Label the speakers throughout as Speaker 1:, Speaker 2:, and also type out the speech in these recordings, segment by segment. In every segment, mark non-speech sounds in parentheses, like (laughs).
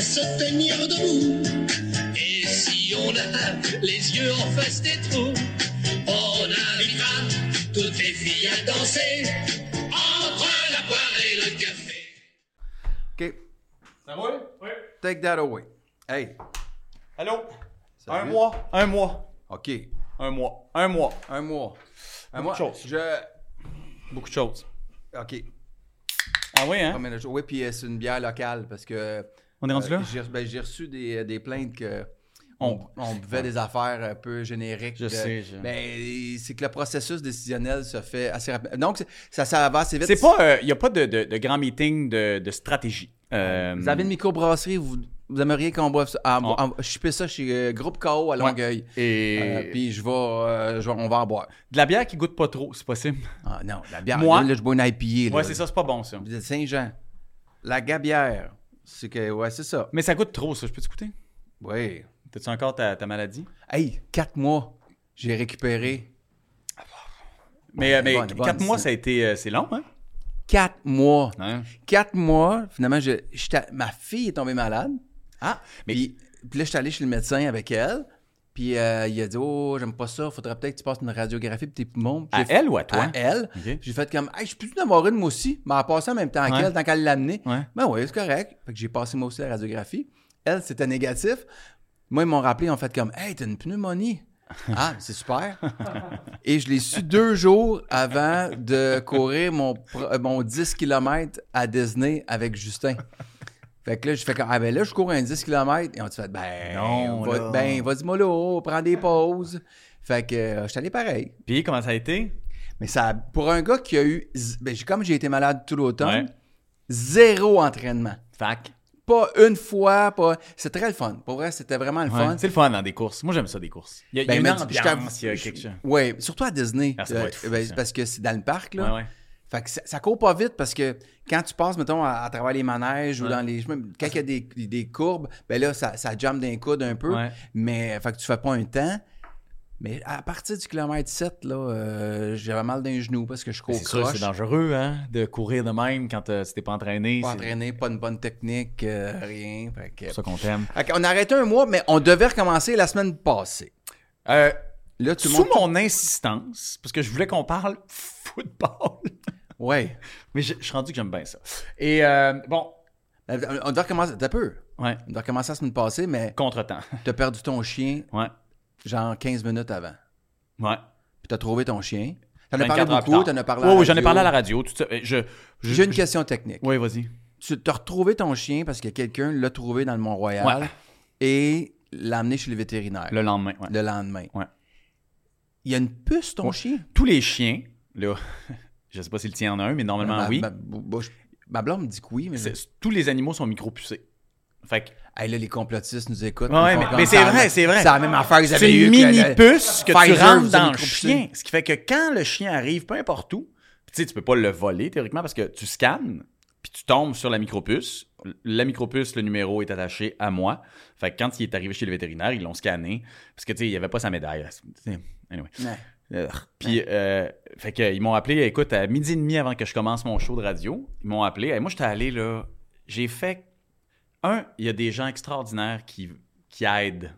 Speaker 1: se tenir debout. Et si on a les yeux en face des trous, on invitera toutes les filles à danser entre la poire et le café.
Speaker 2: OK,
Speaker 3: Ça roule? Oui.
Speaker 2: take that away. Hey,
Speaker 3: Allô?
Speaker 2: Salut.
Speaker 3: Un mois, un mois,
Speaker 2: OK,
Speaker 3: un mois, un mois.
Speaker 2: un mois. Un
Speaker 3: Beaucoup
Speaker 2: mois.
Speaker 3: de choses.
Speaker 2: Je...
Speaker 3: Beaucoup de choses.
Speaker 2: OK,
Speaker 3: Ah oui, hein?
Speaker 2: combien de choses? Oui, puis euh, c'est une bière locale parce que...
Speaker 3: On est rendu
Speaker 2: Euh,
Speaker 3: là?
Speaker 2: J'ai ben, j'ai reçu des, des plaintes que on,
Speaker 3: On-
Speaker 2: on buvait des affaires un peu génériques.
Speaker 3: Je
Speaker 2: de-
Speaker 3: sais, je-
Speaker 2: Ben, c'est que le processus décisionnel se fait assez rapidement. Donc, c'est- ça, ça avance assez vite.
Speaker 3: C'est pas, il n'y a pas de, de, de grand meeting de, de stratégie. Euh,
Speaker 2: Vous avez une microbrasserie, vous, vous aimeriez qu'on boive ça. Ah,
Speaker 3: On-
Speaker 2: ah, Je suis ça chez euh, Groupe KO à
Speaker 3: Ouais.
Speaker 2: Longueuil.
Speaker 3: Et
Speaker 2: Euh, puis je vais, euh, je vais- on va en boire.
Speaker 3: de la bière qui goûte pas trop, c'est possible.
Speaker 2: Ah, non, la bière,
Speaker 3: Moi-
Speaker 2: là, je bois une IPA. là.
Speaker 3: Ouais, c'est ça, c'est pas bon ça.
Speaker 2: Vous êtes Saint-Jean. La gabière, c'est que, ouais, c'est ça.
Speaker 3: Mais ça goûte trop ça, je peux t'écouter?
Speaker 2: Oui.
Speaker 3: T'as-tu encore ta, ta maladie?
Speaker 2: Hey, quatre mois, j'ai récupéré.
Speaker 3: Mais, euh, mais
Speaker 2: bonne, bonne,
Speaker 3: 4 mois,
Speaker 2: ça.
Speaker 3: ça a été, euh, c'est long, hein?
Speaker 2: Quatre mois.
Speaker 3: Hein?
Speaker 2: quatre mois, finalement, je, j'étais- ma fille est tombée malade.
Speaker 3: Ah, mais
Speaker 2: Puis, puis là, je suis allé chez le médecin avec elle. Puis euh, il a dit Oh, j'aime pas ça, faudrait peut-être que tu passes une radiographie pour tes poumons. Puis
Speaker 3: à
Speaker 2: j'ai fait-
Speaker 3: elle ou à toi?
Speaker 2: À elle.
Speaker 3: Ok.
Speaker 2: J'ai fait comme Hey, je peux en avoir une, moi aussi. Mais elle a passé en même temps
Speaker 3: Ouais.
Speaker 2: qu'elle, tant qu'elle l'a amenée.
Speaker 3: Ouais.
Speaker 2: Ben oui, c'est correct. Fait que j'ai passé moi aussi la radiographie. Elle, c'était négatif. Moi, ils m'ont rappelé, en fait comme Hey, t'as une pneumonie. Ah, c'est
Speaker 3: (laughs)
Speaker 2: super. Et je l'ai su deux jours avant de courir mon, pro- euh, mon 10 km à Disney avec Justin. Fait que là, je fais comme, ah ben là, je cours un 10 km. Et on te fait, ben,
Speaker 3: Non,
Speaker 2: va-
Speaker 3: là.
Speaker 2: ben, vas-y-moi là, prends des pauses. Fait que euh, je suis allé pareil.
Speaker 3: Puis comment ça a été?
Speaker 2: Mais ça, pour un gars qui a eu, z- ben, j'ai- comme j'ai été malade tout l'automne,
Speaker 3: Ouais.
Speaker 2: zéro entraînement.
Speaker 3: Fac.
Speaker 2: Pas une fois, pas. C'est très le fun. Pour vrai, c'était vraiment le
Speaker 3: Ouais.
Speaker 2: fun.
Speaker 3: C'est le fun dans des courses. Moi, j'aime ça, des courses. Il y a, il y a
Speaker 2: Ben,
Speaker 3: une
Speaker 2: mais tu- je t'avoue-
Speaker 3: ambiance, il y a quelque chose.
Speaker 2: Oui, surtout à Disney.
Speaker 3: Ah, ça doit
Speaker 2: Euh,
Speaker 3: être fou,
Speaker 2: ben,
Speaker 3: ça.
Speaker 2: parce que c'est dans le parc, là.
Speaker 3: Ouais, ouais.
Speaker 2: Fait que ça, ça court pas vite parce que quand tu passes, mettons, à, à travers les manèges ou
Speaker 3: Ouais.
Speaker 2: dans les. même Quand il y a des, des courbes, ben là, ça, ça jump d'un coude un peu.
Speaker 3: Ouais.
Speaker 2: Mais fait que tu fais pas un temps. Mais à partir du kilomètre 7, là, euh, j'avais mal d'un genou parce que je cours
Speaker 3: C'est sûr, c'est
Speaker 2: croche.
Speaker 3: dangereux, hein, de courir de même quand euh, tu t'es pas entraîné.
Speaker 2: Pas
Speaker 3: c'est
Speaker 2: entraîné, pas une bonne technique, euh, rien. Fait que-
Speaker 3: pour ça qu'on t'aime.
Speaker 2: Fait qu'on a arrêté un mois, mais on devait recommencer la semaine passée.
Speaker 3: Euh,
Speaker 2: Là, tu
Speaker 3: sous
Speaker 2: montes.
Speaker 3: mon insistance, parce que je voulais qu'on parle (laughs) football,
Speaker 2: Ouais.
Speaker 3: (laughs) mais je, je suis rendu que j'aime bien ça. Et euh, bon,
Speaker 2: Euh, On devait recommencer. T'as peu.
Speaker 3: ouais,
Speaker 2: On devait recommencer la semaine passée, mais
Speaker 3: contre-temps.
Speaker 2: t'as perdu ton chien
Speaker 3: (laughs) Ouais,
Speaker 2: genre 15 minutes avant.
Speaker 3: ouais.
Speaker 2: Puis t'as trouvé ton chien. T'en as
Speaker 3: 24
Speaker 2: parlé
Speaker 3: heures plus
Speaker 2: beaucoup,
Speaker 3: tard.
Speaker 2: t'en as parlé
Speaker 3: Ouais,
Speaker 2: à la
Speaker 3: oui, j'en ai
Speaker 2: radio.
Speaker 3: parlé à la radio. Tout ça. Euh, Je, je-
Speaker 2: J'ai une
Speaker 3: je-
Speaker 2: question technique.
Speaker 3: Oui, vas-y.
Speaker 2: Tu t'as retrouvé ton chien parce que quelqu'un l'a trouvé dans le Mont-Royal
Speaker 3: Ouais.
Speaker 2: et l'a amené chez le vétérinaire
Speaker 3: Le
Speaker 2: le,
Speaker 3: lendemain, ouais.
Speaker 2: lendemain.
Speaker 3: Ouais.
Speaker 2: Il y a une puce, ton chien?
Speaker 3: Tous les chiens, là, (laughs) je sais pas si le tien en a un, mais normalement,
Speaker 2: ma,
Speaker 3: oui.
Speaker 2: Ma, ma- je- ma blonde me dit que oui, mais
Speaker 3: C'est- Tous les animaux sont micro-pucés. Fait que
Speaker 2: Hey, là, les complotistes nous écoutent.
Speaker 3: Ouais,
Speaker 2: ils font
Speaker 3: mais-
Speaker 2: comme
Speaker 3: mais c'est
Speaker 2: ça,
Speaker 3: vrai,
Speaker 2: mais-
Speaker 3: c'est vrai.
Speaker 2: C'est la même affaire que vous
Speaker 3: C'est
Speaker 2: avez
Speaker 3: une
Speaker 2: eue. que la-
Speaker 3: mini-puce que, tu
Speaker 2: Pfizer
Speaker 3: rentres
Speaker 2: vous a
Speaker 3: dans le
Speaker 2: micro-pucé.
Speaker 3: chien. Ce qui fait que quand le chien arrive, peu importe où, pis tu sais, tu peux pas le voler théoriquement parce que tu scannes, puis tu tombes sur la micropuce. La micropuce, le numéro est attaché à moi. Fait que quand il est arrivé chez le vétérinaire, ils l'ont scanné. Parce que, tu sais, il n'y avait pas sa médaille. là. C'est- Anyway.
Speaker 2: Ouais.
Speaker 3: Euh, Puis, euh, fait que, ils m'ont appelé, écoute, à midi et demi avant que je commence mon show de radio, ils m'ont appelé. Et moi, j'étais allé, là, j'ai fait... Un, il y a des gens extraordinaires qui, qui aident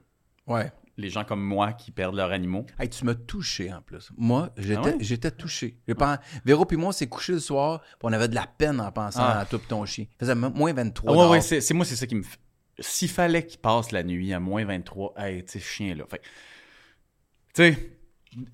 Speaker 2: Ouais.
Speaker 3: les gens comme moi qui perdent leurs animaux.
Speaker 2: Hey, tu m'as touché en plus. Moi, j'étais,
Speaker 3: Ah ouais?
Speaker 2: j'étais touché. J'ai pas- Véro puis moi, on s'est couché le soir, puis on avait de la peine en pensant
Speaker 3: Ah.
Speaker 2: à toi pis ton chien. Il faisait mo- moins 23
Speaker 3: Ah ouais,
Speaker 2: dehors.
Speaker 3: ouais, c'est, c'est- moi, c'est ça qui me. f- S'il fallait qu'il passe la nuit à moins 23, hey, tu sais, ce chien-là. Fait que, tu sais,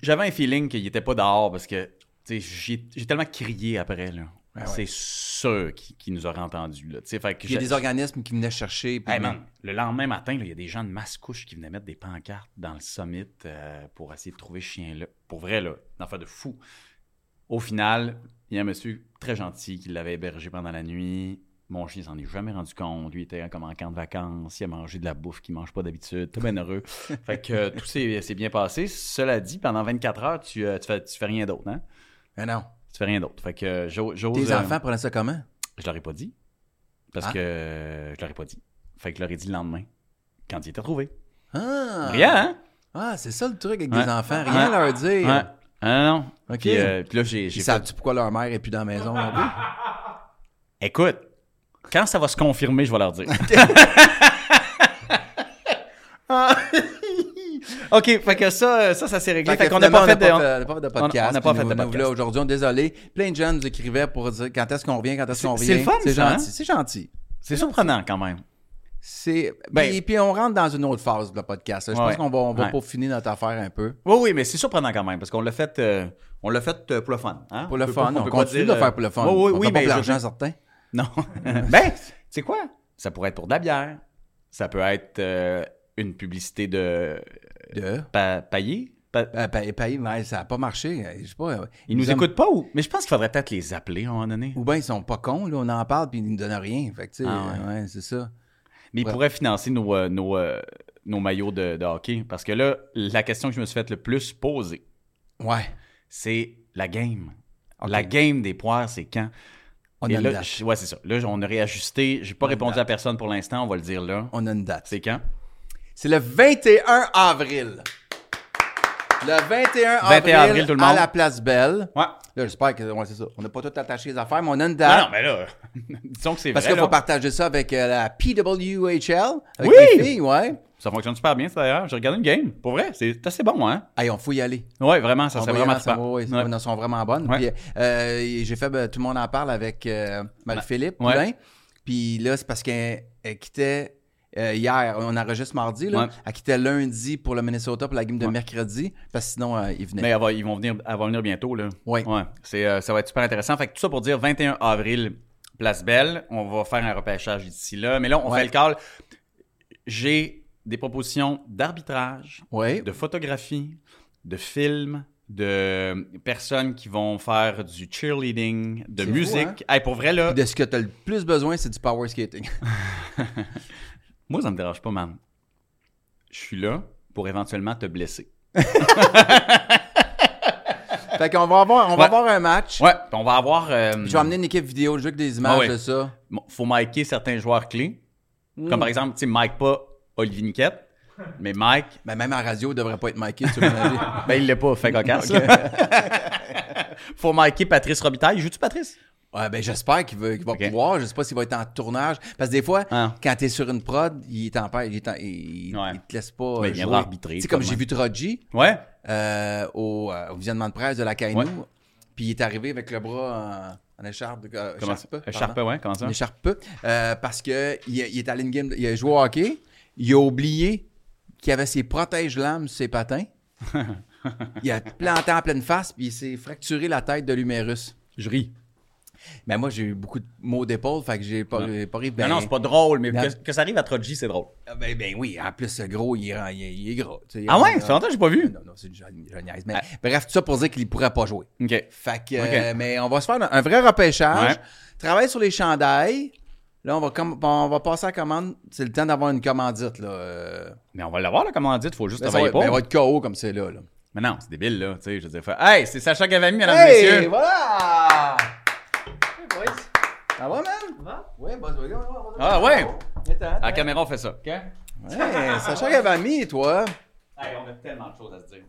Speaker 3: j'avais un feeling qu'il était pas dehors parce que, tu sais, j'ai, j'ai tellement crié après, là.
Speaker 2: Ah ouais.
Speaker 3: C'est sûr qu'il, qu'il nous aurait entendus, là. Tu sais, fait que.
Speaker 2: Il y a
Speaker 3: j'ai-
Speaker 2: des organismes qui venaient chercher. puis-
Speaker 3: Hey, man, le lendemain matin, là, il y a des gens de masse couche qui venaient mettre des pancartes dans le summit euh, pour essayer de trouver ce chien-là. Pour vrai, là, une affaire de fou. Au final, il y a un monsieur très gentil qui l'avait hébergé pendant la nuit. Mon chien s'en est jamais rendu compte. Lui était comme en camp de vacances. Il a mangé de la bouffe qu'il mange pas d'habitude. Tout bien heureux. Fait que euh, tout s'est s'est bien passé. Cela dit, pendant 24 heures, tu, euh, tu, fais, tu fais rien d'autre, hein?
Speaker 2: Mais non.
Speaker 3: Tu fais rien d'autre. Fait que euh, j'o- j'ose.
Speaker 2: Tes
Speaker 3: euh,
Speaker 2: enfants prenaient ça comment?
Speaker 3: je leur ai pas dit. Parce
Speaker 2: Ah.
Speaker 3: que euh, je leur ai pas dit. Fait que je leur ai dit le lendemain. Quand il était trouvé.
Speaker 2: Ah!
Speaker 3: Rien, hein?
Speaker 2: Ah, c'est ça le truc avec
Speaker 3: Ouais.
Speaker 2: des enfants. Rien à leur dire.
Speaker 3: Ouais. Ah non.
Speaker 2: euh, OK.
Speaker 3: Puis, euh, puis là, j'ai. j'ai
Speaker 2: Ils
Speaker 3: fait- Ah.
Speaker 2: savent-tu pourquoi leur mère est plus dans la maison? non plus?
Speaker 3: Écoute, Quand ça va se confirmer, je vais
Speaker 2: (laughs)
Speaker 3: leur dire. Ah. (laughs) OK, fait que ça, ça, ça s'est réglé. Fait,
Speaker 2: Fait que
Speaker 3: qu'on n'a
Speaker 2: finalement,
Speaker 3: pas fait,
Speaker 2: on n'a
Speaker 3: de-
Speaker 2: pas, fait- on n'a pas fait de podcast.
Speaker 3: on n'a pas
Speaker 2: puis
Speaker 3: fait
Speaker 2: nous-
Speaker 3: de
Speaker 2: nous
Speaker 3: podcast.
Speaker 2: voilà Aujourd'hui, on est désolé. Plein de gens nous écrivaient pour dire quand est-ce qu'on revient, quand est-ce qu'on
Speaker 3: C'est-
Speaker 2: revient.
Speaker 3: c'est le fun,
Speaker 2: C'est
Speaker 3: ça, hein?
Speaker 2: gentil. C'est gentil.
Speaker 3: C'est surprenant quand même.
Speaker 2: C'est.
Speaker 3: Ben-
Speaker 2: et puis on rentre dans une autre phase de podcast. là. Je
Speaker 3: Ouais.
Speaker 2: pense qu'on va, on va
Speaker 3: Ouais.
Speaker 2: peaufiner notre affaire un peu.
Speaker 3: Oui, oui, mais c'est surprenant quand même, parce qu'on l'a fait, euh, on l'a fait euh, pour le fun. hein?
Speaker 2: Pour le
Speaker 3: peut
Speaker 2: fun,
Speaker 3: pas-
Speaker 2: on,
Speaker 3: peut pas
Speaker 2: continue
Speaker 3: dire,
Speaker 2: de le
Speaker 3: euh,
Speaker 2: faire pour le fun.
Speaker 3: Oui, oui,
Speaker 2: on
Speaker 3: oui,
Speaker 2: fait pas
Speaker 3: mais
Speaker 2: pour
Speaker 3: je-
Speaker 2: l'argent certain. (laughs)
Speaker 3: Non. (laughs) ben, c'est quoi? Ça pourrait être pour de la bière. Ça peut être euh, une publicité de
Speaker 2: De.
Speaker 3: pa paillé. Pa-
Speaker 2: Ben, pa- paye, ouais, ça n'a pas marché. Je sais pas. euh,
Speaker 3: Ils nous
Speaker 2: aiment-
Speaker 3: écoutent pas ou. Mais je pense qu'il faudrait peut-être les appeler à un moment donné.
Speaker 2: Ou bien ils sont pas cons, là, on en parle puis ils nous donnent rien. Fait que, tu sais,
Speaker 3: Ah ouais.
Speaker 2: ouais, c'est ça.
Speaker 3: Mais ils
Speaker 2: Ouais.
Speaker 3: pourraient financer nos, euh, nos, euh, nos maillots de, de hockey. Parce que là, la question que je me suis faite le plus poser,
Speaker 2: Ouais.
Speaker 3: c'est la game.
Speaker 2: OK.
Speaker 3: La game des poires, c'est quand?
Speaker 2: On
Speaker 3: Et
Speaker 2: a une
Speaker 3: là,
Speaker 2: date.
Speaker 3: je- ouais, c'est ça. Là, on a réajusté. J'ai pas
Speaker 2: On a une
Speaker 3: répondu
Speaker 2: date.
Speaker 3: à personne pour l'instant. On va le dire là.
Speaker 2: On a une date.
Speaker 3: C'est quand?
Speaker 2: C'est le 21 avril. Le 21,
Speaker 3: 21
Speaker 2: avril,
Speaker 3: avril, tout le
Speaker 2: à
Speaker 3: monde.
Speaker 2: la place Belle.
Speaker 3: Ouais.
Speaker 2: Là, j'espère que ouais, c'est ça. On n'a pas tout attaché les affaires, mais on a une
Speaker 3: Ah
Speaker 2: date.
Speaker 3: non, mais là, (laughs) disons que c'est
Speaker 2: parce
Speaker 3: vrai.
Speaker 2: qu'il faut
Speaker 3: là.
Speaker 2: partager ça avec euh, la PWHL. Avec
Speaker 3: Oui!
Speaker 2: les filles, ouais.
Speaker 3: Ça fonctionne super bien, ça, d'ailleurs. J'ai regardé une game. Pour vrai, c'est assez bon, hein?
Speaker 2: Hey, on faut y aller.
Speaker 3: Ouais, vraiment, ça
Speaker 2: On
Speaker 3: serait
Speaker 2: hein, va y aller
Speaker 3: vraiment
Speaker 2: ensemble.
Speaker 3: super.
Speaker 2: Ouais, ouais,
Speaker 3: Ouais.
Speaker 2: Elles sont vraiment bonnes.
Speaker 3: Ouais.
Speaker 2: Puis, euh, et j'ai fait ben, Tout le monde en parle avec euh, Marie-Philippe
Speaker 3: Ouais.
Speaker 2: Poulin. Puis là, c'est parce qu'elle elle quittait euh, hier. On enregistre mardi. Là.
Speaker 3: Ouais.
Speaker 2: Elle quittait lundi pour le Minnesota pour la game de
Speaker 3: Ouais.
Speaker 2: mercredi. Parce que sinon, euh, il venait.
Speaker 3: Mais elle va- ils vont venir, elles vont venir bientôt, là.
Speaker 2: Ouais.
Speaker 3: Ouais. C'est, euh, ça va être super intéressant. Fait que tout ça pour dire 21 avril, Place Belle. On va faire un repêchage d'ici là. Mais là, on
Speaker 2: Ouais.
Speaker 3: fait le call. J'ai des propositions d'arbitrage,
Speaker 2: Ouais.
Speaker 3: de photographie, de films, de personnes qui vont faire du cheerleading,
Speaker 2: C'est
Speaker 3: de
Speaker 2: fou, hein?
Speaker 3: musique. Hey, pour vrai, là,
Speaker 2: Puis de ce que tu as le plus besoin, c'est du power
Speaker 3: (laughs)
Speaker 2: skating.
Speaker 3: moi, ça me dérange pas, man. Je suis là pour éventuellement te blesser.
Speaker 2: fait qu'on va avoir, on va
Speaker 3: Ouais.
Speaker 2: avoir un match.
Speaker 3: Ouais, puis on va avoir. euh,
Speaker 2: Je vais amener une équipe vidéo, je veux que des images
Speaker 3: Ah ouais.
Speaker 2: de ça.
Speaker 3: bon, faut micer certains joueurs clés.
Speaker 2: Mm.
Speaker 3: Comme par exemple, tu sais, Mike pas Olivier Niquette, mais Mike.
Speaker 2: Mais même à la radio, il devrait pas être Mikey,
Speaker 3: (laughs)
Speaker 2: tu m'as
Speaker 3: Ben, il l'a pas, fait cocasse. (laughs) Faut micer Patrice Robitaille. Joues-tu Patrice?
Speaker 2: Ouais, ben j'espère qu'il va, qu'il va
Speaker 3: Ok.
Speaker 2: pouvoir. Je sais pas s'il va être en tournage. Parce que des fois,
Speaker 3: Ah.
Speaker 2: quand t'es sur une prod, il est en paix. Il, est en- il, il-
Speaker 3: Ouais.
Speaker 2: il te laisse pas.
Speaker 3: Ben, il
Speaker 2: euh,
Speaker 3: viendra
Speaker 2: jouer.
Speaker 3: arbitrer,
Speaker 2: Tu sais, comme j'ai
Speaker 3: sûrement.
Speaker 2: vu Troji
Speaker 3: Ouais.
Speaker 2: euh, au, euh, au visionnement de presse de la Cainou.
Speaker 3: Ouais.
Speaker 2: Puis il est arrivé avec le bras en, en écharpe. euh,
Speaker 3: Comment
Speaker 2: écharpe,
Speaker 3: ça?
Speaker 2: pardon.
Speaker 3: Charpet, ouais, comment ça?
Speaker 2: Une écharpe peu. Euh, parce que il, il est allé une game. de- Il a joué au hockey. Il a oublié qu'il avait ses protège-lames sur ses
Speaker 3: (laughs)
Speaker 2: patins. il a planté en pleine face, puis il s'est fracturé la tête de l'humérus.
Speaker 3: Je ris.
Speaker 2: Mais moi, j'ai eu beaucoup de maux d'épaule, fait que j'ai pas,
Speaker 3: Non.
Speaker 2: j'ai pas ri.
Speaker 3: Non,
Speaker 2: Ben,
Speaker 3: non, c'est pas drôle, mais
Speaker 2: Non.
Speaker 3: que, que ça arrive à Troji, c'est drôle.
Speaker 2: Ben, ben oui, en plus, le gros, il est, grand- il est- il est gros. tu sais.
Speaker 3: Ah ouais? Ça fait longtemps que j'ai pas vu. Ah.
Speaker 2: Non, non, c'est du génial. Mais bref, tout ça pour dire qu'il pourrait pas jouer.
Speaker 3: OK.
Speaker 2: Fait que, euh, mais on va se faire un- un vrai repêchage.
Speaker 3: Ouais.
Speaker 2: Travail sur les chandails. Là, on va, com- on va passer à la commande. C'est le temps d'avoir une commandite, là. euh.
Speaker 3: Mais on va l'avoir, la commandite. Faut juste
Speaker 2: Ben, ça va,
Speaker 3: travailler pour.
Speaker 2: ben, on va être KO comme c'est là, là.
Speaker 3: Mais non, c'est débile, là. Tu sais, je veux dire, fait- hey, c'est Sacha Gavami, mesdames et
Speaker 2: Hey,
Speaker 3: messieurs.
Speaker 2: voilà! Ça va, man? Oui, bah, ouais, ouais, ouais, ouais.
Speaker 3: Ah ouais.
Speaker 2: Attends,
Speaker 3: À la
Speaker 2: attends.
Speaker 3: caméra, on fait ça. OK?
Speaker 2: Hey, Sacha Gavami, toi.
Speaker 3: Hey, on a tellement de choses à se dire.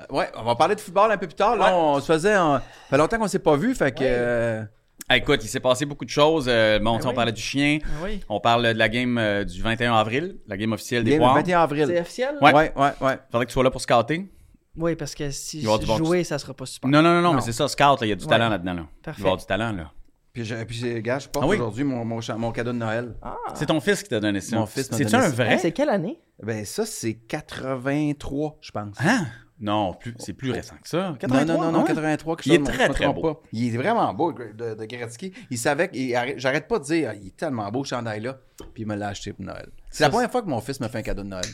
Speaker 2: Euh, Ouais, on va parler de football un peu plus tard. Là,
Speaker 3: Ouais.
Speaker 2: on se faisait. un- Ça fait longtemps qu'on s'est pas vu, fait que. euh,
Speaker 3: Ah, écoute, il s'est passé beaucoup de choses. Euh,
Speaker 2: Ben
Speaker 3: bon, tu sais, on
Speaker 4: oui.
Speaker 3: parlait du chien.
Speaker 4: Ah Oui.
Speaker 3: On parle de la game euh, du 21 avril, la game officielle des
Speaker 2: game le
Speaker 3: Poires.
Speaker 2: 21 avril.
Speaker 4: C'est officiel?
Speaker 2: Ouais, ouais, ouais.
Speaker 3: Faudrait que tu sois là pour scouter.
Speaker 4: Oui, parce que si
Speaker 3: Il va y avoir du
Speaker 4: je
Speaker 3: bon-
Speaker 4: jouais, ça sera pas super.
Speaker 3: Non, non, non, non,
Speaker 4: Non.
Speaker 3: mais c'est ça, scout, là, il y a du
Speaker 4: Ouais.
Speaker 3: talent là-dedans. Là. Il va y
Speaker 4: Parfait.
Speaker 3: avoir du talent. là.
Speaker 2: Puis, je, puis je- gars, je porte
Speaker 3: Ah oui?
Speaker 2: aujourd'hui mon, mon, cha- mon cadeau de Noël.
Speaker 3: C'est ton fils qui t'a donné ça.
Speaker 2: Ah. Mon fils m'a
Speaker 3: C'est-tu
Speaker 2: donné ça.
Speaker 3: un
Speaker 4: Hey,
Speaker 3: vrai?
Speaker 4: c'est quelle année?
Speaker 2: Ben, ça, c'est 83, je pense.
Speaker 3: Hein? Non, plus, c'est plus récent que ça. 83,
Speaker 2: non, non, non,
Speaker 3: ouais.
Speaker 2: 83, quelque
Speaker 3: Il est
Speaker 2: chose, je
Speaker 3: très,
Speaker 2: me
Speaker 3: très
Speaker 2: trompe
Speaker 3: beau.
Speaker 2: pas. Il est vraiment beau, de, de Gretzky. Il savait que. il arrête- J'arrête pas de dire, ah, il est tellement beau, ce chandail-là. Puis il me l'a acheté pour Noël. C'est la première fois que mon fils me fait un cadeau de Noël.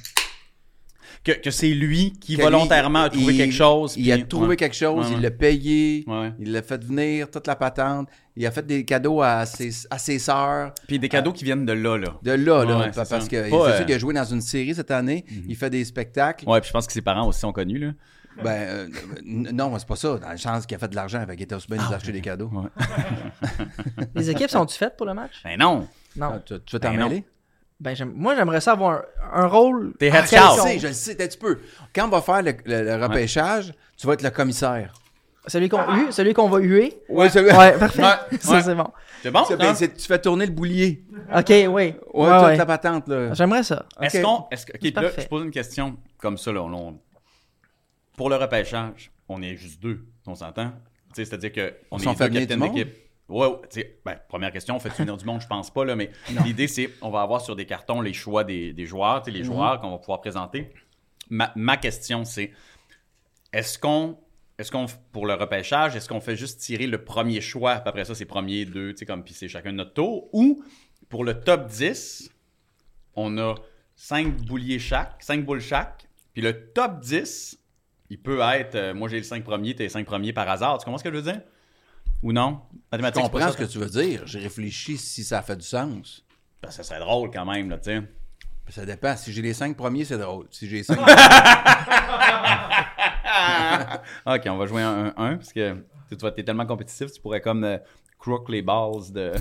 Speaker 3: Que, que c'est lui qui
Speaker 2: Que lui,
Speaker 3: volontairement a trouvé
Speaker 2: il-
Speaker 3: quelque chose.
Speaker 2: Il a
Speaker 3: puis-
Speaker 2: trouvé
Speaker 3: ouais.
Speaker 2: quelque chose,
Speaker 3: Ouais,
Speaker 2: il
Speaker 3: ouais.
Speaker 2: l'a payé,
Speaker 3: Ouais, ouais.
Speaker 2: il l'a fait venir, toute la patente. Il a fait des cadeaux à ses, à ses sœurs.
Speaker 3: Puis des
Speaker 2: Ah.
Speaker 3: cadeaux qui viennent de là, là.
Speaker 2: De là, là,
Speaker 3: Ouais, ouais,
Speaker 2: pa-
Speaker 3: c'est
Speaker 2: parce
Speaker 3: ça.
Speaker 2: que c'est
Speaker 3: Pas, euh, Mhm.
Speaker 2: sûr qu'il a joué dans une série cette année. Il fait des spectacles.
Speaker 3: Ouais, puis je pense que ses parents aussi sont connus, là.
Speaker 2: Ben, euh, n- non, c'est pas ça. Dans la chance qu'il a fait de l'argent, avec qu'il était aussi bien de nous acheter des cadeaux.
Speaker 3: Ah, Ouais. (laughs)
Speaker 4: Les équipes sont-tu faites pour le match?
Speaker 3: Ben non!
Speaker 2: Ah,
Speaker 4: Non.
Speaker 2: tu, tu veux t'en
Speaker 3: Ben non.
Speaker 2: mêler?
Speaker 4: Ben, j'aime- moi, j'aimerais ça avoir un, un rôle.
Speaker 3: T'es
Speaker 4: Ah,
Speaker 3: head
Speaker 2: Je le
Speaker 3: scout.
Speaker 4: quelconque.
Speaker 2: sais, je le sais, peut-être tu peux. Quand on va faire le, le- le repêchage, tu vas être le commissaire.
Speaker 4: Celui qu'on hue- celui qu'on va huer. (laughs)
Speaker 2: Ouais, c'est
Speaker 4: Ouais, parfait.
Speaker 3: Ouais,
Speaker 4: Ça,
Speaker 3: ouais.
Speaker 4: c'est bon.
Speaker 3: C'est bon?
Speaker 2: (laughs) C'est-
Speaker 3: hein?
Speaker 2: ben, c'est- tu fais tourner le boulier.
Speaker 4: OK, oui. Ouais,
Speaker 2: Ouais, toute
Speaker 4: ouais.
Speaker 2: la patente, là.
Speaker 4: J'aimerais ça.
Speaker 3: Est-ce
Speaker 2: Ok.
Speaker 3: qu'on. Est-ce que, ok, puis là,
Speaker 4: parfait.
Speaker 3: je pose une question comme ça, là. on- on- pour le repêchage, on est juste deux, on s'entend? Tu sais, C'est-à-dire qu'on
Speaker 2: On
Speaker 3: est
Speaker 2: s'en
Speaker 3: les
Speaker 2: fait
Speaker 3: deux
Speaker 2: venir du
Speaker 3: capitaines
Speaker 2: monde?
Speaker 3: d'équipe. Ouais, ouais, tu sais, ben, première question, on fait venir du monde, je pense pas, là,
Speaker 2: (laughs)
Speaker 3: mais l'idée, c'est on va avoir sur des cartons les choix des, des joueurs, tu sais, les
Speaker 2: Mhm.
Speaker 3: joueurs qu'on va pouvoir présenter. Ma, ma question, c'est est-ce qu'on. Est-ce qu'on, pour le repêchage, est-ce qu'on fait juste tirer le premier choix, puis après ça, c'est premier, deux, tu sais, comme, puis c'est chacun notre tour, ou pour le top 10, on a 5 bouliers chaque, 5 boules chaque. Puis le top 10, il peut être euh, moi j'ai les 5 premiers, t'es les 5 premiers par hasard. Tu comprends ce que je veux dire? Ou non?
Speaker 2: Je
Speaker 3: Mathématiques,
Speaker 2: comprends ce
Speaker 3: c'est pas
Speaker 2: que
Speaker 3: ça.
Speaker 2: tu veux dire. J'ai réfléchi si ça fait du sens.
Speaker 3: Ben, ça serait drôle quand même, là, tu sais.
Speaker 2: Ça dépend. Si j'ai les cinq premiers, c'est drôle. Si j'ai les cinq...
Speaker 3: Ok, on va jouer un 1-1 parce que tu tu vois, t'es tellement compétitif, tu pourrais comme euh, crook les
Speaker 2: (laughs)
Speaker 3: balls de.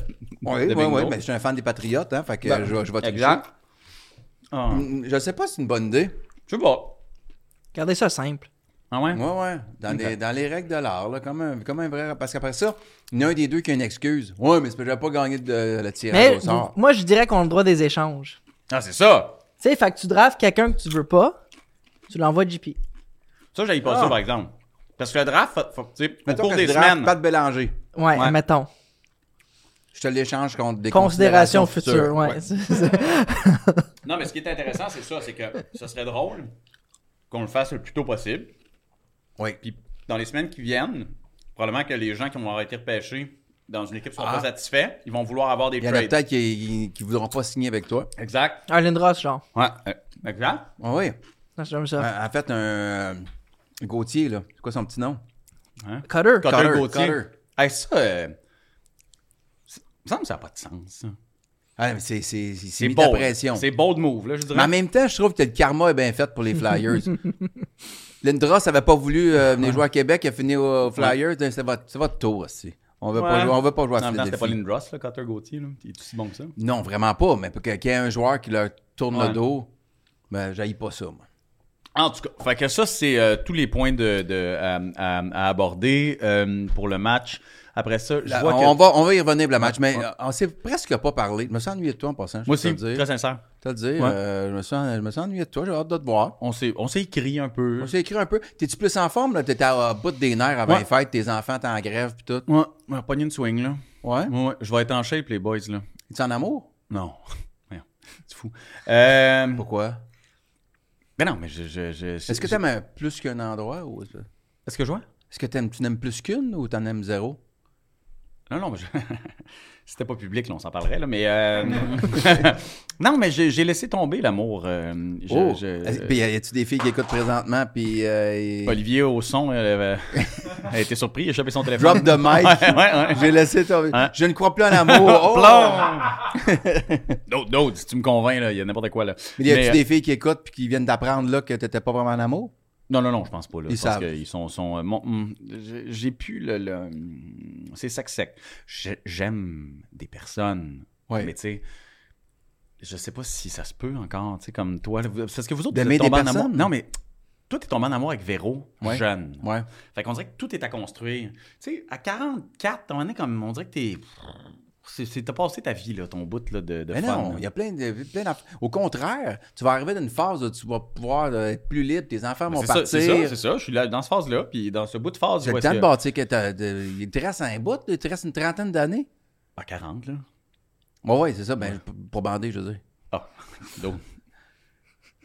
Speaker 2: Oui,
Speaker 3: de
Speaker 2: oui,
Speaker 3: bingo.
Speaker 2: oui. Mais je suis un fan des Patriotes, hein. Fait que
Speaker 3: Ben,
Speaker 2: euh, je, je vais tricher.
Speaker 3: Exact. Ah,
Speaker 2: Mm, Je sais pas si c'est une bonne idée.
Speaker 3: je sais pas.
Speaker 4: Gardez ça simple.
Speaker 3: Ah ouais?
Speaker 2: Ouais, ouais. Dans,
Speaker 3: Ok.
Speaker 2: les, dans les règles de l'art, là, comme un, comme un vrai. Parce qu'après ça, il y en a un des deux qui a une excuse. Ouais, mais c'est parce que j'avais pas gagné de, le tirage
Speaker 4: Mais
Speaker 2: au sort.
Speaker 4: vous- moi, je dirais qu'on a le droit des échanges.
Speaker 3: Ah, c'est ça!
Speaker 4: Tu sais, fait que tu drafts quelqu'un que tu veux pas, tu l'envoies JP.
Speaker 3: Ça, j'aille pas
Speaker 2: Ah.
Speaker 3: ça par exemple. Parce que le draft, faut- faut- tu sais, au
Speaker 2: Mettons
Speaker 3: cours
Speaker 2: que
Speaker 3: des
Speaker 2: je draft
Speaker 3: semaines.
Speaker 2: Pas de Bélanger.
Speaker 4: Ouais,
Speaker 3: Ouais.
Speaker 4: mettons.
Speaker 2: Je te l'échange contre des
Speaker 4: Considération
Speaker 2: considérations,
Speaker 4: future,
Speaker 2: futures.
Speaker 4: ouais. C'est-
Speaker 3: Non, mais ce qui est intéressant, c'est ça, c'est que ça serait drôle qu'on le fasse le plus tôt possible.
Speaker 2: Ouais.
Speaker 3: Puis dans les semaines qui viennent, probablement que les gens qui vont avoir été repêchés dans une équipe sont
Speaker 2: Ah.
Speaker 3: pas satisfaits, ils vont vouloir avoir des
Speaker 2: Il y en a
Speaker 3: trades.
Speaker 2: peut-être qui ne voudront pas signer avec toi.
Speaker 3: Exact.
Speaker 4: (laughs) Un Lindros, genre.
Speaker 3: Ouais. euh, exact.
Speaker 2: Ah oui.
Speaker 4: Non, J'aime ça.
Speaker 2: Euh, En en fait, un. Gauthier, là. C'est quoi son petit nom?
Speaker 4: Cutter.
Speaker 3: Cutter
Speaker 2: Cutter,
Speaker 3: Gauthier.
Speaker 2: Cutter.
Speaker 3: Hey, ça, euh, ça- il me semble que ça n'a pas de sens. ça.
Speaker 2: Ah, mais c'est. C'est il s'est mis de la
Speaker 3: bold.
Speaker 2: pression.
Speaker 3: C'est bold move, là, je
Speaker 2: Mais
Speaker 3: dirais.
Speaker 2: en même temps, je trouve que le karma est bien fait pour les
Speaker 3: (laughs)
Speaker 2: Flyers. Lindros n'avait pas voulu euh, venir jouer à Québec, il a fini aux Flyers. C'est votre, c'est votre tour aussi. On veut pas
Speaker 3: Ouais.
Speaker 2: jouer, on veut pas jouer à
Speaker 3: Non, mais non, c'était pas
Speaker 2: Philadelphie.
Speaker 3: Lindros, là, Cutter Gauthier. Là. Il est aussi bon que ça.
Speaker 2: Non, vraiment pas. Mais pour que- qu'il y ait un joueur qui leur tourne
Speaker 3: Ouais.
Speaker 2: le dos, ben, j'haïs pas ça. Moi.
Speaker 3: En tout cas, fait que ça, c'est euh, tous les points de, de, euh, à, à aborder euh, pour le match. Après ça, je
Speaker 2: Là,
Speaker 3: vois que...
Speaker 2: on, va, on va y revenir pour le match, mais
Speaker 3: Ouais.
Speaker 2: euh, on s'est presque pas parlé. Je me suis ennuyé de toi en passant. Je
Speaker 3: Moi
Speaker 2: peux
Speaker 3: aussi,
Speaker 2: te le
Speaker 3: très
Speaker 2: dire.
Speaker 3: sincère.
Speaker 2: Te le dire,
Speaker 3: Ouais.
Speaker 2: euh, je, me suis, en- je me suis ennuyé de toi, j'ai hâte de te voir.
Speaker 3: On s'est, on s'est écrit un peu.
Speaker 2: On s'est écrit un peu. T'es-tu plus en forme? là? T'étais à, à bout des nerfs avant
Speaker 3: Ouais.
Speaker 2: les fêtes, tes enfants, t'es en grève pis tout.
Speaker 3: Ouais, on a pogné une swing, là.
Speaker 2: Ouais?
Speaker 3: Ouais, ouais, je vais être en shape, les boys, là.
Speaker 2: T'es en amour?
Speaker 3: Hein? (laughs) Non. Voyons, C'est fou. Euh,
Speaker 2: Pourquoi?
Speaker 3: ben non, mais je. je, je-
Speaker 2: Est-ce que
Speaker 3: je-
Speaker 2: t'aimes un plus qu'un endroit ou est-ce
Speaker 3: Est-ce que je vois?
Speaker 2: que t'aimes, tu n'aimes plus qu'une ou t'en aimes zéro?
Speaker 3: Non, non, mais je... (laughs) c'était pas public, là, on s'en parlerait, là, mais. (laughs) euh, non, mais j'ai, j'ai laissé tomber l'amour. euh, je-
Speaker 2: oh!
Speaker 3: je- euh,
Speaker 2: Est-ce- Puis y a- y a-tu des filles qui écoutent présentement puis euh, et-
Speaker 3: Olivier au son, elle, avait- elle était surpris, il (laughs) a échappé son téléphone.
Speaker 2: drop the mic?
Speaker 3: (laughs) Ouais, ouais, ouais.
Speaker 2: J'ai laissé tomber.
Speaker 3: Hein?
Speaker 2: Je ne crois plus en
Speaker 3: (laughs)
Speaker 2: l'amour. Oh!
Speaker 3: Plomb! D'autres, d'autres, si tu me convaincs, là, il y a n'importe quoi, là.
Speaker 2: Mais y a-tu
Speaker 3: Mais, euh,
Speaker 2: des filles qui écoutent puis qui viennent d'apprendre là que t'étais pas vraiment en amour?
Speaker 3: Non, non, non, je pense pas. Là,
Speaker 2: Ils
Speaker 3: je pense
Speaker 2: savent.
Speaker 3: qu'ils sont. sont euh, mon- hum, j'ai- J'ai plus le. le, hum, c'est sec sec. J'ai- J'aime des personnes.
Speaker 2: Ouais.
Speaker 3: Mais tu sais, je sais pas si ça se peut encore, tu sais, comme toi. là, vous- Parce que vous autres, vous
Speaker 2: D'aimer
Speaker 3: êtes tombés
Speaker 2: des
Speaker 3: en amour.
Speaker 2: personnes?
Speaker 3: Non, mais toi, t'es tombé en amour avec Véro,
Speaker 2: Ouais.
Speaker 3: jeune.
Speaker 2: Ouais.
Speaker 3: Fait qu'on dirait que tout est à construire. Tu sais, à 44, on est comme. On dirait que t'es. c'est- c'est- T'as passé ta vie, là, ton bout là, de, de
Speaker 2: Mais
Speaker 3: fun. hein.
Speaker 2: non,
Speaker 3: là.
Speaker 2: il y a plein de. Plein d'aff- Au contraire, tu vas arriver d'une phase où tu vas pouvoir euh, être plus libre, tes enfants vont
Speaker 3: C'est ça,
Speaker 2: partir.
Speaker 3: c'est ça, c'est ça. Je suis là, dans cette phase-là, puis dans ce bout de phase.
Speaker 2: J'ai
Speaker 3: où
Speaker 2: le
Speaker 3: est-ce
Speaker 2: temps de
Speaker 3: que-
Speaker 2: bâtir que t'as- de- il te reste un bout, là, il te reste une trentaine d'années.
Speaker 3: À 40, là.
Speaker 2: Ouais, ouais, c'est ça. Ben, pour bander, je veux dire.
Speaker 3: Ah, d'autres.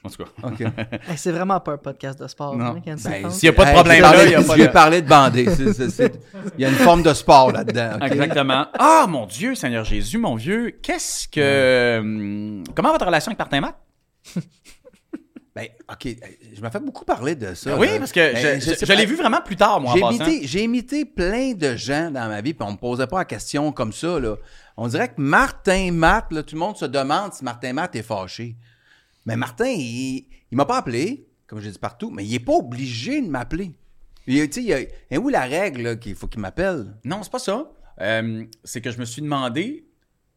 Speaker 3: En tout cas.
Speaker 2: (laughs) OK.
Speaker 4: Hey, c'est vraiment pas un podcast de sport.
Speaker 3: Non.
Speaker 4: hein, quand tu
Speaker 2: Ben,
Speaker 4: penses.
Speaker 3: S'il n'y a pas de
Speaker 2: Hey,
Speaker 3: problème
Speaker 2: je
Speaker 3: là,
Speaker 2: parlais-
Speaker 3: il n'y a pas
Speaker 2: je lui ai
Speaker 3: de...
Speaker 2: parlé de bander. C'est- c'est- c'est- Il y a une forme de sport là-dedans. ok?
Speaker 3: Exactement. Ah, mon Dieu, Seigneur Jésus, mon vieux, qu'est-ce que... hum, Comment votre relation avec Martin Matt?
Speaker 2: Ben, OK, je me fais beaucoup parler de ça.
Speaker 3: oui,
Speaker 2: là.
Speaker 3: parce que
Speaker 2: Ben,
Speaker 3: je, je-
Speaker 2: sais
Speaker 3: je
Speaker 2: pas-
Speaker 3: l'ai vu vraiment plus tard, moi, en
Speaker 2: J'ai
Speaker 3: passant.
Speaker 2: imité, j'ai imité plein de gens dans ma vie, puis on me posait pas la question comme ça. Là. On dirait que Martin Matt, là, tout le monde se demande si Martin Matt est fâché. Mais Martin, il, il m'a pas appelé, comme j'ai dit partout, mais il est pas obligé de m'appeler. Il, tu sais, il y a, et où la règle là, qu'il faut qu'il m'appelle?
Speaker 3: Non, c'est pas ça. Euh, c'est que je me suis demandé,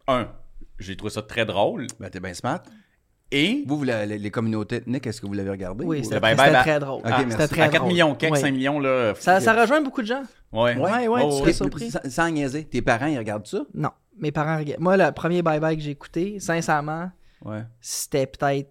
Speaker 3: un, j'ai trouvé ça très drôle,
Speaker 2: Ben, t'es bien smart.
Speaker 3: Et
Speaker 2: Vous, vous, la- les, les communautés ethniques, est-ce que vous l'avez regardé?
Speaker 4: Oui,
Speaker 2: Ou-
Speaker 4: c'était
Speaker 3: bye
Speaker 4: très,
Speaker 3: bye
Speaker 4: c'était
Speaker 3: bye.
Speaker 4: très drôle.
Speaker 2: Ok,
Speaker 4: Ah,
Speaker 2: merci.
Speaker 4: c'était très
Speaker 3: à 4
Speaker 4: drôle.
Speaker 3: millions, quelques
Speaker 4: Ouais.
Speaker 3: 5 millions, là.
Speaker 4: Ça, ça rejoint beaucoup de gens.
Speaker 3: Ouais,
Speaker 4: Ouais, ouais,
Speaker 3: Oh,
Speaker 4: tu
Speaker 2: T'es-
Speaker 4: serais surpris.
Speaker 2: Sans, sans niaiser, tes parents, ils regardent ça?
Speaker 4: Non, mes parents regardent. Moi, le premier bye-bye que j'ai écouté, sincèrement,
Speaker 2: Ouais.
Speaker 4: c'était peut-être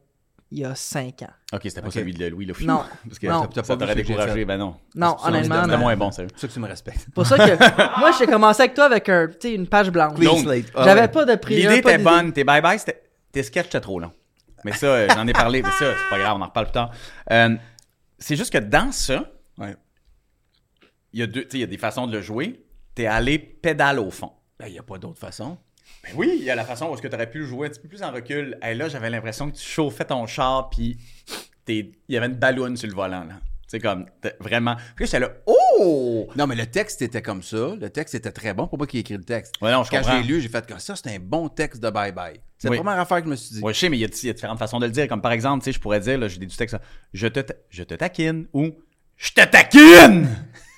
Speaker 4: il y a 5 ans.
Speaker 3: Ok, c'était pas
Speaker 2: Ok.
Speaker 3: celui de Louis, là.
Speaker 4: Non.
Speaker 3: Parce que
Speaker 4: Non.
Speaker 3: ça- ça t'aurait
Speaker 2: T'as pas vu ce que j'ai
Speaker 3: découragé.
Speaker 2: fait.
Speaker 3: Ben non.
Speaker 4: Non,
Speaker 2: que tu en
Speaker 4: honnêtement.
Speaker 2: étais
Speaker 3: C'était
Speaker 4: non.
Speaker 2: vraiment-
Speaker 3: moins bon, sérieux.
Speaker 2: C'est ça que tu me respectes.
Speaker 4: Pour ça
Speaker 2: (laughs)
Speaker 4: que moi, j'ai commencé avec toi avec un, tu sais, une page blanche.
Speaker 2: Clean
Speaker 3: Donc,
Speaker 2: slate. Ah
Speaker 4: J'avais
Speaker 2: ouais.
Speaker 4: pas de prix.
Speaker 3: L'idée était bonne. Tes bye-bye, c'était- tes sketchs étaient trop longs. Mais ça, euh, j'en ai parlé. Mais ça, c'est pas grave, on en reparle plus tard. Euh, c'est juste que dans ça,
Speaker 2: Ouais.
Speaker 3: il y, a deux- tu sais, il y a des façons de le jouer. T'es allé pédale au fond.
Speaker 2: Ben, il n'y a pas d'autre façon.
Speaker 3: Ben oui, il y a la façon où est-ce que t'aurais pu le jouer un petit peu plus en recul. Hey, là, j'avais l'impression que tu chauffais ton char, puis t'es- il y avait une balloune sur le volant. là. C'est comme, t'es- vraiment. Puis là, j'étais là, oh!
Speaker 2: Non, mais le texte était comme ça. Le texte était très bon. Pourquoi qu'il écrit le texte?
Speaker 3: Ouais, non, je
Speaker 2: Quand
Speaker 3: comprends.
Speaker 2: je l'ai lu, j'ai fait comme ça, c'est un bon texte de bye-bye. C'est
Speaker 3: Oui.
Speaker 2: la première affaire que je me suis dit.
Speaker 3: Ouais, je sais, mais il y, a- il y a différentes façons de le dire. Comme par exemple, tu sais, je pourrais dire, là, j'ai des- du texte, là, je te, ta- je te taquine ou je te
Speaker 2: (laughs)
Speaker 3: taquine!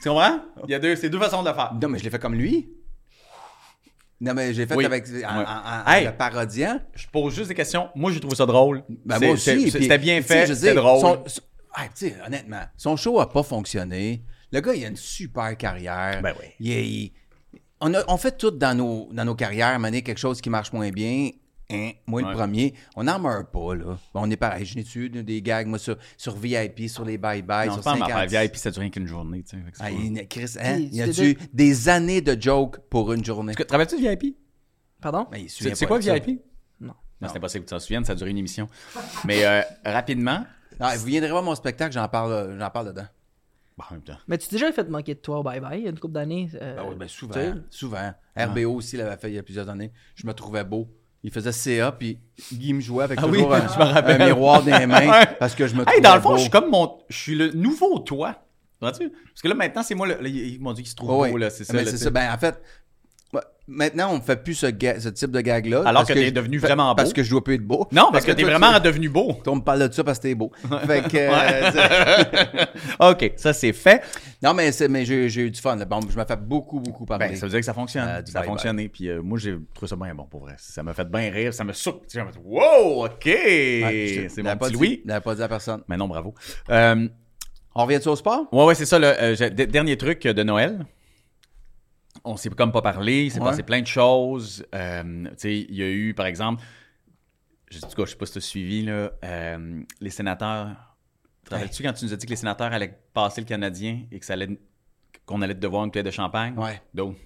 Speaker 3: tu comprends? Il y a deux, c'est deux façons de le faire.
Speaker 2: Non, mais je l'ai fait comme lui. Non, mais j'ai fait
Speaker 3: Oui.
Speaker 2: avec. en- en- en- en
Speaker 3: Hey.
Speaker 2: le parodiant.
Speaker 3: Je pose juste des questions. Moi, j'ai trouvé ça drôle.
Speaker 2: Ben,
Speaker 3: C'est-
Speaker 2: moi
Speaker 3: c'est-
Speaker 2: aussi.
Speaker 3: c'est-
Speaker 2: puis,
Speaker 3: C'était bien
Speaker 2: tu sais,
Speaker 3: fait,
Speaker 2: je veux
Speaker 3: c'était
Speaker 2: dire,
Speaker 3: drôle.
Speaker 2: son- son- ah, tu sais, honnêtement, son show a pas fonctionné. Le gars, il a une super carrière.
Speaker 3: Ben oui.
Speaker 2: Il est- il- on, a- on fait tout dans nos, dans nos carrières, mener quelque chose qui marche moins bien. Hein, moi,
Speaker 3: Ouais.
Speaker 2: le premier, on n'en meurt pas, là. On est pareil. Je n'ai eu des gags, moi, sur, sur VIP, sur les bye-bye,
Speaker 3: Non,
Speaker 2: sur
Speaker 3: c'est pas ma
Speaker 2: 56.
Speaker 3: vieille, puis ça dure rien qu'une journée. Tu sais, fait que c'est
Speaker 2: Ah,
Speaker 3: pas-
Speaker 2: il y en a- Chris, hein,
Speaker 4: Puis,
Speaker 2: il y
Speaker 4: tu
Speaker 2: a-tu
Speaker 4: t'es
Speaker 2: des années de jokes pour une journée?
Speaker 3: Est-ce que- Travailles-tu de VIP?
Speaker 4: Pardon?
Speaker 2: Ben, il se
Speaker 3: C'est
Speaker 2: souvient
Speaker 3: c'est
Speaker 2: pas
Speaker 3: quoi
Speaker 2: de ça.
Speaker 3: VIP?
Speaker 4: Non.
Speaker 3: Non, c'est impossible que tu t'en souviennes, ça dure une émission. Mais euh, rapidement.
Speaker 2: Ah, vous viendrez voir mon spectacle, j'en parle, euh, j'en parle dedans.
Speaker 3: Bon, en même temps.
Speaker 4: Mais tu t'es déjà fait manquer de toi au bye-bye il y a une couple d'années. euh,
Speaker 2: Ben oui, ben souvent,
Speaker 4: tu sais.
Speaker 2: souvent.
Speaker 3: Ah.
Speaker 2: RBO aussi l'avait fait il y a plusieurs années. Je me trouvais beau. Il faisait CA, puis Guy me jouait avec
Speaker 3: Ah
Speaker 2: toujours
Speaker 3: oui,
Speaker 2: un,
Speaker 3: je me rappelle.
Speaker 2: un miroir dans les mains
Speaker 3: (laughs) Ouais.
Speaker 2: parce que je me trouvais
Speaker 3: Hey, dans le fond,
Speaker 2: beau.
Speaker 3: je suis comme mon. Je suis le nouveau toi. Vois-tu? Parce que là, maintenant, c'est moi le. là, il- Mon Dieu, qui se trouve
Speaker 2: Oh, ouais.
Speaker 3: beau, là. C'est ça.
Speaker 2: Mais
Speaker 3: là,
Speaker 2: c'est
Speaker 3: tu
Speaker 2: ça. Ben, en fait, ouais, maintenant, on ne fait plus ce, ga- ce type de gag-là.
Speaker 3: Alors
Speaker 2: parce
Speaker 3: que t'es
Speaker 2: je-
Speaker 3: devenu
Speaker 2: fa-
Speaker 3: vraiment beau.
Speaker 2: Parce que je dois plus être beau.
Speaker 3: Non, parce que,
Speaker 2: Fait
Speaker 3: t'es
Speaker 2: toi,
Speaker 3: vraiment
Speaker 2: tu-
Speaker 3: redevenu beau.
Speaker 2: On me parle de ça parce que t'es
Speaker 3: (laughs)
Speaker 2: beau. Fait que, euh, (laughs)
Speaker 3: OK, ça c'est fait.
Speaker 2: Non, mais, c'est- mais j'ai j'ai eu du fun. là. Bon, je me fais beaucoup, beaucoup parler.
Speaker 3: Ben, ça veut dire que ça fonctionne.
Speaker 2: Euh, du
Speaker 3: ça a
Speaker 2: bye-bye.
Speaker 3: fonctionné. Puis euh, moi, j'ai trouvé ça bien bon pour vrai. Ça m'a fait bien rire. Ça me sur. tu sais, j'ai fait, Wow, OK.
Speaker 2: Ouais, je te-
Speaker 3: c'est
Speaker 2: l'avais
Speaker 3: mon
Speaker 2: pas
Speaker 3: petit
Speaker 2: dit-
Speaker 3: Louis.
Speaker 2: l'avais pas dit à personne.
Speaker 3: Mais non, bravo. Euh,
Speaker 2: On revient-tu au sport?
Speaker 3: ouais, ouais, c'est ça. Le, euh, j'ai- d- dernier truc de Noël. On s'est comme pas parlé. Il s'est
Speaker 2: Ouais.
Speaker 3: passé plein de choses. Euh, tu sais, il y a eu, par exemple, je, en tout cas, je sais pas si tu as suivi, là, euh, les sénateurs. Te rappelles-tu quand tu nous as dit que les sénateurs allaient passer le Canadien et que ça allait qu'on allait te devoir une bouteille de champagne?
Speaker 2: Ouais.
Speaker 3: Donc,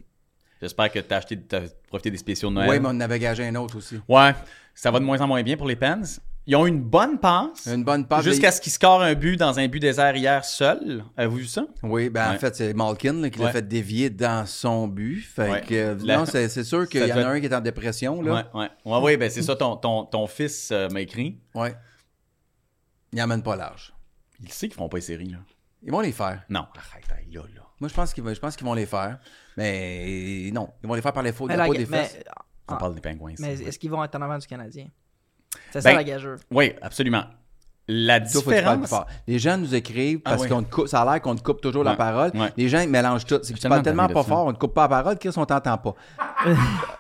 Speaker 3: j'espère que tu as, acheté, t'as profité des spéciaux de Noël.
Speaker 2: Oui, mais on en avait gagé un autre aussi.
Speaker 3: Ouais, ça va de moins en moins bien pour les Pens. Ils ont eu une bonne passe.
Speaker 2: Une bonne passe. de-
Speaker 3: Jusqu'à ce qu'ils scorent un but dans un but désert hier seul. Avez-vous vu ça?
Speaker 2: Oui, ben
Speaker 3: Ouais.
Speaker 2: en fait, c'est Malkin là, qui
Speaker 3: Ouais.
Speaker 2: l'a fait dévier dans son but. Fait
Speaker 3: Ouais.
Speaker 2: que, euh,
Speaker 3: La-
Speaker 2: non, c'est c'est sûr qu'il
Speaker 3: Ça
Speaker 2: y en
Speaker 3: doit
Speaker 2: a un qui est en dépression.
Speaker 3: Ouais,
Speaker 2: Là.
Speaker 3: ouais. Ouais, ouais, ben c'est ça, ton, ton, ton fils euh, m'a écrit.
Speaker 2: Ouais. Il n'emmène pas large.
Speaker 3: Il sait qu'ils feront pas les séries, là.
Speaker 2: Ils vont les faire.
Speaker 3: Non, arrête, hey, là, là.
Speaker 2: Moi, je pense qu'ils vont- je pense qu'ils vont les faire. Mais euh, non, ils vont les faire par les fautes,
Speaker 4: Mais,
Speaker 2: la
Speaker 4: la-
Speaker 2: faute des
Speaker 4: mais-
Speaker 2: fesses.
Speaker 3: On
Speaker 4: Ah.
Speaker 3: parle des pingouins. ça.
Speaker 4: mais est-ce qu'ils vont être en avant du Canadien? C'est
Speaker 3: Ben,
Speaker 4: ça la gageure.
Speaker 3: Oui, absolument. La
Speaker 2: Ça, faut que tu parles plus
Speaker 3: différence...
Speaker 2: fort. Les gens nous écrivent parce
Speaker 3: Ah ouais.
Speaker 2: qu'on te coupe- ça a l'air qu'on te coupe toujours la
Speaker 3: Ouais.
Speaker 2: parole.
Speaker 3: Ouais.
Speaker 2: Les gens ils mélangent tout. C'est que tu parles
Speaker 3: tellement
Speaker 2: tellement
Speaker 3: tanné
Speaker 2: pas
Speaker 3: de ça.
Speaker 2: fort, on te coupe pas la parole, Chris, on t'entend
Speaker 4: (laughs)
Speaker 2: pas.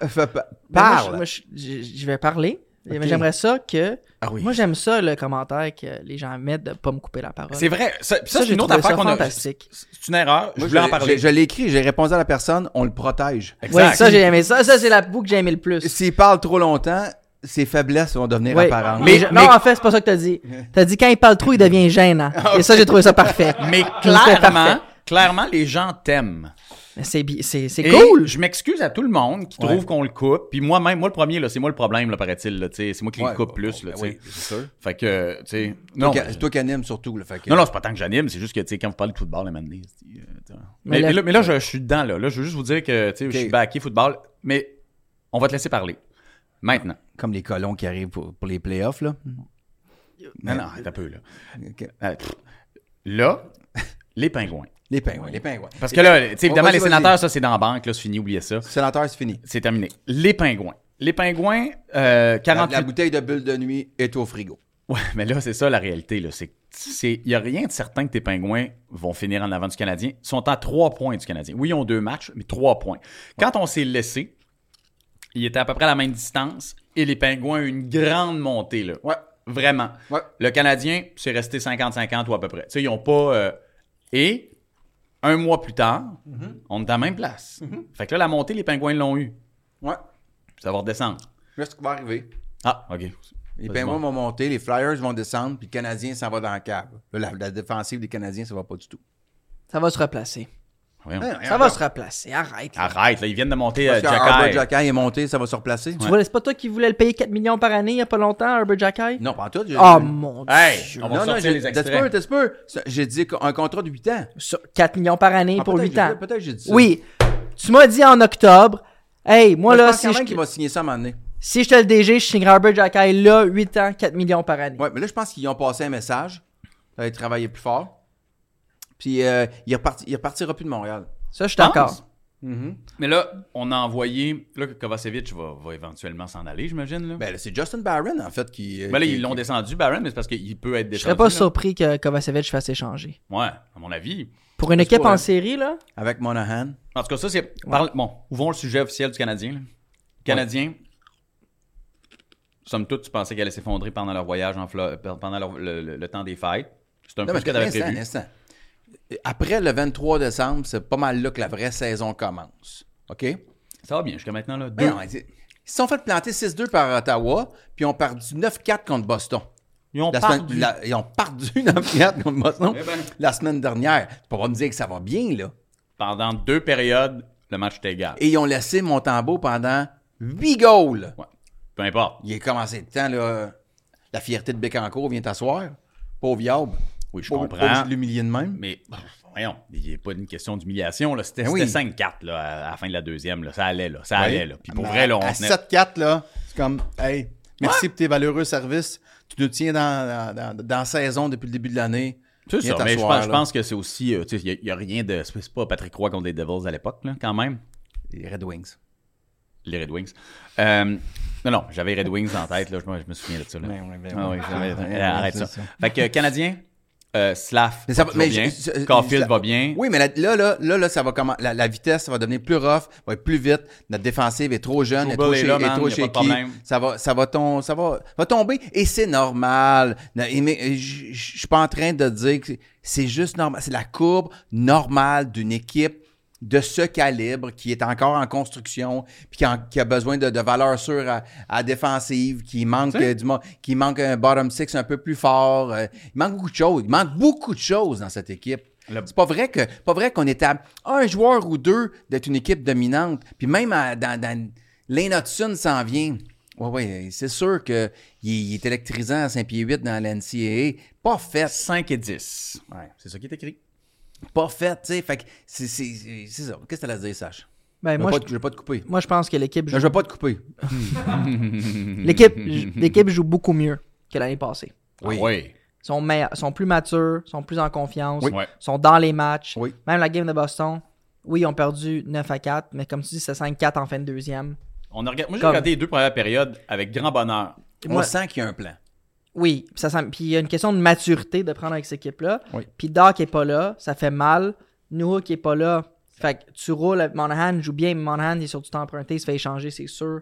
Speaker 2: Fais pa-
Speaker 4: Ben, moi, je-
Speaker 2: Parle.
Speaker 4: moi, je, je- je vais parler.
Speaker 2: Ok.
Speaker 4: Mais j'aimerais ça que.
Speaker 2: Ah oui.
Speaker 4: Moi, j'aime ça le commentaire que les gens mettent de pas me couper la parole.
Speaker 3: C'est vrai. Ça, puis ça,
Speaker 4: Ça,
Speaker 3: c'est
Speaker 4: j'ai
Speaker 3: une autre
Speaker 4: trouvé
Speaker 3: affaire
Speaker 4: ça
Speaker 3: qu'on a...
Speaker 4: fantastique.
Speaker 3: C'est une erreur. je
Speaker 2: Moi,
Speaker 3: voulais en
Speaker 2: l'ai-
Speaker 3: parler.
Speaker 2: Je l'ai écrit, j'ai répondu à la personne, on le protège.
Speaker 4: Ouais,
Speaker 3: Exact.
Speaker 4: ça, j'ai aimé ça. Ça, c'est la boue que j'ai aimé le plus.
Speaker 2: S'il parle trop longtemps, ses faiblesses vont devenir
Speaker 4: Ouais.
Speaker 2: apparentes.
Speaker 4: Mais
Speaker 3: Mais-
Speaker 4: je- non,
Speaker 3: mais-
Speaker 4: en fait, c'est pas ça que t'as dit. T'as dit quand il parle trop, il devient
Speaker 2: (laughs)
Speaker 4: gênant. Et ça, j'ai trouvé ça parfait. (laughs)
Speaker 3: Mais
Speaker 4: C'était
Speaker 3: clairement,
Speaker 4: parfait.
Speaker 3: clairement, les gens t'aiment.
Speaker 4: C'est bi- c'est- c'est
Speaker 3: Et
Speaker 4: cool.
Speaker 3: Je m'excuse à tout le monde qui
Speaker 2: Ouais.
Speaker 3: trouve qu'on le coupe. Puis moi-même, moi le premier, là, c'est moi le problème, là, paraît-il. là, tu sais. C'est moi qui
Speaker 2: Ouais,
Speaker 3: le coupe
Speaker 2: bah,
Speaker 3: plus.
Speaker 2: bah,
Speaker 3: là, tu sais.
Speaker 2: oui, c'est sûr.
Speaker 3: Fait que, tu sais. Non,
Speaker 2: Non,
Speaker 3: mais-
Speaker 2: c'est toi qui anime surtout. Là, fait que-
Speaker 3: non, non, c'est pas tant que j'anime, c'est juste que, tu sais, quand vous parlez de football, là, maintenant, c'est, euh, tu vois. mais,
Speaker 4: Mais
Speaker 3: mais
Speaker 4: là-
Speaker 3: là, mais là, je, je suis dedans, là. Là, je veux juste vous dire que, tu sais, je
Speaker 2: Ok.
Speaker 3: suis backé football, mais on va te laisser parler. Maintenant.
Speaker 2: Comme les colons qui arrivent pour, pour les playoffs. Là.
Speaker 3: Non, non, attends un peu, là.
Speaker 2: Ok.
Speaker 3: Euh, pff. Là, (laughs) les pingouins.
Speaker 2: Les pingouins, les pingouins.
Speaker 3: Parce que là, tu sais, évidemment,
Speaker 2: Vas-y,
Speaker 3: les
Speaker 2: vas-y.
Speaker 3: sénateurs, ça, c'est dans la banque, là, c'est fini, oubliez ça.
Speaker 2: Sénateur, c'est fini.
Speaker 3: C'est terminé. Les pingouins. Les pingouins, euh,
Speaker 2: La,
Speaker 3: 48
Speaker 2: la bouteille de bulle de nuit est au frigo.
Speaker 3: Ouais, (laughs) mais là, c'est ça la réalité. là. C'est- c'est- Il n'y a rien de certain que tes pingouins vont finir en avant du Canadien. Ils sont à trois points du Canadien. Oui, ils ont deux matchs, mais trois points. Quand on s'est laissé, ils étaient à peu près à la même distance et les pingouins ont eu une grande montée. Là.
Speaker 2: Ouais.
Speaker 3: Vraiment.
Speaker 2: Ouais.
Speaker 3: Le Canadien, c'est resté 50-50 ou à peu près. Tu sais, ils n'ont pas. euh, Et un mois plus tard,
Speaker 2: Mm-hmm.
Speaker 3: on est à la même place. Fait que là, la montée, les pingouins l'ont eu.
Speaker 2: Ouais.
Speaker 3: Ça va redescendre.
Speaker 2: Là, ce qui va arriver.
Speaker 3: Ah, OK.
Speaker 2: Les
Speaker 3: Vas-y,
Speaker 2: Pingouins
Speaker 3: bon.
Speaker 2: vont monter, les Flyers vont descendre, puis le Canadien s'en va dans la cave. Là, La, la défensive des Canadiens, ça va pas du tout.
Speaker 4: Ça va se replacer.
Speaker 3: Voyons.
Speaker 2: Ouais,
Speaker 4: Ça va se replacer. Arrête.
Speaker 2: Ah,
Speaker 4: là.
Speaker 3: Arrête, là, ils viennent de monter
Speaker 2: Parce
Speaker 3: euh,
Speaker 2: que Arbor
Speaker 3: Jacky.
Speaker 2: Jacky est monté, ça va se replacer.
Speaker 4: Tu vois, c'est pas toi qui voulais le payer 4 millions par année il y a pas longtemps, Herbert Jacky?
Speaker 2: Non, pas en tout. j'ai-
Speaker 4: Oh mon dieu.
Speaker 3: Hey, on va
Speaker 2: non, non,
Speaker 3: sortir
Speaker 2: j'ai-
Speaker 3: les
Speaker 2: t'as
Speaker 3: extraits.
Speaker 2: peu, t'as peu. Ça, J'ai dit un contrat de 8 ans.
Speaker 4: Sur 4 millions par année
Speaker 2: Ah,
Speaker 4: pour
Speaker 2: peut-être
Speaker 4: 8
Speaker 2: j'ai-
Speaker 4: ans.
Speaker 2: Peut-être j'ai dit ça.
Speaker 4: Oui. Tu m'as dit en octobre. Hey, moi
Speaker 2: Moi,
Speaker 4: là,
Speaker 2: là,
Speaker 4: si je,
Speaker 2: qu'il va signer ça à un moment donné.
Speaker 4: si je te le DG, je signe Herbert Jacky là, 8 ans, 4 millions par année.
Speaker 2: Ouais, mais là, je pense qu'ils ont passé un message. Ça va être travailler plus fort. Puis, euh, il, reparti- il repartira plus de Montréal.
Speaker 4: Ça, je suis d'accord.
Speaker 3: Pense. Mais là, on a envoyé. Là, que Kovacevic va, va éventuellement s'en aller, j'imagine. Là. Ben,
Speaker 2: Ben, là, c'est Justin Barron, en fait, qui. euh,
Speaker 3: là,
Speaker 2: qui-
Speaker 3: ils l'ont
Speaker 2: qui-
Speaker 3: descendu, Barron, mais c'est parce qu'il peut être
Speaker 4: Je
Speaker 3: descendu.
Speaker 4: serais pas
Speaker 3: là.
Speaker 4: surpris que Kovacevic fasse échanger.
Speaker 3: Ouais, à mon avis.
Speaker 4: Pour une
Speaker 2: C'est
Speaker 4: équipe
Speaker 2: pas,
Speaker 4: en
Speaker 2: hein.
Speaker 4: série, là,
Speaker 2: Avec Monahan.
Speaker 3: En tout cas, ça, c'est. parle- Bon, ouvrons le sujet officiel du Canadien. là. Canadien, somme toute, tu pensais qu'elle allait s'effondrer pendant leur voyage, en Flo- euh, pendant leur- le, le- le temps des fêtes. C'est un
Speaker 2: Non,
Speaker 3: peu
Speaker 2: mais
Speaker 3: ce que t'avais
Speaker 2: instant,
Speaker 3: prévu.
Speaker 2: instant. Après le 23 décembre, c'est pas mal là que la vraie saison commence. OK?
Speaker 4: Ben
Speaker 3: Ça va bien jusqu'à maintenant, là.
Speaker 2: Mais
Speaker 3: Deux.
Speaker 2: Ben non, ils ils se sont fait planter 6-2 par Ottawa, puis on perdu 9-4 contre Boston.
Speaker 3: Ils ont
Speaker 2: La semaine-
Speaker 3: perdu.
Speaker 2: la- ils ont perdu (laughs) 9-4 contre Boston
Speaker 3: Eh ben.
Speaker 2: la semaine dernière. Tu peux pas me dire que ça va bien, là.
Speaker 3: Pendant deux périodes, le match était égal.
Speaker 2: Et ils ont laissé Montembeau pendant 8 goals.
Speaker 3: Ouais. Peu importe.
Speaker 2: Il est commencé le temps, là. La fierté de Bécancourt vient t'asseoir. Pauvre Yob.
Speaker 3: Oui, je
Speaker 2: Pas-
Speaker 3: comprends.
Speaker 2: Pas obligé de l'humilier de même.
Speaker 3: Mais pff, voyons, il n'y a pas une question d'humiliation. là. C'était
Speaker 2: Ben oui.
Speaker 3: c'était 5-4 là, à- à la fin de la deuxième. là. Ça allait, là. Ça allait, là. Puis pour
Speaker 5: Mais
Speaker 3: vrai, là,
Speaker 5: à-
Speaker 3: on
Speaker 5: À
Speaker 3: tenait-
Speaker 5: 7-4, là, c'est comme, hey, merci pour tes valeureux services. Tu nous tiens dans, dans, dans- dans la saison depuis le début de l'année.
Speaker 3: C'est
Speaker 5: Viens
Speaker 3: ça, mais je
Speaker 5: t'asseoir,
Speaker 3: pense, je
Speaker 5: là.
Speaker 3: pense que c'est aussi. euh, tu sais, Il n'y a, rien de. C'est c'est pas Patrick Roy contre les Devils à l'époque, là, quand même.
Speaker 2: Les Red Wings.
Speaker 3: Les Red Wings. Euh, non, non, j'avais Red Wings en tête, là. Je, me- je me souviens de ça. là.
Speaker 5: Ben oui, ben
Speaker 3: Ah
Speaker 5: oui.
Speaker 3: oui, j'avais-
Speaker 5: Ben oui,
Speaker 3: euh, arrête
Speaker 5: c'est
Speaker 3: ça.
Speaker 5: ça.
Speaker 3: Fait que euh, Canadien, euh, Slav,
Speaker 2: Mais ça va-
Speaker 3: va
Speaker 2: mais
Speaker 3: bien.
Speaker 2: je- je- je-
Speaker 3: Caulfield
Speaker 2: ça-
Speaker 3: va bien.
Speaker 2: Oui, mais la- là, là, là, là, ça va comment la, la vitesse, ça va devenir plus rough, va être plus vite. Notre défensive est trop jeune, est
Speaker 3: Trouble
Speaker 2: trop
Speaker 3: est
Speaker 2: chez,
Speaker 3: là,
Speaker 2: est
Speaker 3: man,
Speaker 2: trop
Speaker 3: y a pas de
Speaker 2: shaky.
Speaker 3: problème.
Speaker 2: Ça va, ça va, ton, ça va, va tomber et c'est normal. Na- et mais, Je je- je suis pas en train de dire que c'est- c'est juste normal. C'est la courbe normale d'une équipe de ce calibre qui est encore en construction puis qui, en- qui a besoin de, de valeurs sûres à, à défensive qui manque euh, du mo- qui manque un bottom six un peu plus fort euh, il manque beaucoup de choses il manque beaucoup de choses dans cette équipe
Speaker 3: Le-
Speaker 2: c'est pas vrai que pas vrai qu'on est à un joueur ou deux d'être une équipe dominante. Puis même à- dans, dans Lane Hudson s'en vient. Ouais, ouais, c'est sûr que il, est- il est électrisant à Saint-Pierre 8 dans la NCAA. Pas fait,
Speaker 3: 5 et 10. C'est ça qui est écrit.
Speaker 2: pas fait, tu sais. Fait que c'est c'est- c'est- c'est ça. Qu'est-ce que t'as à dire, Sache?
Speaker 4: ben,
Speaker 2: Je
Speaker 4: moi,
Speaker 2: vais pas,
Speaker 4: je,
Speaker 2: te- je vais pas te couper.
Speaker 4: moi, je pense que l'équipe
Speaker 2: Non,
Speaker 4: joue,
Speaker 2: je vais pas te couper. (laughs)
Speaker 4: l'équipe, l'équipe joue beaucoup mieux que l'année passée.
Speaker 2: Oui.
Speaker 3: Ah ouais.
Speaker 4: Ils sont, meilleurs- sont plus matures, sont plus en confiance,
Speaker 3: Ouais.
Speaker 4: sont dans les matchs.
Speaker 2: Oui.
Speaker 4: Même la game de Boston, oui, ils ont perdu 9 à 4, mais comme tu dis, c'est 5-4 en fin de deuxième.
Speaker 3: On a regard- Moi, j'ai
Speaker 4: Comme-
Speaker 3: regardé les deux premières périodes avec grand bonheur.
Speaker 2: On
Speaker 4: Moi-
Speaker 2: sent qu'il y a un plan.
Speaker 4: Oui, puis ça semble- puis il y a une question de maturité de prendre avec cette équipe-là.
Speaker 2: Oui.
Speaker 4: Puis Doc est pas là, ça fait mal. Nua qui est pas là, fait que tu roules. avec Monahan joue bien, mais Monahan il est sur du temps emprunté, il se fait échanger, c'est sûr.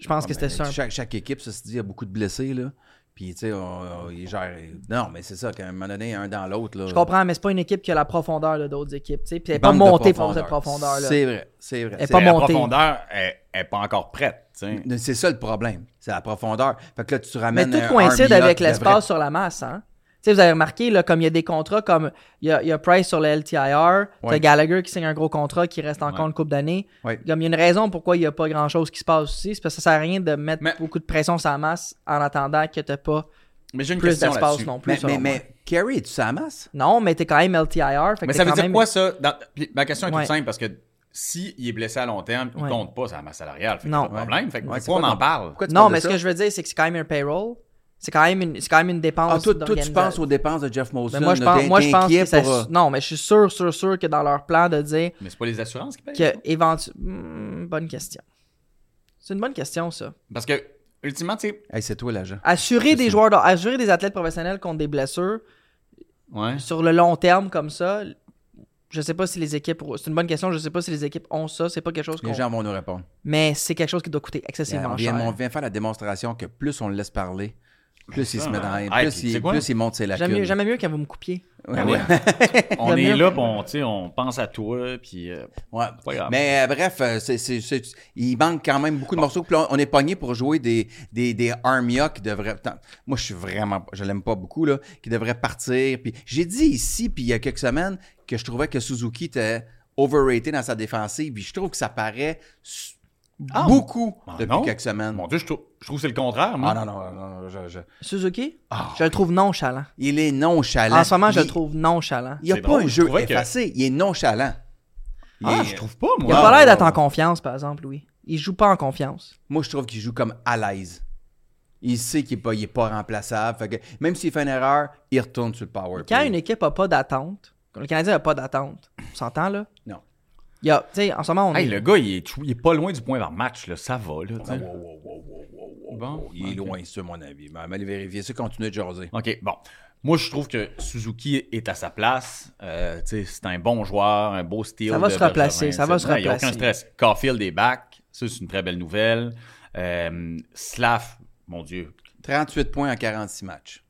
Speaker 4: Je
Speaker 2: Ah,
Speaker 4: pense que c'était ça. un-
Speaker 2: Chaque, chaque équipe, ça se dit, il y a beaucoup de blessés, là. Puis, tu sais, on- on- ils gèrent- Non, mais c'est ça, qu'à un moment donné, un dans l'autre, là.
Speaker 4: Je comprends, mais c'est pas une équipe qui a la profondeur de d'autres équipes. tu sais, Puis elle est pas
Speaker 2: Manque de
Speaker 4: montée pour cette profondeur-là.
Speaker 2: C'est vrai, c'est vrai.
Speaker 4: Elle est
Speaker 2: C'est
Speaker 4: pas
Speaker 3: la
Speaker 4: monter.
Speaker 3: profondeur elle n'est pas encore prête. tu sais.
Speaker 2: Mais C'est ça le problème. C'est la profondeur. Fait que là, tu
Speaker 4: Mais
Speaker 2: ramènes.
Speaker 4: tout
Speaker 2: un
Speaker 4: coïncide
Speaker 2: Army
Speaker 4: avec
Speaker 2: Lot de
Speaker 4: l'espace sur la masse, hein? Tu sais, vous avez remarqué, là, comme il y a des contrats, comme il y a, il y a Price sur le LTIR, t'as
Speaker 2: Ouais.
Speaker 4: Gallagher qui signe un gros contrat qui reste encore
Speaker 3: Ouais.
Speaker 4: une coupe d'années.
Speaker 2: Ouais.
Speaker 4: Comme il y a une raison pourquoi il n'y a pas grand-chose qui se passe aussi, c'est parce que ça sert à rien de mettre
Speaker 3: Mais-
Speaker 4: beaucoup de pression sur la masse en attendant que t'as pas
Speaker 3: Mais j'ai une
Speaker 4: plus
Speaker 3: question
Speaker 4: d'espace
Speaker 3: là-dessus.
Speaker 4: non plus.
Speaker 2: vrai.
Speaker 4: selon
Speaker 2: Mais, mais,
Speaker 4: moi.
Speaker 2: mais Kerry, tu sa masse?
Speaker 4: Non, mais t'es quand même LTIR. fait que
Speaker 3: Mais
Speaker 4: t'es
Speaker 3: ça veut
Speaker 4: quand
Speaker 3: dire
Speaker 4: même-
Speaker 3: quoi, ça? Dans- puis ma question est
Speaker 4: Ouais.
Speaker 3: toute simple, parce que s'il il est blessé à long terme, il
Speaker 4: Ouais.
Speaker 3: compte pas sa masse salariale. Fait que
Speaker 4: Non.
Speaker 3: c'est pas de problème. Fait que
Speaker 2: Ouais, c'est
Speaker 3: pourquoi on
Speaker 2: pas
Speaker 3: en
Speaker 2: ton-
Speaker 3: parle?
Speaker 2: Pourquoi tu
Speaker 4: Non,
Speaker 2: parles de
Speaker 4: mais ce
Speaker 2: ça?
Speaker 4: que je veux dire, c'est que c'est quand même un payroll. C'est quand même une, c'est quand même une dépense.
Speaker 2: Ah, toi, toi, tu
Speaker 4: d'organisation.
Speaker 2: penses aux dépenses de Jeff Molson.
Speaker 4: Mais Ben, moi, je
Speaker 2: là,
Speaker 4: pense,
Speaker 2: t'es-
Speaker 4: moi,
Speaker 2: t'es
Speaker 4: je pense
Speaker 2: inquiet
Speaker 4: que ça-
Speaker 2: pour, euh,
Speaker 4: Non, mais je suis sûr, sûr, sûr que dans leur plan de dire
Speaker 3: Mais c'est pas les assurances qui payent?
Speaker 4: que éventuellement. bonne question. C'est une bonne question, ça.
Speaker 3: Parce que, ultimement, tu sais...
Speaker 2: Hey, c'est toi, l'agent.
Speaker 4: Assurer des joueurs, de- assurer des athlètes professionnels contre des blessures
Speaker 3: Ouais.
Speaker 4: sur le long terme comme ça, je sais pas si les équipes. C'est une bonne question. Je sais pas si les équipes ont ça. C'est pas quelque chose qu'on.
Speaker 2: Les gens vont nous répondre.
Speaker 4: Mais c'est quelque chose qui doit coûter
Speaker 2: On
Speaker 4: excessivement
Speaker 2: vient,
Speaker 4: cher.
Speaker 2: on vient faire la démonstration que plus on le laisse parler, Plus il se met dans rien.
Speaker 3: Ah,
Speaker 2: Plus,
Speaker 3: puis tu sais
Speaker 2: il,
Speaker 3: quoi?
Speaker 2: plus il monte ses lacunes.
Speaker 4: J'aime mieux, j'aimais mieux quand vous me coupiez.
Speaker 2: Ouais,
Speaker 3: Ah
Speaker 2: ouais.
Speaker 3: ouais. (laughs) on
Speaker 4: J'aime
Speaker 3: est
Speaker 4: bien.
Speaker 3: là, puis on, tu sais, on pense à toi, puis euh,
Speaker 2: Ouais.
Speaker 3: pas grave.
Speaker 2: Mais euh, bref, euh, c'est- c'est- c'est- il manque quand même beaucoup de morceaux. Puis là, on est pogné pour jouer des, des, des Armia qui devraient. tant- Moi, je suis vraiment. Je l'aime pas beaucoup, là. Qui devraient partir. Puis j'ai dit ici, puis il y a quelques semaines, que je trouvais que Suzuki était overrated dans sa défensive. Puis je trouve que ça paraît s-
Speaker 3: Ah,
Speaker 2: beaucoup
Speaker 3: ah,
Speaker 2: depuis
Speaker 3: non.
Speaker 2: quelques semaines.
Speaker 3: mon Dieu, je trouve, je trouve que c'est le contraire, moi.
Speaker 2: Ah non, non, non, non, je- je-
Speaker 4: Suzuki,
Speaker 2: Ah.
Speaker 4: je le trouve nonchalant.
Speaker 2: Il est nonchalant.
Speaker 4: En ce moment, je le
Speaker 2: Il-
Speaker 4: trouve nonchalant.
Speaker 2: Il n'y a
Speaker 3: C'est
Speaker 2: pas
Speaker 3: drôle,
Speaker 2: un
Speaker 3: je
Speaker 2: jeu
Speaker 3: trouvais que-
Speaker 2: effacé. Il est nonchalant. Il
Speaker 3: Ah,
Speaker 2: est-
Speaker 3: je trouve pas, moi.
Speaker 4: Il a pas l'air d'être en confiance, par exemple, Louis. Il joue pas en confiance.
Speaker 2: Moi, je trouve qu'il joue comme à l'aise. Il sait qu'il n'est pas, il est pas remplaçable. Fait que même s'il fait une erreur, il retourne sur le power
Speaker 4: Quand
Speaker 2: play.
Speaker 4: une équipe a pas d'attente, quand le Canadien a pas d'attente, on s'entend là?
Speaker 2: Non.
Speaker 4: Il y a, tu sais, en ce moment, on
Speaker 3: Hey,
Speaker 4: est-
Speaker 3: le gars, il est, chou- il est pas loin du point par match, là. Ça va, là. tu
Speaker 2: Ah,
Speaker 3: sais. Bon,
Speaker 2: Il est
Speaker 3: ok.
Speaker 2: loin, c'est mon avis. Mais allez vérifier ça, continuez de jaser.
Speaker 3: OK, bon. Moi, je trouve que Suzuki est à sa place. Euh, tu sais, c'est un bon joueur, un beau style.
Speaker 4: Ça va
Speaker 3: de
Speaker 4: se replacer,
Speaker 3: Bergevin,
Speaker 4: ça va
Speaker 3: etc.
Speaker 4: se
Speaker 3: Il n'y a aucun
Speaker 4: replacer.
Speaker 3: stress. Caulfield est back. Ça, c'est une très belle nouvelle. Euh, Slav, mon Dieu.
Speaker 2: 38 points en 46 matchs.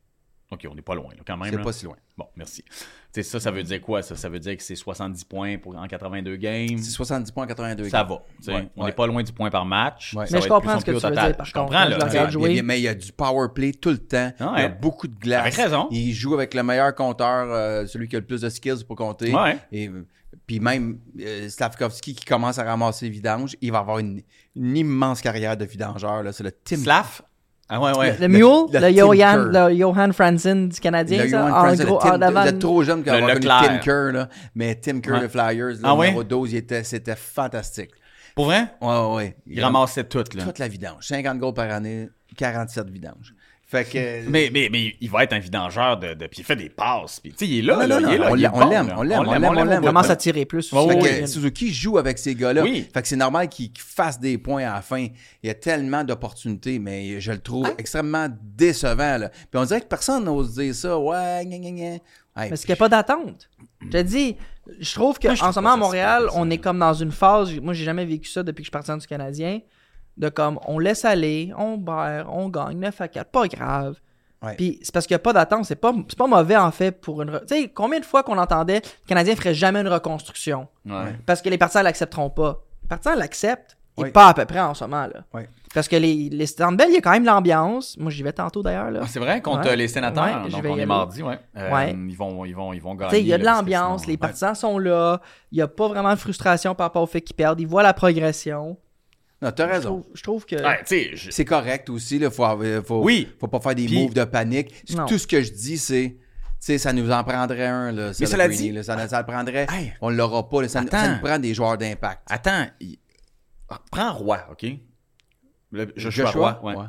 Speaker 3: OK, on n'est pas loin, là, quand même.
Speaker 2: C'est
Speaker 3: là.
Speaker 2: pas si loin.
Speaker 3: Bon, merci. Tu sais, ça, ça veut dire quoi, ça? Ça veut dire que c'est 70 points pour, en 82 games.
Speaker 2: C'est 70 points en 82.
Speaker 3: Ça va. tu sais.
Speaker 2: Ouais,
Speaker 3: on n'est
Speaker 2: ouais.
Speaker 3: pas loin du point par match.
Speaker 2: Ouais.
Speaker 3: Ça va
Speaker 4: Mais je
Speaker 3: être
Speaker 4: comprends
Speaker 3: plus
Speaker 4: ce que
Speaker 3: en plus
Speaker 4: tu
Speaker 3: au
Speaker 4: veux
Speaker 3: total.
Speaker 4: dire, par
Speaker 3: Je
Speaker 4: contre.
Speaker 3: comprends,
Speaker 4: Je
Speaker 3: là,
Speaker 4: le
Speaker 3: tu sais.
Speaker 2: Ah,
Speaker 4: regarde
Speaker 2: il y a-
Speaker 4: jouer.
Speaker 2: mais il y a du power play tout le temps.
Speaker 3: Ah,
Speaker 2: il y a
Speaker 3: ouais.
Speaker 2: beaucoup de glace.
Speaker 3: Avec raison.
Speaker 2: Il joue avec le meilleur compteur, euh, celui qui a le plus de skills pour compter.
Speaker 3: Ouais.
Speaker 2: Et, euh, puis même euh, Slavkovski qui commence à ramasser vidange, il va avoir une, une immense carrière de vidangeur. là. C'est le Tim
Speaker 3: Slav? Ah ouais, ouais.
Speaker 4: Le Mule,
Speaker 2: le
Speaker 4: le, Johan,
Speaker 2: Tinker.
Speaker 4: le Johan Franzen du Canadien,
Speaker 2: Le
Speaker 4: ça,
Speaker 3: Ah,
Speaker 2: Johan
Speaker 4: en
Speaker 2: Franzen, le
Speaker 4: gros,
Speaker 2: Tim-
Speaker 4: en avant.
Speaker 2: vous êtes trop jeune quand
Speaker 3: Le
Speaker 2: on a connu
Speaker 3: Leclerc.
Speaker 2: Tim Kerr, là. mais Tim Kerr
Speaker 3: Ouais.
Speaker 2: de Flyers, le
Speaker 3: Ah ouais?
Speaker 2: numéro 12, il était- c'était fantastique.
Speaker 3: Pour vrai?
Speaker 2: Ouais, ouais, ouais.
Speaker 3: Il ramassait tout, là.
Speaker 2: toute la vidange. 50 goals par année, 47 vidanges. Fait
Speaker 3: (laughs)
Speaker 2: que...
Speaker 3: Mais, mais, mais il va être un vidangeur de, de- puis il fait des passes. Puis, tu sais, il est là,
Speaker 2: Non,
Speaker 3: là,
Speaker 2: non,
Speaker 3: il est
Speaker 2: non,
Speaker 3: là,
Speaker 2: on
Speaker 3: il est
Speaker 2: l'aime,
Speaker 3: bon,
Speaker 2: on l'aime,
Speaker 3: là.
Speaker 2: on l'aime, on l'aime, on l'aime.
Speaker 4: Il commence à tirer plus.
Speaker 3: Ouais,
Speaker 2: Fait
Speaker 3: ouais,
Speaker 2: que Suzuki joue avec ces gars-là.
Speaker 3: Oui.
Speaker 2: Fait que c'est normal qu'il qu'il fasse des points à la fin. Il y a tellement d'opportunités, mais je le trouve extrêmement décevant. là. Puis on dirait que personne n'ose dire ça. Ouais, gna, gna, gna. Hey,
Speaker 4: Parce qu'il n'y a pas d'attente. Je te dis, je trouve qu'en
Speaker 3: Moi, je trouve
Speaker 4: ce moment
Speaker 3: pas
Speaker 4: à
Speaker 3: ça
Speaker 4: Montréal,
Speaker 3: super, ça.
Speaker 4: on est comme dans une phase, moi j'ai jamais vécu ça depuis que je suis partisan du Canadien, de comme on laisse aller, on berre, on gagne 9 à 4, pas grave.
Speaker 2: Ouais.
Speaker 4: Puis c'est parce qu'il n'y a pas d'attente, c'est pas, c'est pas mauvais en fait pour une. re- Tu sais, combien de fois qu'on entendait le Canadien ferait jamais une reconstruction
Speaker 3: Ouais.
Speaker 4: parce que les partisans l'accepteront pas. Les partisans l'acceptent, et
Speaker 2: Ouais.
Speaker 4: pas à peu près en ce moment là.
Speaker 2: Ouais.
Speaker 4: Parce que les, les Bell, il y a quand même l'ambiance. Moi j'y vais tantôt d'ailleurs là.
Speaker 3: Ah, c'est vrai, contre
Speaker 4: Ouais.
Speaker 3: euh, les sénateurs,
Speaker 4: Ouais, je
Speaker 3: donc
Speaker 4: vais y
Speaker 3: on est
Speaker 4: aller.
Speaker 3: mardi, ouais. Euh,
Speaker 4: Ouais.
Speaker 3: Ils, vont, ils, vont, ils vont gagner.
Speaker 4: Tu sais, il y a de
Speaker 3: là, parce que
Speaker 4: l'ambiance,
Speaker 3: sinon-
Speaker 4: les partisans sont là, il n'y a pas vraiment de frustration par rapport au fait qu'ils perdent, ils voient la progression.
Speaker 2: Non, t'as
Speaker 4: Je
Speaker 2: raison.
Speaker 4: trouve, je trouve que.
Speaker 3: Ouais, tu sais, je-
Speaker 2: C'est correct aussi. Il faut, avoir- faut,
Speaker 3: Oui.
Speaker 2: faut pas faire des
Speaker 3: Puis-
Speaker 2: moves de panique. C'est-
Speaker 4: Non.
Speaker 2: Tout ce que je dis, c'est. Tu sais, ça nous en prendrait un. Là, ça,
Speaker 3: Mais
Speaker 2: le
Speaker 3: cela
Speaker 2: Greeny,
Speaker 3: dit-
Speaker 2: là, ça, ça le prendrait.
Speaker 3: Hey.
Speaker 2: On l'aura pas. là, ça, ça
Speaker 3: Attends.
Speaker 2: nous prend des joueurs d'impact.
Speaker 3: Attends, il- ah, prends Roi, OK? Le, Joshua,
Speaker 2: Joshua,
Speaker 3: Roy, ouais.
Speaker 2: ouais.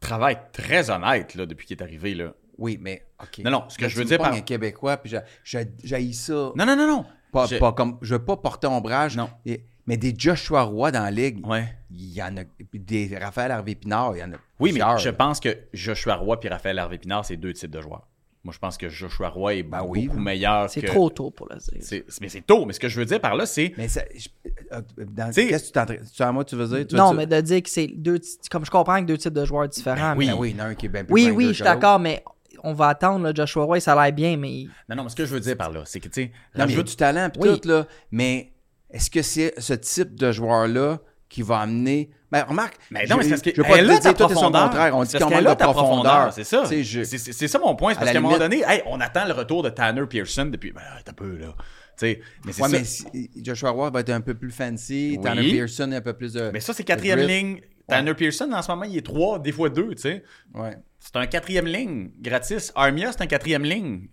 Speaker 3: Travaille très honnête, là, depuis qu'il est arrivé, là.
Speaker 2: Oui, mais. ok.
Speaker 3: Non, non, ce que
Speaker 2: Là,
Speaker 3: je
Speaker 2: tu
Speaker 3: veux
Speaker 2: me
Speaker 3: dire
Speaker 2: pognes
Speaker 3: par-
Speaker 2: un Québécois, puis j'a- j'a- j'haïs ça.
Speaker 3: Non, non, non, non.
Speaker 2: Pas,
Speaker 3: Je-
Speaker 2: pas comme, je veux pas porter ombrage.
Speaker 3: Non.
Speaker 2: Et- mais des Joshua Roy dans la ligue,
Speaker 3: Ouais.
Speaker 2: il y en a. Des Raphaël Harvey Pinard, il y en a.
Speaker 3: Oui, mais
Speaker 2: plusieurs,
Speaker 3: je
Speaker 2: là.
Speaker 3: pense que Joshua Roy et Raphaël Harvey Pinard, c'est deux types de joueurs. Moi, je pense que Joshua Roy est beaucoup
Speaker 2: oui.
Speaker 3: meilleur
Speaker 4: C'est
Speaker 3: que-
Speaker 4: trop tôt pour le dire.
Speaker 3: C'est- Mais c'est tôt. Mais ce que je veux dire par là, c'est.
Speaker 2: Mais ça. je- euh, dans-
Speaker 3: T'sais-
Speaker 2: Qu'est-ce que tu t'entraînes? Tu sais, à moi, tu veux dire? Tu veux
Speaker 4: Non,
Speaker 2: dire-
Speaker 4: mais de dire que c'est deux. ti- Comme je comprends que deux types de joueurs différents.
Speaker 2: Oui,
Speaker 4: mais-
Speaker 2: Ah, oui, il y en a un qui est bien plus
Speaker 4: oui,
Speaker 2: grinder
Speaker 4: oui,
Speaker 2: que
Speaker 4: je suis
Speaker 2: l'autre.
Speaker 4: d'accord, mais on va attendre, là, Joshua Roy, ça a l'air bien, mais.
Speaker 3: Non, non, mais ce que je veux dire par là, c'est que, tu sais,
Speaker 2: Non, mais il y a
Speaker 3: rajoute-
Speaker 2: du talent pis
Speaker 4: Oui.
Speaker 2: tout, là. Mais est-ce que c'est ce type de joueur-là qui va amener. Mais remarque,
Speaker 3: Mais non, mais
Speaker 2: je-
Speaker 3: c'est parce que.
Speaker 2: je veux pas
Speaker 3: elle
Speaker 2: te
Speaker 3: a
Speaker 2: dire
Speaker 3: ta
Speaker 2: tout et son
Speaker 3: profondeur.
Speaker 2: contraire. On
Speaker 3: C'est
Speaker 2: dit
Speaker 3: parce
Speaker 2: qu'on manque
Speaker 3: qu'elle a
Speaker 2: de
Speaker 3: ta
Speaker 2: profondeur.
Speaker 3: C'est ça.
Speaker 2: Tu sais, je-
Speaker 3: C'est- C'est c'est ça mon point. C'est
Speaker 2: À
Speaker 3: parce
Speaker 2: la
Speaker 3: qu'à un moment donné, hey, on attend le retour de Tanner Pearson depuis. Ben, t'as peu, là. Tu sais, mais c'est
Speaker 2: Ouais,
Speaker 3: ça.
Speaker 2: mais si- Joshua Roy va être un peu plus fancy.
Speaker 3: Oui.
Speaker 2: Tanner Pearson un peu plus de.
Speaker 3: Mais ça, c'est quatrième
Speaker 2: Rip.
Speaker 3: ligne. Tanner Pearson, en ce moment, il est trois, des fois deux, tu sais.
Speaker 2: Ouais.
Speaker 3: C'est un quatrième ligne, gratis. Armia, c'est un quatrième ligne.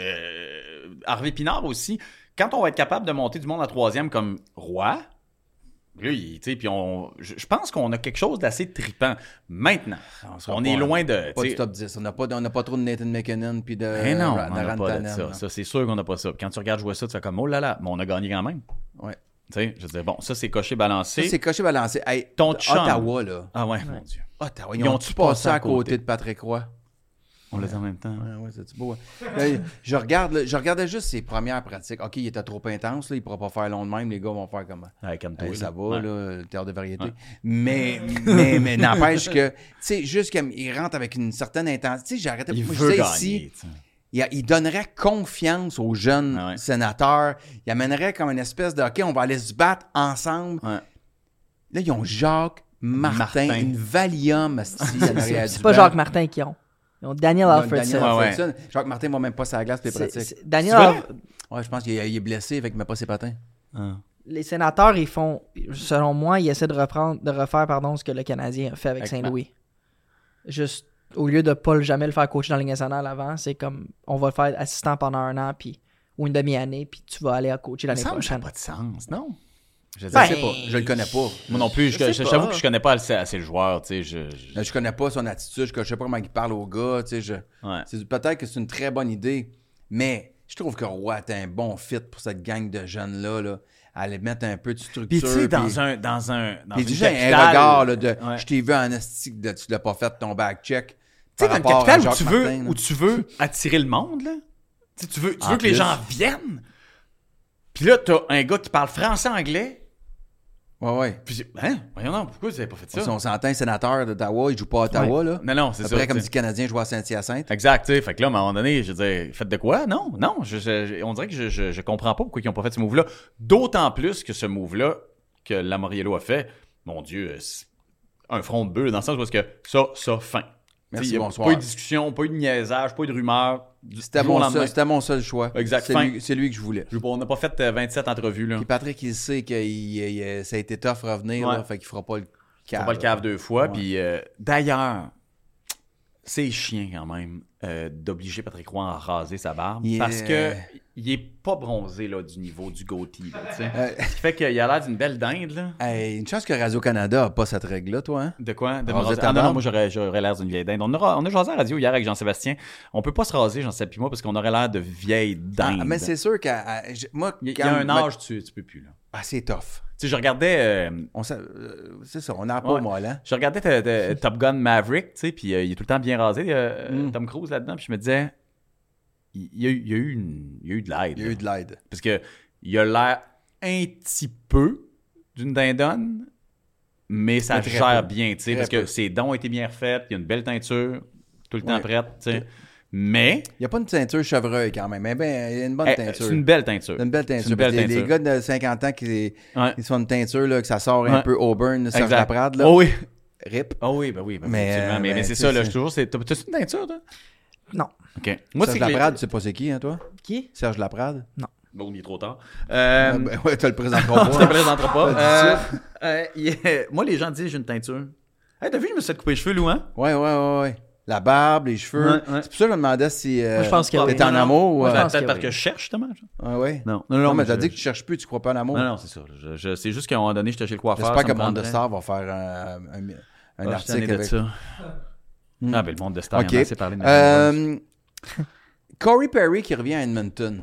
Speaker 3: Euh, Harvey Pinard aussi. Quand on va être capable de monter du monde à troisième comme roi, là, il- tu sais, puis on, je, je pense qu'on a quelque chose d'assez tripant. Maintenant,
Speaker 2: On sera
Speaker 3: on
Speaker 2: pas- hein.
Speaker 3: est loin de.
Speaker 2: Pas
Speaker 3: tu sais,
Speaker 2: du top 10. On n'a pas, de- on n'a pas trop de Nathan McKinnon puis de.
Speaker 3: Eh non,
Speaker 2: Ra- de
Speaker 3: on n'a pas de
Speaker 2: Rantanen,
Speaker 3: ça.
Speaker 2: non.
Speaker 3: Ça, c'est sûr qu'on n'a pas ça. Puis Quand tu regardes jouer ça, tu fais comme, oh là là, mais on a gagné quand même.
Speaker 2: Ouais.
Speaker 3: Tu sais, je veux dire, bon, ça, c'est coché,
Speaker 2: Ça,
Speaker 3: balancé.
Speaker 2: c'est coché balancé. Hey,
Speaker 3: Ton chum.
Speaker 2: Ottawa, là.
Speaker 3: ah ouais, mon Dieu.
Speaker 2: Ottawa, ils ont-tu passé à côté de Patrick Roy?
Speaker 3: On l'a dit en même temps.
Speaker 2: Ouais, ouais, c'est beau. hein? Là, je, regarde, là, je regardais juste ses premières pratiques. OK, il était trop intense, là, il ne pourra pas faire long de même. Les gars vont faire comme
Speaker 3: Ouais, comme toi,
Speaker 2: Hey, ça
Speaker 3: là.
Speaker 2: va,
Speaker 3: Ouais.
Speaker 2: là, le théâtre de variété. Mais, mais, mais n'empêche que, tu sais, juste qu'il rentre avec une certaine intensité. Tu sais, j'arrêtais
Speaker 3: Il
Speaker 2: moi, je
Speaker 3: veut
Speaker 2: disais
Speaker 3: gagner.
Speaker 2: ici,
Speaker 3: tu sais.
Speaker 2: il, a- il donnerait confiance aux jeunes
Speaker 3: Ah ouais.
Speaker 2: sénateurs. Il amènerait comme une espèce de OK, on va aller se battre ensemble.
Speaker 3: Ouais.
Speaker 2: Là, ils ont Jacques Martin,
Speaker 3: Martin.
Speaker 2: une
Speaker 3: (laughs)
Speaker 2: Valium.
Speaker 4: C'est pas Jacques Martin qui ont. Ils ont Daniel Alfredson.
Speaker 3: Ouais, ouais.
Speaker 2: Jacques Martin va même pas sa glace pour les
Speaker 4: C'est-
Speaker 2: pratiques.
Speaker 4: c'est- Daniel,
Speaker 3: C'est
Speaker 4: Alf-
Speaker 2: Ouais, je pense qu'il est il est blessé avec mais pas ses patins.
Speaker 3: Ah.
Speaker 4: les sénateurs, ils font, selon moi, ils essaient de, reprendre, de refaire pardon, ce que le Canadien a fait avec
Speaker 3: Avec
Speaker 4: Saint-Louis. Juste, au lieu de pas le- jamais le faire coacher dans la Ligue nationale avant, c'est comme, on va le faire assistant pendant un an, puis ou une demi-année, puis tu vas aller à coacher
Speaker 3: Il me
Speaker 4: l'année
Speaker 3: semble que ça n'a
Speaker 4: prochaine.
Speaker 3: pas de sens, non?
Speaker 2: Je,
Speaker 4: Ben,
Speaker 2: je sais pas, je le connais pas.
Speaker 3: Moi non plus, je-
Speaker 4: sais
Speaker 3: je-
Speaker 4: pas.
Speaker 3: j'avoue que je connais pas assez, assez le joueur, tu sais. Je, je-
Speaker 2: Là, Euh, Je connais pas son attitude, je je sais pas comment il parle au gars, tu sais, je-
Speaker 3: ouais.
Speaker 2: c'est- peut-être que c'est une très bonne idée, mais je trouve que Roy est un bon fit pour cette gang de jeunes là là, à les mettre un peu de structure.
Speaker 3: Puis tu sais, dans
Speaker 2: puis-
Speaker 3: un. Dans un dans
Speaker 2: puis
Speaker 3: une
Speaker 2: déjà un
Speaker 3: capitale-
Speaker 2: regard là, de
Speaker 3: Ouais.
Speaker 2: je t'ai vu en astique de tu l'as pas fait ton back check.
Speaker 3: Tu
Speaker 2: par
Speaker 3: sais, dans une
Speaker 2: rapport à
Speaker 3: capitale où
Speaker 2: Jacques
Speaker 3: tu, veux,
Speaker 2: Martin, là.
Speaker 3: où tu veux attirer le monde, là. Tu sais, tu veux, tu
Speaker 2: En
Speaker 3: veux que les
Speaker 2: plus.
Speaker 3: gens viennent. Puis là, t'as un gars qui parle français-anglais.
Speaker 2: Ouais ouais.
Speaker 3: Puis, j'ai- hein? Voyons donc, pourquoi vous avez pas fait ça?
Speaker 2: Si on s'entend, un sénateur d'Ottawa, il joue pas à Ottawa là.
Speaker 3: Non, non, c'est ça.
Speaker 2: Après, comme
Speaker 3: tu sais.
Speaker 2: dit Canadien, joue à Saint-Hyacinthe.
Speaker 3: Exact, tu sais. Fait que là, à un moment donné, je dis, faites de quoi? Non, non. je- je- on dirait que je, je, je comprends pas pourquoi ils ont pas fait ce move-là. D'autant plus que ce move-là que Lamoriello a fait, mon Dieu, euh, c'est un front de bœuf dans le sens où est-ce que ça, ça, fin.
Speaker 2: Merci,
Speaker 3: Tu sais, y a
Speaker 2: bonsoir.
Speaker 3: Pas eu de discussion, pas eu de niaisage, pas eu de rumeur. Du-
Speaker 2: C'était
Speaker 3: du jour au
Speaker 2: mon,
Speaker 3: lendemain.
Speaker 2: seul- c'était mon seul choix.
Speaker 3: Exact,
Speaker 2: C'est
Speaker 3: fin.
Speaker 2: lui, c'est lui que je voulais.
Speaker 3: Je- On n'a pas fait euh, 27 entrevues, là.
Speaker 2: Puis Patrick, il sait que il- il- ça a été tough revenir,
Speaker 3: Ouais.
Speaker 2: là, fait qu'il fera pas le
Speaker 3: On
Speaker 2: cave.
Speaker 3: va le cave deux fois.
Speaker 2: Ouais.
Speaker 3: Puis euh, d'ailleurs, c'est chiant quand même euh, d'obliger Patrick Roy à raser sa barbe
Speaker 2: Yeah.
Speaker 3: parce que il est pas bronzé là, du niveau du goatee. là, tu sais.
Speaker 2: Euh,
Speaker 3: Ce qui fait qu'il a l'air d'une belle dinde. Là.
Speaker 2: hey, une chance que Radio-Canada a pas cette règle-là, toi, hein?
Speaker 3: De quoi De me
Speaker 2: Raser
Speaker 3: raser-
Speaker 2: ta
Speaker 3: Ah non, non,
Speaker 2: barbe?
Speaker 3: moi j'aurais, j'aurais l'air d'une vieille dinde. On, aura- on a jasé à la radio hier avec Jean-Sébastien. On peut pas se raser, Jean-Sébastien puis moi, parce qu'on aurait l'air de vieille dinde.
Speaker 2: Ah, mais c'est sûr que ah, moi,
Speaker 3: Il y a- il y
Speaker 2: quand-
Speaker 3: a un âge, tu, tu peux plus. Là.
Speaker 2: Ah, c'est tough.
Speaker 3: Tu sais, je regardais. euh,
Speaker 2: On s'a- euh, c'est ça, on n'a pas
Speaker 3: Ouais.
Speaker 2: moi, là.
Speaker 3: Je regardais ta- ta- Top Gun Maverick, tu sais, puis euh, il est tout le temps bien rasé, euh,
Speaker 2: Mm.
Speaker 3: Tom Cruise là-dedans, puis je me disais, il, il y a, eu- il y a eu une- il y a eu de l'aide.
Speaker 2: Il y a
Speaker 3: là.
Speaker 2: eu de l'aide.
Speaker 3: Parce que il a l'air un petit peu d'une dindonne, mais ça
Speaker 2: Mais très
Speaker 3: gère
Speaker 2: peu.
Speaker 3: bien, tu sais,
Speaker 2: Très
Speaker 3: parce que
Speaker 2: peu.
Speaker 3: ses dons ont été bien refaits, il y a une belle teinture, tout le temps
Speaker 2: Ouais.
Speaker 3: prête, tu sais. Mais
Speaker 2: Il n'y a pas une teinture chevreuil quand même. Mais ben, il y a une bonne
Speaker 3: eh,
Speaker 2: teinture.
Speaker 3: c'est une belle teinture.
Speaker 2: C'est une belle teinture.
Speaker 3: C'est une belle
Speaker 2: Parce que les-
Speaker 3: teinture.
Speaker 2: Les, gars de 50 ans qui,
Speaker 3: Ouais.
Speaker 2: ils se font une teinture là, que ça sort un
Speaker 3: Ouais.
Speaker 2: peu Auburn, Serge
Speaker 3: Exact.
Speaker 2: Laprade, là.
Speaker 3: Oh oui.
Speaker 2: Rip.
Speaker 3: Oh oui, ben oui, ben oui,
Speaker 2: Mais,
Speaker 3: absolument.
Speaker 2: euh,
Speaker 3: mais, mais
Speaker 2: ben,
Speaker 3: c'est
Speaker 2: tu
Speaker 3: ça,
Speaker 2: sais,
Speaker 3: là, je
Speaker 2: c'est-
Speaker 3: suis toujours. c'est- T'as-tu une teinture, toi?
Speaker 4: Non.
Speaker 3: OK. Moi,
Speaker 2: Serge
Speaker 3: que les- Euh,
Speaker 2: Laprade, tu sais pas c'est qui, hein, toi?
Speaker 4: Qui?
Speaker 2: Serge Laprade?
Speaker 3: Bon, il est trop tard. Euh,
Speaker 2: Ah, ben, ouais, tu le
Speaker 3: (laughs)
Speaker 2: présenteras
Speaker 3: Je te
Speaker 2: pas.
Speaker 3: présentera pas.
Speaker 2: Pas
Speaker 3: Euh, euh, yeah. Moi, les gens disent j'ai une teinture. Hey, t'as vu, je me suis fait couper les cheveux, Lou, hein?
Speaker 2: Ouais, ouais, ouais, ouais. La barbe, les cheveux.
Speaker 3: Ouais, ouais.
Speaker 2: C'est pour ça que je me demandais si euh,
Speaker 4: Moi, je pense que oui.
Speaker 2: t'es en
Speaker 3: Non, non.
Speaker 2: amour ou...
Speaker 4: Moi, je
Speaker 2: euh,
Speaker 4: pense
Speaker 3: Peut-être
Speaker 4: que
Speaker 3: parce
Speaker 4: oui.
Speaker 3: que je cherche, justement.
Speaker 2: ouais, ouais.
Speaker 3: Non,
Speaker 2: Non, mais t'as
Speaker 3: je-
Speaker 2: dit que tu cherches plus, tu crois pas à l'amour.
Speaker 3: Non, non, c'est ça. Je- je- c'est juste qu'à un moment donné, j'étais chez le coiffeur.
Speaker 2: J'espère
Speaker 3: ça
Speaker 2: que
Speaker 3: me
Speaker 2: Monde de
Speaker 3: prendrait-
Speaker 2: Star va faire un, un- un
Speaker 3: Ah, je suis tanné
Speaker 2: article
Speaker 3: de
Speaker 2: avec. Hmm.
Speaker 3: ça. Ah, ben le monde de Star,
Speaker 2: OK.
Speaker 3: il y en a assez parlé de ma tendance.
Speaker 2: Euh, Corey Perry qui revient à Edmonton.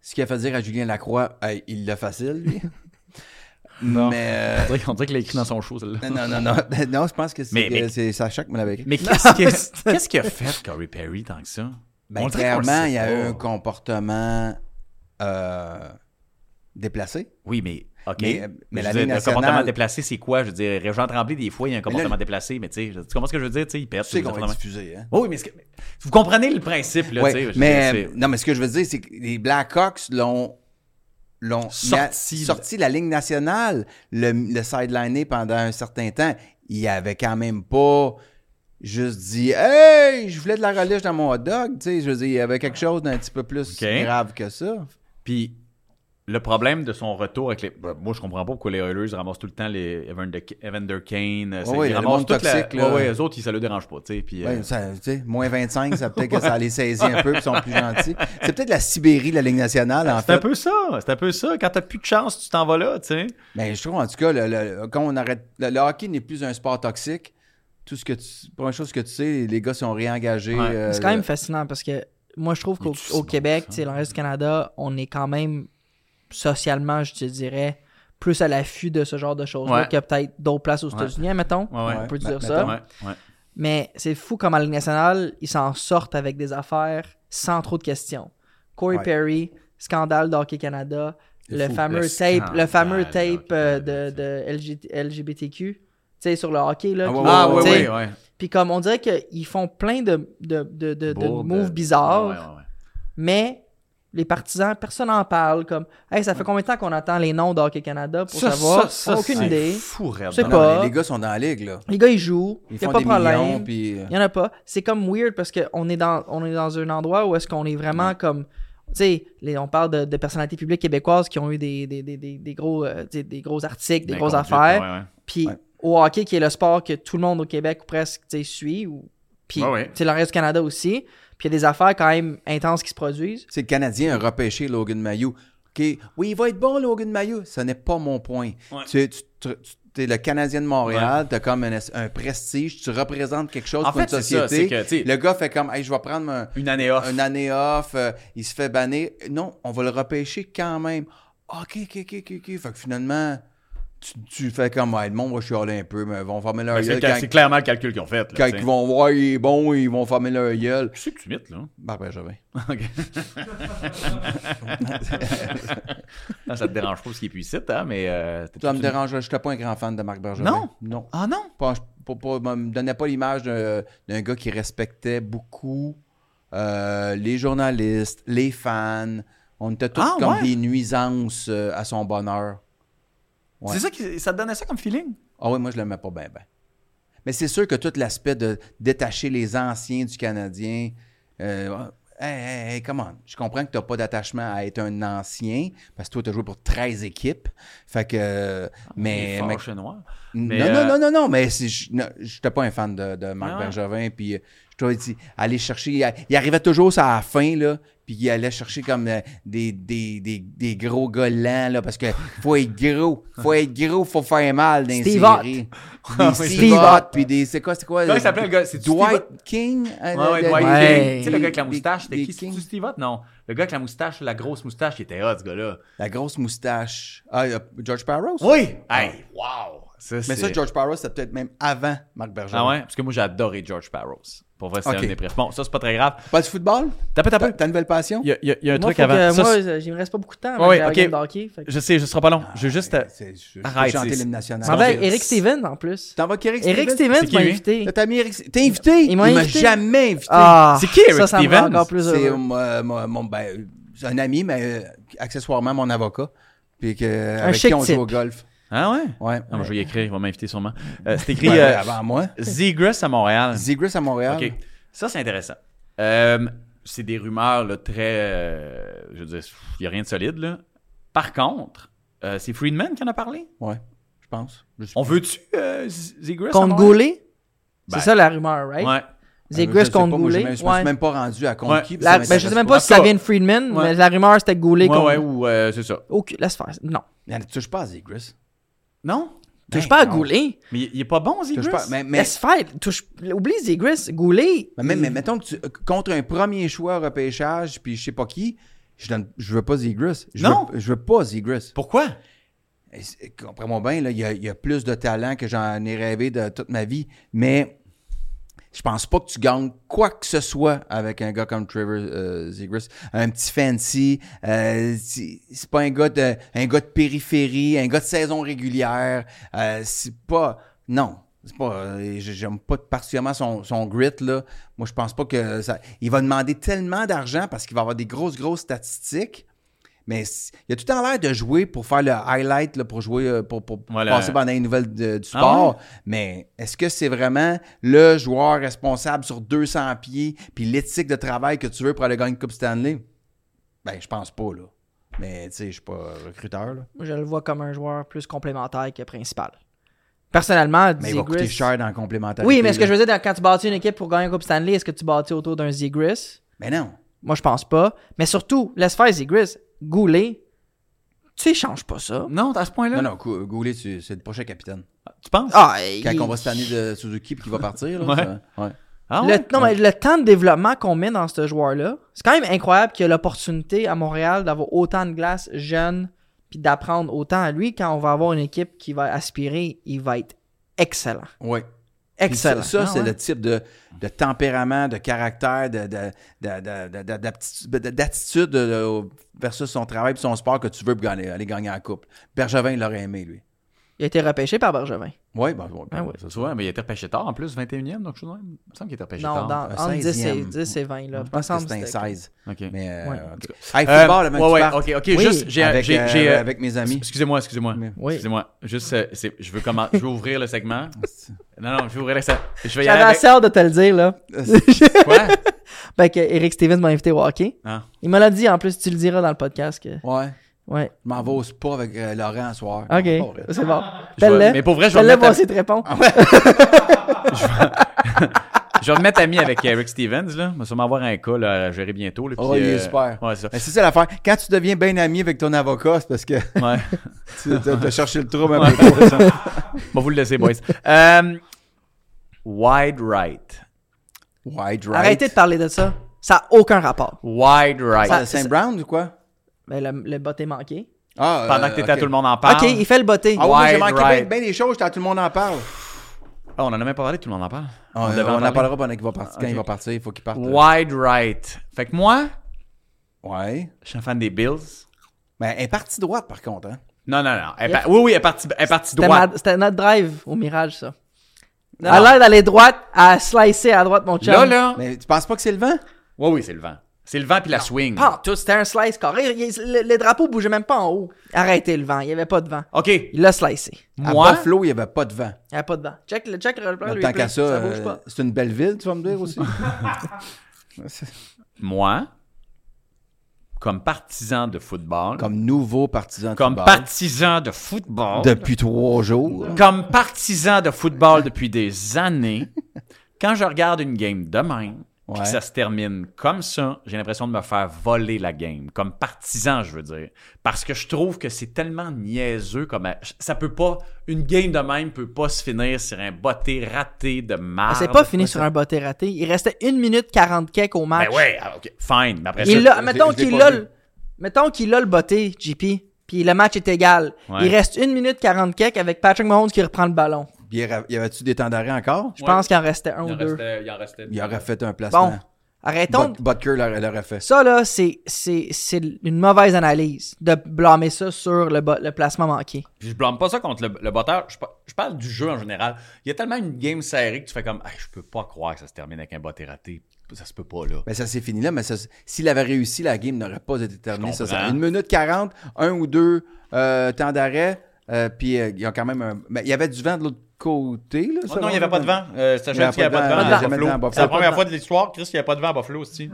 Speaker 2: Ce qui a fait dire à Julien Lacroix, Hey, il l'a facile,
Speaker 3: (laughs)
Speaker 2: lui.
Speaker 3: Non.
Speaker 2: (laughs) Mais.
Speaker 3: On dirait- On dirait qu'il l'a écrit dans son show, celle-là.
Speaker 2: euh, non, non, non. Non, je pense que
Speaker 3: Mais-
Speaker 2: c'est,
Speaker 3: mais-
Speaker 2: euh, c'est Sacha qui me l'avait écrit.
Speaker 3: Mais qu'est-ce que- qu'est-ce qu'il a fait, Corey Perry, tant que ça?
Speaker 2: Ben,
Speaker 3: On dirait qu'on le
Speaker 2: clairement,
Speaker 3: sait
Speaker 2: il y a
Speaker 3: pas.
Speaker 2: eu un comportement euh, déplacé.
Speaker 3: Oui, mais. OK.
Speaker 2: Mais, euh,
Speaker 3: Mais,
Speaker 2: mais
Speaker 3: je
Speaker 2: la
Speaker 3: veux dire,
Speaker 2: Ligue
Speaker 3: le comportement
Speaker 2: nationale-
Speaker 3: déplacé, c'est quoi? Je veux dire, Régent Tremblay, des fois, il y a un comportement déplacé, mais tu sais, tu comprends ce que je veux dire? Tu sais, il perd.
Speaker 2: Tu sais qu'on va diffuser, hein?
Speaker 3: Oh oui, mais, ce que- mais vous comprenez le principe, là,
Speaker 2: Ouais,
Speaker 3: tu sais. je
Speaker 2: mais
Speaker 3: veux dire,
Speaker 2: non, mais ce que je veux dire, c'est que les Blackhawks l'ont l'ont
Speaker 3: Sorti
Speaker 2: la-
Speaker 3: de-
Speaker 2: sorti la ligne nationale, le, le sideliné pendant un certain temps. Il avait quand même pas juste dit Hey, je voulais de la relish dans mon hot dog. Tu sais, je veux dire, il y avait quelque chose d'un petit peu plus
Speaker 3: Ok.
Speaker 2: grave que ça.
Speaker 3: c'est- Puis le problème de son retour avec les. ben, moi, je comprends pas pourquoi les Oilers ramassent tout le temps les Evander, Evander Kane. euh, c'est-
Speaker 2: ouais,
Speaker 3: ils
Speaker 2: le
Speaker 3: ramassent
Speaker 2: monde
Speaker 3: toute
Speaker 2: toxique,
Speaker 3: la...
Speaker 2: là.
Speaker 3: Ouais, ouais, eux autres, ils- ça le dérange pas, tu sais. Puis. euh,
Speaker 2: Ouais, ça, tu sais, moins 25, ça peut-être que ça les saisit un peu, puis ils sont plus gentils. C'est peut-être la Sibérie, de la ligne nationale, en
Speaker 3: C'est un
Speaker 2: fait.
Speaker 3: peu ça, c'est un peu ça. Quand t'as plus de chance, tu t'en vas là, tu sais.
Speaker 2: Mais Ben, je trouve, en tout cas, le, le- quand on arrête. Le, le hockey n'est plus un sport toxique. Tout ce que tu. Première chose que tu sais, les gars sont réengagés.
Speaker 3: Ouais.
Speaker 2: euh,
Speaker 4: C'est quand même fascinant parce que moi, je trouve qu'au
Speaker 3: Mais tu
Speaker 4: au
Speaker 3: sais,
Speaker 4: Québec,
Speaker 3: bon, ça.
Speaker 4: tu sais, dans le reste du Canada, on est quand même socialement, je te dirais, plus à l'affût de ce genre de choses-là
Speaker 3: Ouais.
Speaker 4: que peut-être d'autres places aux États-Unis, mettons.
Speaker 3: Ouais, ouais.
Speaker 4: On peut
Speaker 2: Ah. Ouais,
Speaker 4: dire
Speaker 2: mettons.
Speaker 4: ça.
Speaker 3: Ouais, ouais.
Speaker 4: Mais c'est fou comme à la Ligue nationale, ils s'en sortent avec des affaires sans trop de questions. Corey
Speaker 5: Ouais.
Speaker 4: Perry, scandale d'Hockey Canada,
Speaker 2: C'est
Speaker 4: le
Speaker 2: fou,
Speaker 4: fameux
Speaker 3: le
Speaker 4: tape, le fameux
Speaker 3: scandale
Speaker 4: tape euh, de,
Speaker 3: d'Hockey
Speaker 4: de LG- LGBTQ, tu sais, sur le hockey, là.
Speaker 2: Ah
Speaker 4: qui-
Speaker 2: ouais,
Speaker 3: Ah,
Speaker 2: ouais,
Speaker 4: tu sais,
Speaker 3: ouais, ouais, ouais.
Speaker 4: Puis comme on dirait qu'ils font plein de, de, de, de, de
Speaker 3: Bourde.
Speaker 4: moves bizarres,
Speaker 3: euh, Ouais, ouais, ouais.
Speaker 4: mais les partisans, personne n'en parle. Comme, hey, ça fait combien de temps qu'on attend les noms d'Hockey Canada pour
Speaker 3: Ça,
Speaker 4: savoir?
Speaker 3: ça, ça,
Speaker 4: aucune
Speaker 3: c'est
Speaker 4: idée.
Speaker 3: Fou, raide.
Speaker 4: Je sais
Speaker 3: Non,
Speaker 4: pas.
Speaker 2: Les, les gars sont dans la ligue, là.
Speaker 4: Les gars, ils jouent.
Speaker 2: Ils
Speaker 4: Il a
Speaker 2: font
Speaker 4: pas
Speaker 2: des
Speaker 4: de problème.
Speaker 2: millions, puis... euh,
Speaker 4: Il y en a pas. C'est comme weird parce qu'on est dans on est dans un endroit où est-ce qu'on est vraiment comme tu sais, les- on parle de, de personnalités publiques québécoises qui ont eu des, des, des, des, des gros, euh, tu sais, des gros articles, des
Speaker 3: mais
Speaker 4: grosses
Speaker 3: conduite,
Speaker 4: affaires.
Speaker 3: ouais, ouais.
Speaker 4: Puis
Speaker 2: Ouais.
Speaker 4: au hockey, qui est le sport que tout le monde au Québec ou presque tu sais, suit, ou, puis
Speaker 3: Ouais, ouais.
Speaker 4: tu sais, le reste du Canada aussi. Puis il y a des affaires quand même intenses qui se produisent.
Speaker 2: C'est le Canadien a repêché Logan Mayou. OK, oui, il va être bon, Logan Mayou. Ce n'est pas mon point.
Speaker 3: Ouais.
Speaker 2: Tu, es- tu- tu- tu es le Canadien de Montréal, tu as comme un, es- un prestige, tu représentes quelque chose
Speaker 3: En
Speaker 2: pour
Speaker 3: fait,
Speaker 2: une
Speaker 3: c'est ça, c'est
Speaker 2: société.
Speaker 3: que, tu sais,
Speaker 2: le gars fait comme, hey, je vais prendre un-
Speaker 3: une année off.
Speaker 2: une année off, euh, il se fait bannir. Non, on va le repêcher quand même. Ah, OK, OK, OK, OK, OK. Fait que finalement, tu, tu fais comme, ouais, le monde va chialer un peu, mais ils vont fermer leur
Speaker 3: Mais
Speaker 2: gueule.
Speaker 3: Ben, C'est
Speaker 2: Quand,
Speaker 3: c'est clairement le calcul qu'ils ont fait.
Speaker 2: quand
Speaker 3: Là, tu
Speaker 2: ils
Speaker 3: sais.
Speaker 2: vont voir, il est bon, ils vont fermer leur gueule.
Speaker 3: Je sais que tu mites, là. (laughs)
Speaker 2: Bah, ben, je vais.
Speaker 3: OK. non, ça te dérange pas parce qu'il est puissant, hein, mais. euh,
Speaker 2: (laughs)
Speaker 3: t'es
Speaker 2: Ça me
Speaker 3: une-
Speaker 2: dérange, je n'étais pas un grand fan de Marc Bergevin.
Speaker 3: Non?
Speaker 2: Non.
Speaker 3: Ah non!
Speaker 2: pas, pas- pas- me- me donnait pas l'image d'un d'un gars qui respectait beaucoup euh, les journalistes, les fans. On était tous
Speaker 3: Ah,
Speaker 2: comme
Speaker 3: ouais?
Speaker 2: des nuisances euh, à son bonheur. Ouais.
Speaker 3: C'est ça qui ça te donnait ça comme feeling?
Speaker 2: Ah oui, moi, je l'aimais pas bien, ben. Mais c'est sûr que tout l'aspect de détacher les anciens du Canadien... euh, hey, hey, hey, come on. Je comprends que tu n'as pas d'attachement à être un ancien, parce que toi, tu as joué pour 13 équipes. Fait que... mais, mais-
Speaker 3: chez noir. Mais,
Speaker 2: non,
Speaker 3: euh,
Speaker 2: non, non, non, non, mais c'est- je n'étais pas un fan de, de Marc
Speaker 3: Ah ouais.
Speaker 2: Bergevin. Puis euh, je dois dire, aller chercher. Il, il arrivait toujours à la fin, là. Puis il allait chercher comme euh, des, des, des, des gros gars lents, là. Parce que faut être gros. Faut être gros, faut faire mal dans les
Speaker 4: Steve Ott.
Speaker 2: séries.
Speaker 3: Ah
Speaker 2: Des
Speaker 3: oui,
Speaker 2: Steve
Speaker 4: Steve
Speaker 2: Ott,
Speaker 4: Ott.
Speaker 2: puis des. C'est quoi, c'est quoi?
Speaker 3: Comment
Speaker 2: euh,
Speaker 3: il s'appelait le gars? C'est
Speaker 2: Dwight King? euh,
Speaker 3: Ouais, ouais,
Speaker 2: le-
Speaker 3: Dwight
Speaker 4: Ouais.
Speaker 3: King. Tu sais, le gars avec la
Speaker 2: Des-
Speaker 3: moustache, c'était
Speaker 2: des
Speaker 3: qui?
Speaker 2: King.
Speaker 3: C'était Steve Ott? Non. Le gars avec la moustache, la grosse moustache, il était hot, ce gars-là.
Speaker 2: La grosse moustache. Ah, euh, George Parros?
Speaker 3: Oui! Hey, wow!
Speaker 2: Mais ça, George Parros, c'était peut-être même avant Marc Bergevin.
Speaker 3: Ah ouais? Parce que moi, j'ai adoré George Parros. Pour vrai, c'était
Speaker 2: Ok.
Speaker 3: un des préf- Bon, ça, c'est pas très grave.
Speaker 2: Pas du football?
Speaker 3: T'as peu, t'as
Speaker 2: Ta,
Speaker 3: peu.
Speaker 2: ta nouvelle passion?
Speaker 3: Il y a, il y a- il y a un
Speaker 4: moi,
Speaker 3: truc
Speaker 4: faut
Speaker 3: avant.
Speaker 4: que-
Speaker 3: Ça,
Speaker 4: moi,
Speaker 3: c'est-
Speaker 4: euh, il me reste pas beaucoup de temps.
Speaker 3: Ouais,
Speaker 4: mais j'ai
Speaker 3: ok.
Speaker 4: la game de hockey, fait que-
Speaker 3: je sais, je sera pas long. Je veux juste. euh,
Speaker 2: C'est- Je je peux
Speaker 3: Arrête,
Speaker 2: chanter
Speaker 3: c'est-
Speaker 2: l'hymne national.
Speaker 4: Je m'en vais avec
Speaker 2: C'est-
Speaker 4: Eric Stevens en plus.
Speaker 2: T'en vas qu'Eric
Speaker 4: Eric
Speaker 2: Stevens?
Speaker 4: Stevens
Speaker 3: C'est qui,
Speaker 4: m'a
Speaker 3: lui?
Speaker 4: invité.
Speaker 2: Là, T'as mis Eric Ste- T'es invité?
Speaker 4: Ils m'ont
Speaker 2: Il m'a
Speaker 4: invité.
Speaker 2: jamais invité.
Speaker 4: Ah,
Speaker 3: C'est qui, Eric
Speaker 4: ça, ça me rend
Speaker 3: Stevens?
Speaker 4: encore plus
Speaker 2: C'est
Speaker 4: heureux.
Speaker 2: euh, mon, mon- ben, c'est un ami, mais euh, accessoirement mon avocat. Puis que, avec
Speaker 4: chic
Speaker 2: qui on
Speaker 4: type.
Speaker 2: joue au golf.
Speaker 3: Ah ouais?
Speaker 2: Ouais.
Speaker 3: Ah, moi, je vais y écrire, il va m'inviter sûrement. Euh, c'est écrit
Speaker 2: Ben,
Speaker 3: euh,
Speaker 2: avant moi.
Speaker 3: Zegras à Montréal.
Speaker 2: Zigris à Montréal.
Speaker 3: OK. Ça, c'est intéressant. Euh, c'est des rumeurs là, très. euh, je veux dire, il n'y a rien de solide. Là. Par contre, euh, c'est Friedman qui en a parlé.
Speaker 2: Ouais, je pense. Je suis-
Speaker 3: On veut-tu euh, Z- Zegras à
Speaker 4: Contre
Speaker 3: Montréal?
Speaker 4: Goulet?
Speaker 3: Ben.
Speaker 4: C'est ça la rumeur, right?
Speaker 3: Ouais.
Speaker 2: Ben, Je
Speaker 4: Zegris
Speaker 2: sais
Speaker 4: contre
Speaker 2: pas, moi, j'ai
Speaker 4: Goulet.
Speaker 2: même- Je me
Speaker 4: ouais.
Speaker 2: suis même pas rendu à
Speaker 3: Ouais.
Speaker 2: contre qui.
Speaker 4: La-
Speaker 2: ça
Speaker 4: ben, je sais même
Speaker 2: m'intéresse
Speaker 4: pas si ça
Speaker 3: Encore.
Speaker 4: vient de Friedman,
Speaker 3: Ouais.
Speaker 4: mais la rumeur c'était
Speaker 3: Ouais,
Speaker 4: Goulet contre.
Speaker 3: ouais, ou euh, c'est ça.
Speaker 4: Au cul- laisse faire. Non.
Speaker 2: Il y en a- Touche pas à Zigris.
Speaker 3: Non?
Speaker 4: Touche pas à
Speaker 2: Ben, non.
Speaker 4: Goulet.
Speaker 3: Mais il- il est pas bon,
Speaker 2: Touche
Speaker 3: Zegras?
Speaker 2: pas. Mais, mais,
Speaker 4: Laisse faire. Touche... Oublie Zegris. Goulet.
Speaker 2: mais, mais- mais mettons que tu- euh, contre un premier choix au repêchage, puis je sais pas qui, je, donne, je veux pas Zigris. Je
Speaker 3: Non.
Speaker 2: Veux, je veux pas Zigris.
Speaker 3: Pourquoi?
Speaker 2: Et c'est- Comprends-moi bien, là, il y, a- il y a plus de talent que j'en ai rêvé de toute ma vie, mais je pense pas que tu gagnes quoi que ce soit avec un gars comme Trevor euh, Zegras. Un petit fancy, euh, c'est c'est pas un gars, de, un gars de périphérie, un gars de saison régulière. euh, c'est pas. Non. C'est pas. euh, j- J'aime pas particulièrement son, son grit, là. Moi, je pense pas que ça. Il va demander tellement d'argent parce qu'il va avoir des grosses, grosses statistiques. Mais c- il a tout en l'air de jouer pour faire le highlight, là, pour jouer, euh, pour, pour
Speaker 3: Voilà.
Speaker 2: passer pendant les nouvelles de- du
Speaker 3: Ah
Speaker 2: sport. Mais est-ce que c'est vraiment le joueur responsable sur 200 pieds, puis l'éthique de travail que tu veux pour aller gagner une Coupe Stanley? Ben, je pense pas, là. Mais, tu sais, je suis pas recruteur, là.
Speaker 4: Je le vois comme un joueur plus complémentaire que principal. Personnellement,
Speaker 2: Mais il va coûter
Speaker 4: Zegris.
Speaker 2: cher dans le complémentaire.
Speaker 4: Oui, mais ce que je veux dire, dans- quand tu bâtis une équipe pour gagner une Coupe Stanley, est-ce que tu bâtis autour d'un Zegris?
Speaker 2: Mais non.
Speaker 4: Moi, je pense pas. Mais surtout, laisse faire Zegris. Goulet, tu échanges pas ça.
Speaker 3: Non, à ce point-là.
Speaker 2: Non, non, Gou- Goulet, tu- c'est le prochain capitaine.
Speaker 3: Tu penses?
Speaker 4: Ah,
Speaker 2: Quand
Speaker 4: il-
Speaker 2: on va cette année de Suzuki puis qu'il va partir, là,
Speaker 3: Ouais.
Speaker 2: ça- ouais.
Speaker 3: Ah
Speaker 4: Le,
Speaker 3: ouais?
Speaker 4: non, mais le temps de développement qu'on met dans ce joueur-là, c'est quand même incroyable qu'il y a l'opportunité à Montréal d'avoir autant de glace jeune puis d'apprendre autant à lui. Quand on va avoir une équipe qui va aspirer, il va être excellent.
Speaker 2: Ouais. Puis
Speaker 4: Excellent.
Speaker 2: Ça, ça,
Speaker 4: Ah
Speaker 2: c'est
Speaker 4: ouais.
Speaker 2: le type de, de tempérament, de caractère, de- de- de- de- de- de- d'aptitude de- d'attitude de- de- versus son travail et son sport que tu veux pour gagner- aller gagner en couple. Bergevin, il l'aurait aimé, lui.
Speaker 4: Il a été repêché par Bergevin.
Speaker 2: Oui, ben, bon,
Speaker 4: Ah ouais.
Speaker 2: ça,
Speaker 3: Tu vois, mais il était repêché tard en plus, 21e, donc je sais pas, il me semble qu'il était repêché
Speaker 4: Non,
Speaker 3: tard.
Speaker 4: dans,
Speaker 2: un
Speaker 4: entre 10 et,
Speaker 2: 16e.
Speaker 4: 10 et 20. Là.
Speaker 2: Je pense que
Speaker 4: Ensemble,
Speaker 2: bah, c'est un
Speaker 4: c'était-
Speaker 2: 16.
Speaker 3: OK.
Speaker 2: Mais, euh,
Speaker 4: Ouais.
Speaker 2: en tout cas. Hey,
Speaker 3: Euh,
Speaker 2: football, le mec,
Speaker 3: ouais,
Speaker 2: tu
Speaker 3: ouais,
Speaker 2: parles
Speaker 3: OK, OK,
Speaker 4: Oui.
Speaker 3: juste, j'ai...
Speaker 2: avec,
Speaker 3: j'ai-
Speaker 2: euh,
Speaker 3: j'ai, euh,
Speaker 2: avec mes
Speaker 3: (laughs)
Speaker 2: amis.
Speaker 3: Excusez-moi, excusez-moi.
Speaker 2: Mais-
Speaker 4: Oui.
Speaker 3: Excusez-moi. Juste, euh, c'est- je veux comment... je veux ouvrir le segment. Non, non, je vais ouvrir le segment. Je vais y aller
Speaker 4: J'avais
Speaker 3: avec...
Speaker 4: assez hâte de te le dire, là.
Speaker 3: Quoi?
Speaker 4: Ben, que Eric Stevens m'a invité au hockey.
Speaker 3: Ah.
Speaker 4: Il me l'a dit, en plus, tu le diras dans le podcast. Que...
Speaker 2: Ouais.
Speaker 4: Ouais.
Speaker 2: Je m'en vais au spa avec euh, Laurent ce soir.
Speaker 4: OK,
Speaker 2: Oh, ouais.
Speaker 4: c'est bon.
Speaker 3: Ah, Je vais-
Speaker 4: Fais-le.
Speaker 3: mais pour vrai, je vais
Speaker 4: Fais-le
Speaker 3: mettre
Speaker 4: voir
Speaker 3: à- Ah
Speaker 4: s'il te répond.
Speaker 3: Je vais me mettre ami avec Eric Stevens, là. On va sûrement avoir un cas là, à gérer bientôt. Là,
Speaker 2: Oh,
Speaker 3: puis,
Speaker 2: il est
Speaker 3: euh,
Speaker 2: super.
Speaker 3: Ouais, c'est
Speaker 2: Mais c'est ça l'affaire. Quand tu deviens bien ami avec ton avocat, c'est parce que (laughs)
Speaker 3: ça. Ouais.
Speaker 2: tu as, cherché le trouble un
Speaker 3: (laughs) Ouais,
Speaker 2: peu.
Speaker 3: c'est ça. Bon, vous le laissez, boys. Euh, wide right.
Speaker 2: White right.
Speaker 4: Arrêtez de parler de ça. Ça n'a aucun rapport.
Speaker 3: Wide right.
Speaker 2: Ah, Saint Brown ou quoi?
Speaker 4: Ben, le, le botté manqué.
Speaker 2: Ah, euh,
Speaker 3: Pendant que t'étais à
Speaker 2: ok.
Speaker 3: tout le monde en parle.
Speaker 4: OK, il fait le botté.
Speaker 2: Ah ouais, moi, j'ai
Speaker 3: Wide
Speaker 2: manqué
Speaker 3: right.
Speaker 2: bien, bien des choses, j'étais à tout le monde en parle.
Speaker 3: Ah, on en a même pas parlé, tout le monde en parle.
Speaker 2: On,
Speaker 3: devait
Speaker 2: on en Ah,
Speaker 3: parler.
Speaker 2: parlera pendant qu'il va partir. Quand
Speaker 3: Ok.
Speaker 2: il va partir, il faut qu'il parte.
Speaker 3: Wide right. Fait que moi,
Speaker 2: Ouais.
Speaker 3: je suis un fan des Bills.
Speaker 2: Mais elle est partie droite, par contre. Hein?
Speaker 3: Non, non, non. Elle est par- Oui, oui, elle est partie, elle est partie
Speaker 4: C'était
Speaker 3: droite.
Speaker 4: ma- C'était notre drive au Mirage, ça. à l'air d'aller droite, à slicer à droite, mon chum.
Speaker 3: Là, là.
Speaker 2: Mais tu penses pas que c'est le vent?
Speaker 3: Oui, oui, c'est le vent. C'est le vent puis la swing.
Speaker 4: Pas en tout, c'était un slice carré. Il- le- les drapeaux bougeaient même pas en haut. Arrêtez le vent, il n'y avait pas de vent.
Speaker 3: OK.
Speaker 4: Il l'a slicé.
Speaker 2: À
Speaker 3: Moi,
Speaker 2: Buffalo, il n'y avait pas de vent.
Speaker 4: Il n'y avait pas de vent. Check le check le replay,
Speaker 2: Mais
Speaker 4: le
Speaker 2: tant
Speaker 4: replay.
Speaker 2: qu'à ça,
Speaker 4: Ah, ça bouge
Speaker 2: euh,
Speaker 4: pas.
Speaker 2: c'est une belle ville, tu vas me dire (laughs) aussi.
Speaker 3: moi, comme partisan de football,
Speaker 2: Comme nouveau partisan de
Speaker 3: comme
Speaker 2: football.
Speaker 3: partisan de football,
Speaker 2: Depuis trois jours.
Speaker 3: comme partisan de football depuis des années, quand je regarde une game de même, puis
Speaker 2: Ouais.
Speaker 3: que ça se termine comme ça, j'ai l'impression de me faire voler la game. Comme partisan, je veux dire. Parce que je trouve que c'est tellement niaiseux comme... euh, Ça peut pas... Une game de même peut pas se finir sur un botté raté de
Speaker 4: Ah,
Speaker 3: marde.
Speaker 4: c'est pas fini sur un botté raté. Il restait 1 minute 40 cake au match.
Speaker 3: Ben ouais, ah, OK, fine. Mais après ça...
Speaker 4: il l'a, mettons
Speaker 2: je l'ai
Speaker 4: qu'il
Speaker 2: pas
Speaker 4: l'a,
Speaker 2: vu.
Speaker 4: le- mettons qu'il a le botté, JP, puis le match est égal.
Speaker 3: Ouais.
Speaker 4: Il reste 1 minute 40 cake avec Patrick Mahomes qui reprend le ballon.
Speaker 2: Il y aurait- y avait-tu des temps d'arrêt encore?
Speaker 4: Je pense qu'il en restait un
Speaker 3: Il
Speaker 4: ou
Speaker 3: en
Speaker 4: deux.
Speaker 3: restait... Il en restait...
Speaker 2: Il aurait fait un placement.
Speaker 4: Bon,
Speaker 2: Bon.
Speaker 4: arrêtons.
Speaker 2: Butker l'aurait l'aurait fait.
Speaker 4: Ça, là, c'est, c'est, c'est une mauvaise analyse de blâmer ça sur le, bo- le placement manqué.
Speaker 3: Puis je blâme pas ça contre le, le batteur. Je, par- je parle du jeu en général. Il y a tellement une game serrée que tu fais comme Hey, je peux pas croire que ça se termine avec un botté raté. Ça se peut pas là.
Speaker 2: Ben, ça s'est fini là, mais ça- s'il avait réussi, la game n'aurait pas été terminée.
Speaker 3: Je
Speaker 2: Ça,
Speaker 3: comprends.
Speaker 2: ça- une minute 40, un ou deux euh, temps d'arrêt, euh, puis euh, il y a quand même un. Mais il y avait du vent de l'autre côté. Là,
Speaker 3: Oh
Speaker 2: ça,
Speaker 3: non, il n'y
Speaker 2: là,
Speaker 3: avait pas de vent. Euh, C'était
Speaker 2: Il y avait
Speaker 3: juste qu'il n'y avait pas de vent
Speaker 4: pas de
Speaker 3: à
Speaker 4: vent.
Speaker 2: Jamais de vent à
Speaker 3: Buffalo. C'est la
Speaker 2: Buffalo.
Speaker 3: première fois de l'histoire, Chris, qu'il n'y avait pas de vent à Buffalo aussi.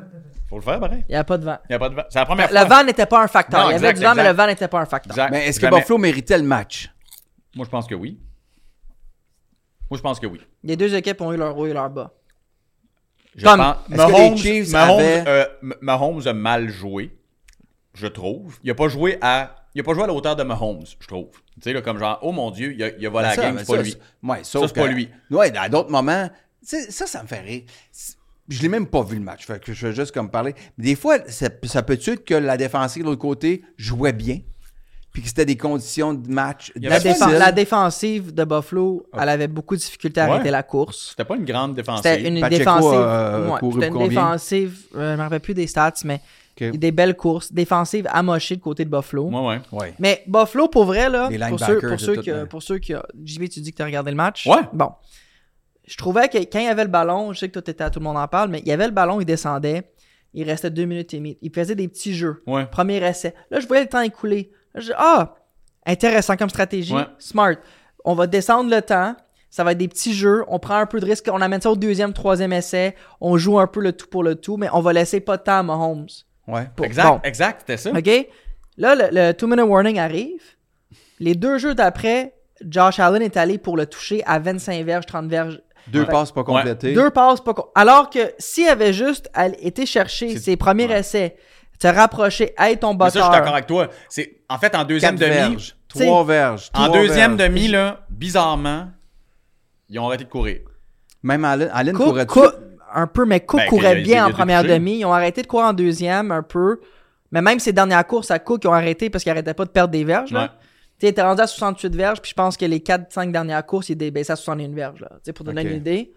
Speaker 3: Faut le faire, pareil.
Speaker 4: Il n'y a pas de vent.
Speaker 3: Il n'y a pas de vent. C'est la première
Speaker 4: Le
Speaker 3: fois.
Speaker 4: vent n'était pas un facteur.
Speaker 3: Ah. Non,
Speaker 4: il y avait
Speaker 3: exact,
Speaker 4: du vent, mais
Speaker 3: exact.
Speaker 4: le vent n'était pas un facteur.
Speaker 3: Exact.
Speaker 2: Mais est-ce que
Speaker 3: Jamais.
Speaker 2: Buffalo méritait le match?
Speaker 3: Moi, je pense que oui. Moi, je pense que oui.
Speaker 4: Les deux équipes ont eu leur haut et leur bas.
Speaker 3: Je
Speaker 4: Comme-
Speaker 3: pense-
Speaker 2: Est-ce que les
Speaker 3: Mahomes,
Speaker 2: Chiefs
Speaker 3: Mahomes,
Speaker 2: avaient-
Speaker 3: euh, M- Mahomes a mal joué, je trouve. Il a pas joué à, il a pas joué à la hauteur de Mahomes, je trouve. Tu sais, là, comme genre, oh mon Dieu, il a, il a volé la
Speaker 2: Ben Ça,
Speaker 3: game,
Speaker 2: mais
Speaker 3: c'est pas
Speaker 2: ça,
Speaker 3: lui.
Speaker 2: Ouais,
Speaker 3: Ça,
Speaker 2: sauf
Speaker 3: c'est pas
Speaker 2: que-
Speaker 3: lui.
Speaker 2: Ouais, à d'autres moments, tu sais, ça, ça me fait rire. C'est- Je l'ai même pas vu le match. Fait que je veux juste comme parler. Des fois, ça, ça peut être que la défensive de l'autre côté jouait bien, puis que c'était des conditions de match
Speaker 3: y
Speaker 4: La,
Speaker 3: avait
Speaker 4: défen-
Speaker 2: difficiles.
Speaker 4: la défensive de Buffalo, elle avait beaucoup de difficultés à
Speaker 3: Ah. Ouais.
Speaker 4: arrêter la course.
Speaker 3: C'était pas une grande défensive. Ben,
Speaker 4: C'était une
Speaker 2: Pacheco a,
Speaker 4: défensive.
Speaker 2: euh,
Speaker 4: ouais,
Speaker 2: couru
Speaker 4: c'était une
Speaker 2: pour combien?
Speaker 4: défensive. euh, je me rappelle plus des stats, mais
Speaker 2: Ok.
Speaker 4: des belles courses. Défensive amochée de côté de Buffalo.
Speaker 3: Ouais, ouais.
Speaker 2: Ouais.
Speaker 4: Mais Buffalo, pour vrai, là,
Speaker 2: Les
Speaker 4: pour ceux,
Speaker 2: linebackers,
Speaker 4: pour ceux
Speaker 2: c'est
Speaker 4: qui,
Speaker 2: tout, hein.
Speaker 4: pour ceux qui, JB, tu dis que tu as regardé le match.
Speaker 3: Ouais.
Speaker 4: Bon. Je trouvais que quand il y avait le ballon, je sais que toi, t'étais à tout le monde en parle, mais il y avait le ballon, il descendait, il restait deux minutes et demie. Il faisait des petits jeux.
Speaker 3: Ouais.
Speaker 4: Premier essai. Là, je voyais le temps écouler. Là, je dis, ah, intéressant comme stratégie.
Speaker 3: Ouais.
Speaker 4: Smart. On va descendre le temps. Ça va être des petits jeux. On prend un peu de risque. On amène ça au deuxième, troisième essai. On joue un peu le tout pour le tout, mais on va laisser pas de temps à Mahomes.
Speaker 2: Ouais.
Speaker 4: Pour-
Speaker 3: Exact,
Speaker 4: bon.
Speaker 3: exact, c'était ça.
Speaker 4: OK? Là, le, two-minute warning arrive. Les deux jeux d'après, Josh Allen est allé pour le toucher à 25 verges, 30 verges.
Speaker 2: Deux
Speaker 3: Ouais.
Speaker 2: passes pas complétées.
Speaker 4: Deux passes pas. con- Alors que s'il avait juste all- été chercher
Speaker 3: C'est-
Speaker 4: ses premiers
Speaker 3: ouais.
Speaker 4: essais, te rapprocher, être ton
Speaker 3: Mais ça, je suis d'accord
Speaker 4: botteur.
Speaker 3: avec toi. C'est, en fait, en deuxième
Speaker 2: Quatre
Speaker 3: demi,
Speaker 2: verges. Trois verges.
Speaker 3: en
Speaker 2: trois
Speaker 3: deuxième
Speaker 2: verges.
Speaker 3: demi, là, bizarrement, ils ont arrêté de courir.
Speaker 2: Même Allen, Allen
Speaker 4: Cook-
Speaker 2: courait
Speaker 4: Cook- un peu, mais Cook
Speaker 3: Ben, il
Speaker 4: courait
Speaker 3: a- il
Speaker 4: bien
Speaker 3: a
Speaker 4: en
Speaker 3: été
Speaker 4: première
Speaker 3: touché.
Speaker 4: demi. Ils ont arrêté de courir en deuxième un peu. Mais même ses dernières courses à Cook, ils ont arrêté parce qu'ils n'arrêtaient pas de perdre des verges. là.
Speaker 3: Ouais.
Speaker 4: Tu Tu sais, il était rendu à 68 verges, puis je pense que les 4-5 dernières courses, il était baissé à 61 verges, là, tu sais, pour donner
Speaker 3: Ok.
Speaker 4: une idée.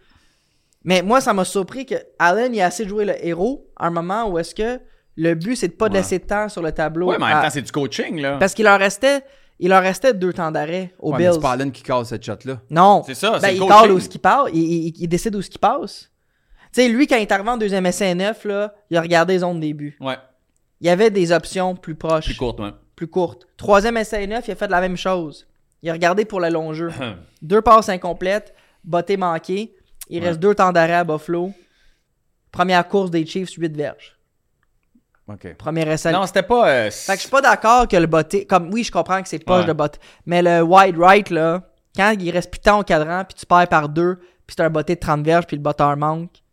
Speaker 4: Mais moi, ça m'a surpris que Allen, il a assez joué le héros à un moment où est-ce que le but, c'est de pas
Speaker 3: Ouais.
Speaker 4: laisser de temps sur le tableau.
Speaker 3: Ouais, mais en même
Speaker 4: à-
Speaker 3: temps, c'est du coaching, là.
Speaker 4: ah. Parce qu'il leur restait, il leur restait deux temps d'arrêt aux
Speaker 2: Ouais, mais
Speaker 4: Bills.
Speaker 2: c'est pas Allen qui casse cette shot-là.
Speaker 4: Non.
Speaker 3: C'est ça,
Speaker 4: Ben,
Speaker 3: c'est le
Speaker 4: il
Speaker 3: coaching.
Speaker 4: parle où ce qu'il parle, il, il- il décide où ce qu'il passe. Tu sais, lui, quand il est arrivé en deuxième essai 9, là, il a regardé les zones début.
Speaker 3: Ouais,
Speaker 4: Il y avait des options plus proches,
Speaker 3: plus
Speaker 4: plus,
Speaker 3: courte, ouais. (clears throat)
Speaker 4: courtes. Troisième essai 9, il a fait la même chose. Il a regardé pour le
Speaker 3: (laughs)
Speaker 4: long jeu. deux passes incomplètes, botté manqué. Il
Speaker 3: Ouais.
Speaker 4: reste deux temps d'arrêt à Buffalo. Première course des Chiefs, 8 verges.
Speaker 2: OK.
Speaker 4: Premier essai.
Speaker 3: Non, c'était pas. euh,
Speaker 4: Fait que je suis pas d'accord que le botté. Comme oui, je comprends que c'est poche
Speaker 3: Ouais.
Speaker 4: de botte. Mais le wide right, là, quand il reste plus de temps au cadran, puis tu perds par deux, puis c'est un botté de 30 verges, puis le botteur manque.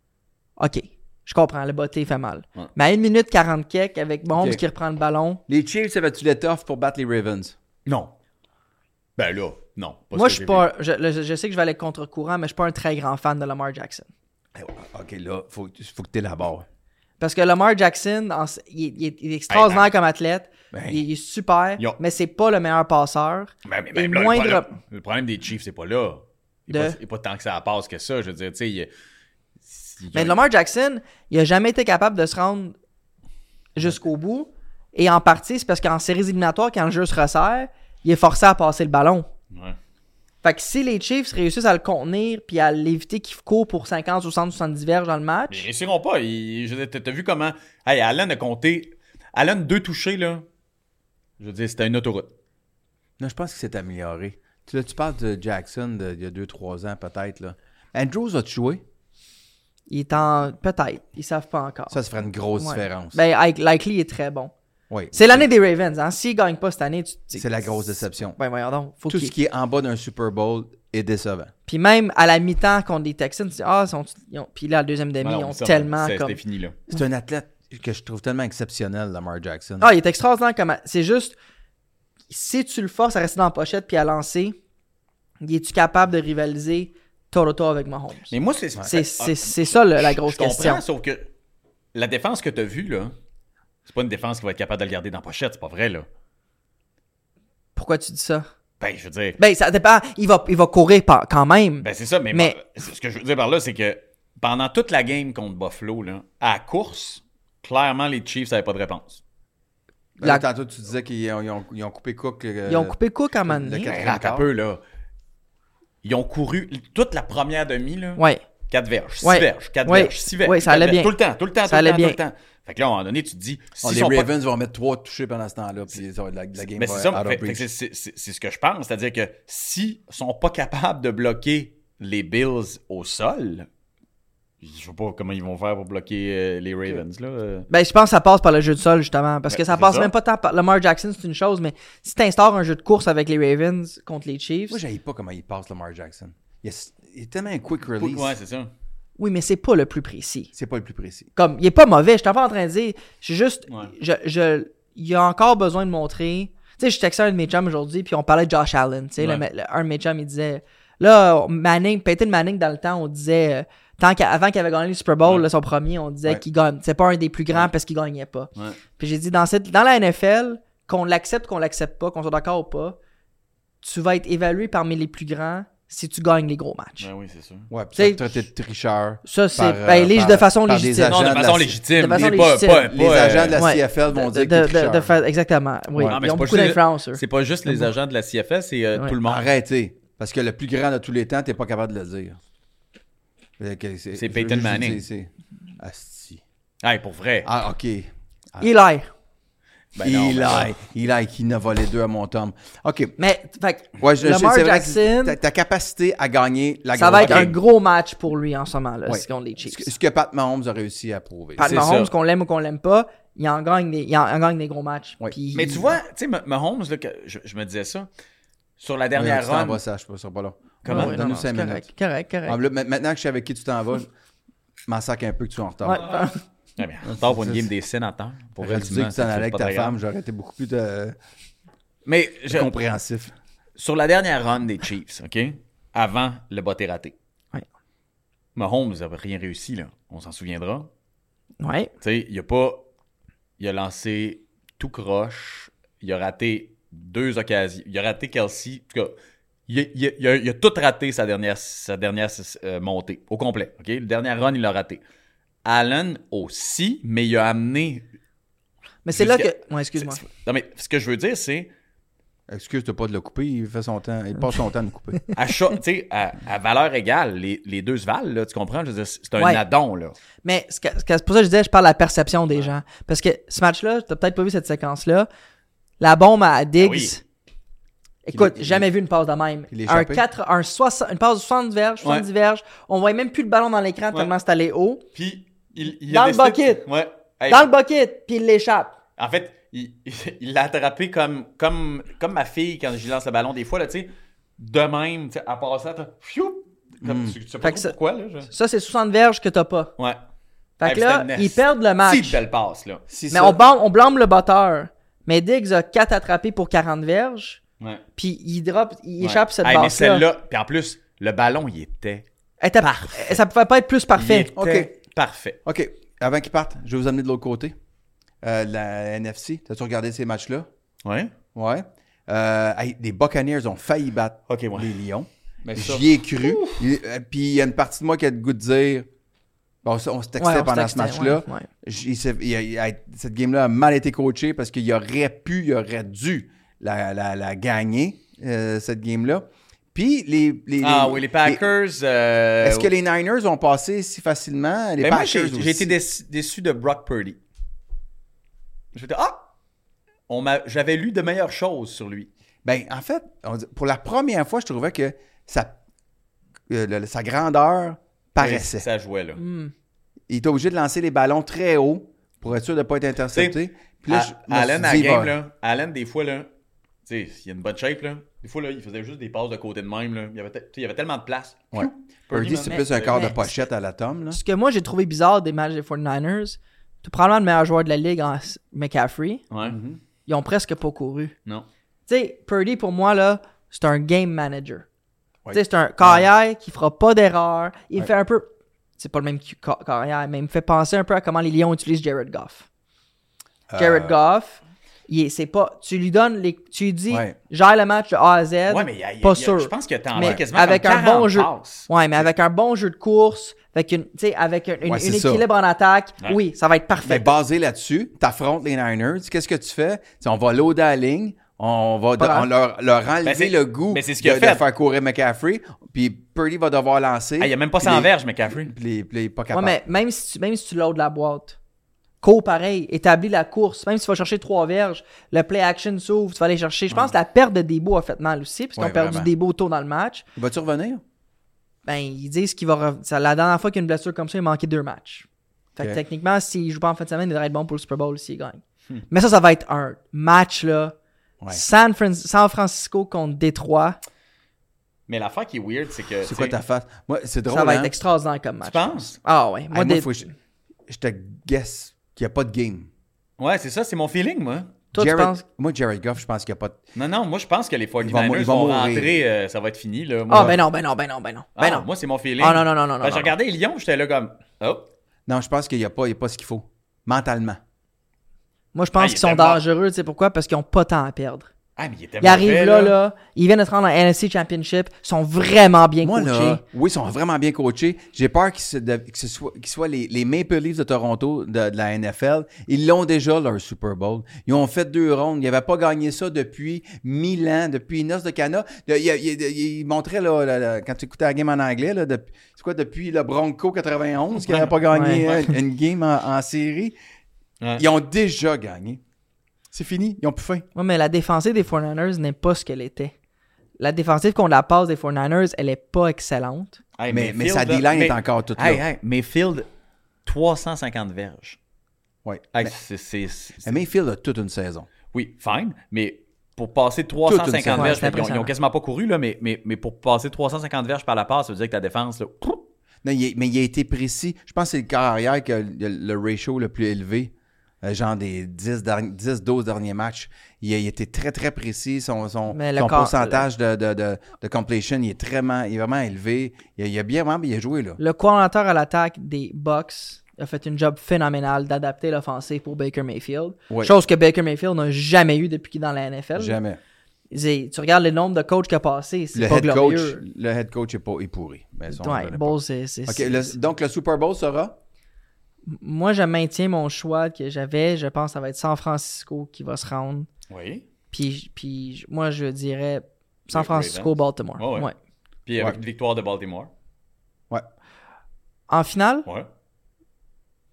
Speaker 4: OK. Je comprends, le botté fait mal.
Speaker 3: Ouais.
Speaker 4: Mais à 1 minute 40 kek avec Bonds
Speaker 2: Ok.
Speaker 4: qui reprend le ballon.
Speaker 2: Les Chiefs avaient-tu l'étoffe pour battre les Ravens?
Speaker 3: Non. Ben là, non. pas
Speaker 4: Moi,
Speaker 3: ce
Speaker 4: je
Speaker 3: que
Speaker 4: suis
Speaker 3: j'ai
Speaker 4: pas. Je, le- je sais que je vais aller contre-courant, mais je suis pas un très grand fan de Lamar Jackson.
Speaker 2: Eh ouais, OK, là, faut, faut que t'élabores.
Speaker 4: Parce que Lamar Jackson, en- il, il est- il est extraordinaire comme athlète. il, il est
Speaker 3: Ben.
Speaker 4: super,
Speaker 3: Yo.
Speaker 4: mais c'est pas le meilleur passeur.
Speaker 3: vu. Ben, mais
Speaker 4: Et
Speaker 3: même là, le,
Speaker 4: moindre-
Speaker 3: problème, le problème des Chiefs, c'est pas là. Il
Speaker 4: De-
Speaker 3: n'est pas, il est pas tant que ça passe que ça. Je veux dire, tu sais, il y a- il y a-
Speaker 4: Mais Lamar Jackson, il a jamais été capable de se rendre jusqu'au bout. Et en partie, c'est parce qu'en séries éliminatoires, quand le jeu se resserre, il est forcé à passer le ballon.
Speaker 3: Ouais.
Speaker 4: Fait que si les Chiefs réussissent à le contenir puis à l'éviter qu'il court pour 50, 60, 70 verges dans le
Speaker 3: Mais Ils
Speaker 4: match,
Speaker 3: réussiront pas. Ils- je veux dire, t'as- t'as vu comment. Hey, Allen a compté. Allen, deux touchés, là. Je veux dire, c'était une autoroute.
Speaker 2: Non, je pense que c'est amélioré. Tu, là, tu parles de Jackson de- il y a 2-3 ans, peut-être. là. Andrews a-tu joué?
Speaker 4: il est en. Peut-être. Ils savent pas encore.
Speaker 2: Ça, ça ferait une grosse
Speaker 4: Ouais.
Speaker 2: différence.
Speaker 4: Ben, Ike- Likely est très bon.
Speaker 2: oui.
Speaker 4: C'est l'année des Ravens. Hein. S'ils gagnent pas cette année, tu. tu-
Speaker 2: C'est la grosse déception.
Speaker 4: Ben, voyons donc. Faut
Speaker 2: Tout
Speaker 4: qu'il-
Speaker 2: ce qui est en bas d'un Super Bowl est décevant.
Speaker 4: Puis même à la mi-temps contre les Texans, tu dis, ah, sont ils ont- puis là, la deuxième demi,
Speaker 3: Non,
Speaker 4: ils ont
Speaker 3: ça,
Speaker 4: tellement
Speaker 3: Ben, c'est-
Speaker 4: comme.
Speaker 3: C'était fini, là.
Speaker 2: C'est un athlète que je trouve tellement exceptionnel, Lamar Jackson.
Speaker 4: Ah, il est extraordinaire comme. C'est juste, si tu le forces à rester dans la pochette puis à lancer, es-tu capable de rivaliser Toronto avec Mahomes?
Speaker 3: Mais moi, c'est.
Speaker 4: C'est c'est- c'est ça le- la grosse
Speaker 3: Ah. je comprends,
Speaker 4: question.
Speaker 3: sauf que la défense que tu as vue, là, c'est pas une défense qui va être capable de le garder dans la pochette, c'est pas vrai, là.
Speaker 4: Pourquoi tu dis ça?
Speaker 3: Ben, je veux dire.
Speaker 4: Ben, ça dépend. Il va, il va courir par- quand même.
Speaker 3: Ben, c'est ça, mais,
Speaker 4: Mais-
Speaker 3: moi, ce que je veux dire par là, c'est que pendant toute la game contre Buffalo, là, à la course, clairement, les Chiefs n'avaient pas de réponse.
Speaker 2: Ben là,
Speaker 4: la-
Speaker 2: Tantôt, tu disais qu'ils ont, ils ont- ils ont coupé Cook. euh,
Speaker 4: Ils ont coupé Cook en
Speaker 2: le
Speaker 4: donné.
Speaker 2: quatre-
Speaker 3: Ben, attends un peu, là. Ils ont couru toute la première demi, là.
Speaker 4: Ouais.
Speaker 3: 4 verges, 6
Speaker 4: Ouais.
Speaker 3: verges, 4
Speaker 4: Ouais.
Speaker 3: verges, 6 verges.
Speaker 4: Ouais, ça
Speaker 3: quatre
Speaker 4: allait
Speaker 3: verges.
Speaker 4: bien.
Speaker 3: Tout le temps, tout le temps, tout
Speaker 4: Ça
Speaker 3: le temps,
Speaker 4: allait
Speaker 3: tout le temps. Fait que là, à un moment donné, tu te dis,
Speaker 2: Oh,
Speaker 3: s'ils
Speaker 2: les
Speaker 3: sont pas-
Speaker 2: Ravens vont mettre trois touchés pendant ce temps-là, puis ça va être la, la game
Speaker 3: Mais
Speaker 2: va
Speaker 3: c'est ça,
Speaker 2: out of
Speaker 3: fait- fait que
Speaker 2: reach.
Speaker 3: c'est- c'est c'est- c'est ce que je pense. C'est-à-dire que s'ils sont pas capables de bloquer les Bills au sol, je sais pas comment ils vont faire pour bloquer euh, les Ravens. Là. euh.
Speaker 4: Ben, je pense que ça passe par le jeu de sol, justement. Parce que
Speaker 3: Ben,
Speaker 4: ça
Speaker 3: c'est
Speaker 4: passe
Speaker 3: ça.
Speaker 4: même pas tant par. Lamar Jackson, c'est une chose, mais si tu instaures un jeu de course avec les Ravens contre les Chiefs.
Speaker 2: Moi, je pas comment il passe Lamar Jackson. Il est, il est tellement un quick release.
Speaker 3: Ouais, c'est ça.
Speaker 4: Oui, mais c'est pas le plus précis.
Speaker 2: c'est pas le plus précis.
Speaker 4: Comme, il est pas mauvais, je suis pas en train de dire. Je suis juste.
Speaker 3: Ouais.
Speaker 4: Je, je- il y a encore besoin de montrer. Tu sais, je textais un de mes chums aujourd'hui, puis on parlait de Josh Allen. Tu sais,
Speaker 3: Ouais.
Speaker 4: le ma- le- un de mes chums, il disait. Là, Manning, Peyton Manning, dans le temps, on disait. euh, tant qu'à- avant qu'il avait gagné le Super Bowl,
Speaker 3: Ouais.
Speaker 4: là, son premier, on disait
Speaker 2: Ouais.
Speaker 4: qu'il gagne. C'est pas un des plus grands parce qu'il gagnait pas.
Speaker 3: Ouais.
Speaker 4: Puis j'ai dit, dans, cette, dans la NFL, qu'on l'accepte, qu'on l'accepte pas, qu'on soit d'accord ou pas, tu vas être évalué parmi les plus grands si tu gagnes les gros matchs.
Speaker 3: Ouais, Ben oui, c'est ça.
Speaker 2: Ouais, puis
Speaker 4: Tu sais,
Speaker 2: ça, traité de tricheur.
Speaker 4: Ça, c'est
Speaker 2: Par, euh,
Speaker 4: ben, lég-
Speaker 2: par-
Speaker 4: de façon
Speaker 2: par des
Speaker 4: légitime.
Speaker 2: agents
Speaker 3: Non, de
Speaker 2: de la-
Speaker 3: façon légitime.
Speaker 4: de façon
Speaker 3: mais pas-
Speaker 4: légitime.
Speaker 3: pas- pas,
Speaker 2: Les
Speaker 3: euh,
Speaker 2: agents de la
Speaker 4: ouais.
Speaker 2: CFL vont
Speaker 4: De-
Speaker 2: dire que
Speaker 4: de-
Speaker 2: t'es tricheur.
Speaker 4: de fa- exactement, oui.
Speaker 2: Ouais.
Speaker 3: Non, Ah, mais
Speaker 4: Ils
Speaker 3: c'est
Speaker 4: ont
Speaker 3: pas
Speaker 4: beaucoup
Speaker 3: juste les-
Speaker 4: d'influence, eux.
Speaker 3: C'est pas juste les agents de la CFL, c'est euh,
Speaker 4: Ouais.
Speaker 3: tout le monde.
Speaker 2: Arrêtez. Parce que le plus grand de tous les temps, t'es pas capable de le dire. Fait que
Speaker 3: C'est
Speaker 2: je-
Speaker 3: Peyton
Speaker 2: je- je-
Speaker 3: Manning.
Speaker 2: c'est- c'est- Asti.
Speaker 3: Hey, pour vrai.
Speaker 2: Ah, OK.
Speaker 4: Eli.
Speaker 3: Ben non,
Speaker 2: Eli,
Speaker 3: ben non.
Speaker 2: Eli qui n'a volé deux à mon Tom. OK.
Speaker 4: Mais, fait que
Speaker 2: Ouais, je, je-
Speaker 4: Lamar
Speaker 2: c'est vrai que
Speaker 4: Jackson,
Speaker 2: ta, ta capacité à gagner la
Speaker 4: ça
Speaker 2: grosse
Speaker 4: va être
Speaker 2: game.
Speaker 4: un gros match pour lui en ce moment, là,
Speaker 2: Ouais.
Speaker 4: si on les
Speaker 2: Ce
Speaker 4: Chiefs.
Speaker 2: que- ce que Pat Mahomes a réussi à prouver.
Speaker 4: Pat
Speaker 3: c'est
Speaker 4: Mahomes,
Speaker 3: ça.
Speaker 4: qu'on l'aime ou qu'on l'aime pas, il en gagne des, il en, il en gagne des gros matchs.
Speaker 2: Ouais.
Speaker 4: Puis-
Speaker 3: Mais tu vois, tu sais, Ma- Mahomes, là, que je, je me disais ça, sur la
Speaker 2: Ouais,
Speaker 3: dernière
Speaker 2: tu t'en
Speaker 3: run.
Speaker 2: vas, ça, je ne serai pas là.
Speaker 3: Comment?
Speaker 4: Ouais, ouais, non,
Speaker 2: Donne-nous
Speaker 4: non, c'est
Speaker 2: cinq minutes.
Speaker 4: correct, correct,
Speaker 2: Ah,
Speaker 4: correct.
Speaker 2: là, ma- maintenant que je sais avec qui tu t'en vas, je m'en sac un peu que tu es en retard.
Speaker 4: Ouais. (laughs)
Speaker 3: Ouais, Ah,
Speaker 2: Ah,
Speaker 3: mais en retard pour une game des sénateurs. Pour
Speaker 2: J'aurais
Speaker 3: vrai,
Speaker 2: dû dire que tu t'en allais avec ta femme, j'aurais été beaucoup plus de...
Speaker 3: Mais je,
Speaker 2: compréhensif.
Speaker 3: sur la dernière run des Chiefs, OK? Avant le botté raté.
Speaker 4: Ouais.
Speaker 3: Mahomes n'a rien réussi, là. On s'en souviendra.
Speaker 4: Ouais.
Speaker 3: Tu sais, il a pas. Il a lancé tout croche. Il a raté deux occasions. Il a raté Kelsey. En tout cas, il, a- il a- il a, il a tout raté sa dernière, sa dernière euh, montée, au complet. OK? Le dernier run, il l'a raté. Allen aussi, mais il a amené.
Speaker 4: Mais c'est là que.
Speaker 3: Jusqu'à-
Speaker 4: Ouais, excuse-moi.
Speaker 3: Non, mais ce que je veux dire, c'est.
Speaker 2: Excuse-toi pas de le couper, il fait son temps, il passe son temps de le
Speaker 4: (laughs)
Speaker 2: couper.
Speaker 3: À, cha- tu sais, à, à valeur égale, les, les deux se valent, là, tu comprends? Je veux dire, c'est un
Speaker 4: Ouais.
Speaker 3: addon. Là.
Speaker 4: Mais ce que- ce que- c'est pour ça que je disais, je parle de la perception des gens. Parce que ce match-là, t'as peut-être pas vu cette séquence-là. La bombe à Diggs.
Speaker 3: Ah oui.
Speaker 4: Écoute,
Speaker 2: Il est-
Speaker 4: jamais vu une passe de même.
Speaker 2: Il est
Speaker 4: Un
Speaker 2: échappé.
Speaker 4: 4, un 60, une passe de 60 verges, 70 verges. On voyait même plus le ballon dans l'écran tellement c'est allé haut.
Speaker 3: Puis, il, il
Speaker 4: Dans
Speaker 3: a
Speaker 4: le
Speaker 3: décidé-
Speaker 4: bucket.
Speaker 3: Ouais. Hey,
Speaker 4: Dans le bucket, puis il l'échappe.
Speaker 3: En fait, il (laughs) il l'a attrapé comme, comme, comme ma fille quand je lui lance le ballon des fois, là, tu sais, de même, tu sais, en passant, t'as- fiou, comme tu, tu sais pas
Speaker 4: Hmm. Fait que
Speaker 3: trop
Speaker 4: ça-
Speaker 3: pourquoi, là. je-
Speaker 4: Ça, c'est 60 verges que t'as pas.
Speaker 3: Ouais.
Speaker 4: Fait
Speaker 3: Hey,
Speaker 4: que là,
Speaker 3: c'était une
Speaker 4: ils perdent le match.
Speaker 3: Si belle passe, là.
Speaker 5: Si
Speaker 4: Mais
Speaker 5: ça-
Speaker 4: on blâme, on blâme le batteur. Mais Diggs a 4 attrapés pour 40 verges.
Speaker 3: Ouais.
Speaker 4: Puis il drop, il
Speaker 3: Ouais.
Speaker 4: échappe cette
Speaker 3: Hey, mais
Speaker 4: passe-là.
Speaker 3: celle-là, puis en plus, le ballon, il était
Speaker 4: Elle était-
Speaker 3: Parfait.
Speaker 4: Ça pouvait pas être plus parfait.
Speaker 3: Il était parfait.
Speaker 2: OK, avant qu'il parte, je vais vous amener de l'autre côté. Euh, la NFC, t'as-tu regardé ces matchs-là?
Speaker 3: Ouais.
Speaker 2: Ouais. Euh, hey, les Buccaneers ont failli battre
Speaker 3: Ok, ouais.
Speaker 2: les Lions.
Speaker 3: Mais ça-
Speaker 2: J'y ai cru. Il- euh, Puis il y a une partie de moi qui a le goût de dire bon, ça, on se textait
Speaker 4: Ouais, on
Speaker 2: pendant
Speaker 4: se textait,
Speaker 2: ce match-là.
Speaker 4: ouais, ouais.
Speaker 2: J- il s'est- il a- il a- cette game-là a mal été coachée parce qu'il aurait pu, il aurait dû la, la- la gagner, euh, cette game-là. Puis les. les-
Speaker 3: Ah oui, les Packers. euh,
Speaker 2: Est-ce que les Niners ont passé si facilement? Les
Speaker 3: Ben, moi,
Speaker 2: Packers
Speaker 3: j'ai j'ai
Speaker 2: aussi.
Speaker 3: été déçu, déçu de Brock Purdy. J'étais, ah! On m'a- J'avais lu de meilleures choses sur lui.
Speaker 2: Ben, en fait, on dit- pour la première fois, je trouvais que sa, euh, le- sa grandeur paraissait.
Speaker 3: Ça jouait, là.
Speaker 4: Hmm.
Speaker 2: Il était obligé de lancer les ballons très haut pour être sûr de ne pas être intercepté. Puis là,
Speaker 3: À-
Speaker 2: je me suis
Speaker 3: Ah, Allen, à la
Speaker 2: dit,
Speaker 3: game,
Speaker 2: bon,
Speaker 3: là, Allen, des fois, là, tu sais, il a une bonne shape, là. Des fois, là, il faisait juste des passes de côté de même, là. Il y avait, te- tu sais, il y avait tellement de place.
Speaker 2: Ouais. Purdy, c'est
Speaker 3: Mais-
Speaker 2: plus un quart de
Speaker 4: mais-
Speaker 2: pochette à la tombe. Là.
Speaker 4: Ce que moi j'ai trouvé bizarre des matchs des 49ers, tout probablement le meilleur joueur de la ligue en McCaffrey,
Speaker 3: Ouais.
Speaker 2: Mm-hmm.
Speaker 4: ils ont presque pas couru.
Speaker 3: Non.
Speaker 4: Tu sais, Purdy pour moi là, c'est un game manager.
Speaker 2: Ouais.
Speaker 4: Tu sais, c'est un carrière qui fera pas d'erreur. Il fait un peu c'est pas le même cu- ca- carrière, mais il me fait penser un peu à comment les Lions utilisent Jared Goff.
Speaker 3: Euh,
Speaker 4: Jared Goff, il est- c'est pas tu lui donnes les tu lui dis
Speaker 2: Ouais.
Speaker 4: gère le match de A à Z.
Speaker 3: Ouais, mais il y a, il y a-
Speaker 4: pas
Speaker 3: il y a-
Speaker 4: sûr.
Speaker 3: je pense qu'il a tenté
Speaker 4: Mais
Speaker 3: quasiment
Speaker 4: avec
Speaker 3: comme
Speaker 4: un
Speaker 3: 40
Speaker 4: bon jeu.
Speaker 3: passes.
Speaker 4: Ouais, mais avec un bon jeu de course, avec une, tu sais, avec un, une-
Speaker 2: Ouais, c'est
Speaker 4: un
Speaker 2: ça.
Speaker 4: équilibre en attaque,
Speaker 3: Ouais.
Speaker 4: oui, ça va être parfait.
Speaker 2: Mais basé là-dessus, t'affrontes les Niners, qu'est-ce que tu fais? Tu sais, on va loader la ligne, on va
Speaker 4: Pas
Speaker 2: on leur, leur enlever
Speaker 3: Ben, c'est-
Speaker 2: le goût
Speaker 3: mais c'est ce qu'il
Speaker 2: de,
Speaker 3: a fait.
Speaker 2: de faire courir McCaffrey, puis Purdy va devoir lancer.
Speaker 3: Ah, il y a même pas
Speaker 2: puis
Speaker 3: 100
Speaker 2: les-
Speaker 3: verges, McCaffrey.
Speaker 2: puis les- puis les pas
Speaker 4: Ouais,
Speaker 2: capable.
Speaker 4: mais même si tu, même si tu loads la boîte, cours pareil, établis la course, même si tu vas chercher trois verges, le play action s'ouvre, tu vas aller chercher. Je pense que la perte de Debo a fait mal aussi, parce qu'ils
Speaker 2: Ouais,
Speaker 4: ont perdu
Speaker 2: vraiment.
Speaker 4: Debo tôt dans le match.
Speaker 2: Vas-tu revenir?
Speaker 4: Ben, ils disent qu'il va. rev- ça- La dernière fois qu'il y a une blessure comme ça, il manquait deux matchs. Fait que
Speaker 2: Ok.
Speaker 4: techniquement, s'il joue pas en fin de semaine, il devrait être bon pour le Super Bowl s'il gagne. Mais ça, ça va être un match, là.
Speaker 2: Hmm. Ouais.
Speaker 4: San, Fran- San Francisco contre Détroit,
Speaker 3: Mais l'affaire qui est weird, c'est que.
Speaker 2: C'est quoi ta face? Moi, c'est drôle.
Speaker 4: ça va
Speaker 2: hein?
Speaker 4: être extraordinaire comme
Speaker 3: Tu
Speaker 4: match.
Speaker 3: penses?
Speaker 4: Ah ouais.
Speaker 2: Hey, moi,
Speaker 4: Moi, des-
Speaker 2: faut que je, je te guess qu'il n'y a pas de game.
Speaker 3: Ouais, c'est ça, c'est mon feeling, moi.
Speaker 4: toi,
Speaker 2: Jared-
Speaker 4: tu penses.
Speaker 2: Moi, Jared Goff, je pense qu'il n'y a pas de.
Speaker 3: Non, non, moi, je pense que les 49ers
Speaker 2: vont
Speaker 3: vont,
Speaker 2: mou- ils vont mourir.
Speaker 3: rentrer, euh, ça va être fini, là. Moi,
Speaker 4: Ah, ben non, ben non, ben non, ben non.
Speaker 3: Ah,
Speaker 4: Ben non.
Speaker 3: Moi, c'est mon feeling.
Speaker 4: Ah non, non, non, non,
Speaker 3: Ben,
Speaker 4: non,
Speaker 3: J'ai
Speaker 4: non.
Speaker 3: regardé les Lions, j'étais là comme. Oh.
Speaker 2: Non, je pense qu'il n'y a, pas- il y a pas ce qu'il faut. Mentalement.
Speaker 4: Moi, je
Speaker 3: Ah,
Speaker 4: pense
Speaker 3: il
Speaker 4: qu'ils
Speaker 3: est
Speaker 4: sont
Speaker 3: tellement-
Speaker 4: dangereux. Tu sais pourquoi? Parce qu'ils ont pas tant à perdre.
Speaker 3: Ah, mais il était
Speaker 4: Ils arrivent
Speaker 3: mauvais,
Speaker 4: là, là. Ils viennent de se rendre en NFC Championship. Ils sont vraiment bien
Speaker 2: Moi,
Speaker 4: coachés.
Speaker 2: là, oui, ils sont vraiment bien coachés. J'ai peur qu'ils se de- que ce soit, qu'ils soient les, les Maple Leafs de Toronto de, de la NFL. Ils l'ont déjà, leur Super Bowl. Ils ont fait deux rondes. Ils n'avaient pas gagné ça depuis mille ans, depuis Noce de Cana. De- Ils ils- ils- ils montraient, là, là, là, quand tu écoutais la game en anglais, là, depuis- c'est quoi, depuis le Bronco 91, qu'ils n'avaient pas gagné
Speaker 4: Ouais.
Speaker 2: hein, une game en, en série.
Speaker 3: Ouais.
Speaker 2: Ils ont déjà gagné. C'est fini. Ils ont plus faim.
Speaker 4: Ouais, mais la défensive des 49ers n'est pas ce qu'elle était. La défensive contre la passe des 49ers, elle est pas excellente.
Speaker 3: Hey,
Speaker 2: Mais, mais sa
Speaker 3: Mayfield, là,
Speaker 2: D-line
Speaker 3: mais-
Speaker 2: est encore toute
Speaker 3: Hey,
Speaker 2: là.
Speaker 3: hey, Mayfield, 350 verges.
Speaker 2: Ouais.
Speaker 3: Hey,
Speaker 2: Mais-
Speaker 3: c'est- c'est- c'est-
Speaker 2: mais Mayfield a toute une saison.
Speaker 3: Oui, fine, mais pour passer
Speaker 2: Toute une
Speaker 3: 350
Speaker 2: saison.
Speaker 4: Ouais,
Speaker 3: verges, ils,
Speaker 4: c'est
Speaker 3: ont, ils ont
Speaker 4: impressionnant.
Speaker 3: quasiment pas couru, là, mais, mais, mais pour passer 350 verges par la passe, ça veut dire que ta défense, là, prou,
Speaker 2: Non, il est- mais il a été précis. Je pense que c'est le carrière qui a le, le ratio le plus élevé, euh, genre des 10, derni- 10 12 derniers matchs. Il a, il a été très, très précis. Son, son,
Speaker 4: Mais le
Speaker 2: son
Speaker 4: corps-
Speaker 2: pourcentage de, de, de, de completion, il est, très, il est vraiment élevé. Il a, il a bien vraiment bien joué, là.
Speaker 4: Le coordinateur à l'attaque des Bucks, a fait une job phénoménale d'adapter l'offensive pour Baker Mayfield.
Speaker 2: Oui.
Speaker 4: Chose que Baker Mayfield n'a jamais eu depuis qu'il est dans la NFL.
Speaker 2: Jamais.
Speaker 4: C'est- Tu regardes le nombre de coachs qu'il a passé, c'est
Speaker 2: Le
Speaker 4: pas
Speaker 2: head, coach,
Speaker 4: glorieux.
Speaker 2: le head coach est, pas, est pourri. Mais ça, on
Speaker 4: Ouais,
Speaker 2: le connaît
Speaker 4: Bowles, c'est- c'est-
Speaker 2: pas. OK,
Speaker 4: c'est-
Speaker 2: le- donc, le Super Bowl sera?
Speaker 4: Moi, je maintiens mon choix que j'avais. Je pense que ça va être San Francisco qui va se rendre.
Speaker 3: Oui.
Speaker 4: Puis, puis je- moi, je dirais San
Speaker 3: Les
Speaker 4: Francisco,
Speaker 3: Ravens.
Speaker 4: Baltimore.
Speaker 3: Ouais, ouais.
Speaker 4: Ouais.
Speaker 3: Puis avec
Speaker 2: Ouais.
Speaker 3: une victoire de Baltimore.
Speaker 4: En finale,
Speaker 3: Ouais.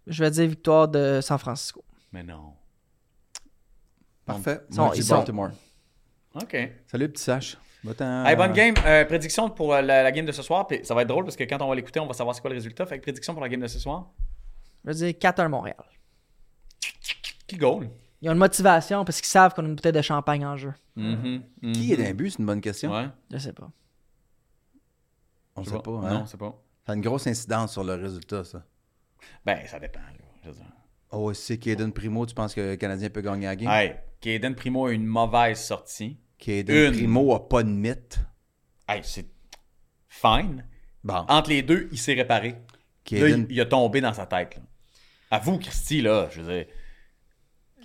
Speaker 4: je vais dire victoire de San Francisco.
Speaker 3: Mais non.
Speaker 2: Parfait.
Speaker 4: Ils sont-
Speaker 2: Moi, je dis
Speaker 4: ils sont-
Speaker 2: Baltimore.
Speaker 3: OK. Hey,
Speaker 2: Salut, petit Sache. Va-t'en.
Speaker 3: bonne game. Euh, prédiction pour euh, la, la game de ce soir. Puis ça va être drôle parce que quand on va l'écouter, on va savoir c'est quoi le résultat. Fait que prédiction pour la game de ce soir.
Speaker 4: Je vais dire 4-1 Montréal.
Speaker 3: Qui goal?
Speaker 4: Ils ont une motivation parce qu'ils savent qu'on a une bouteille de champagne en jeu.
Speaker 3: Mhm, mhm.
Speaker 2: Qui est d'un but? C'est une bonne question.
Speaker 3: Ouais.
Speaker 4: Je sais pas.
Speaker 2: On ne
Speaker 3: je
Speaker 2: sait
Speaker 3: sais
Speaker 2: pas. hein?
Speaker 3: Non, c'est pas.
Speaker 2: Ça a une grosse incidence sur le résultat, ça.
Speaker 3: Ben, ça dépend. là. Je veux dire.
Speaker 2: Oh, c'est Kaden Primo, tu penses que le Canadien peut gagner la game?
Speaker 3: Hey, Kaden Primo a une mauvaise sortie.
Speaker 2: Kaden
Speaker 3: Une.
Speaker 2: Primo a pas de mythe.
Speaker 3: Hey, c'est fine.
Speaker 2: Bon.
Speaker 3: Entre les deux, il s'est réparé. Ah, Là,
Speaker 2: Kaden-
Speaker 3: il, il a tombé dans sa tête. Là. À vous, Christy, là, je veux dire.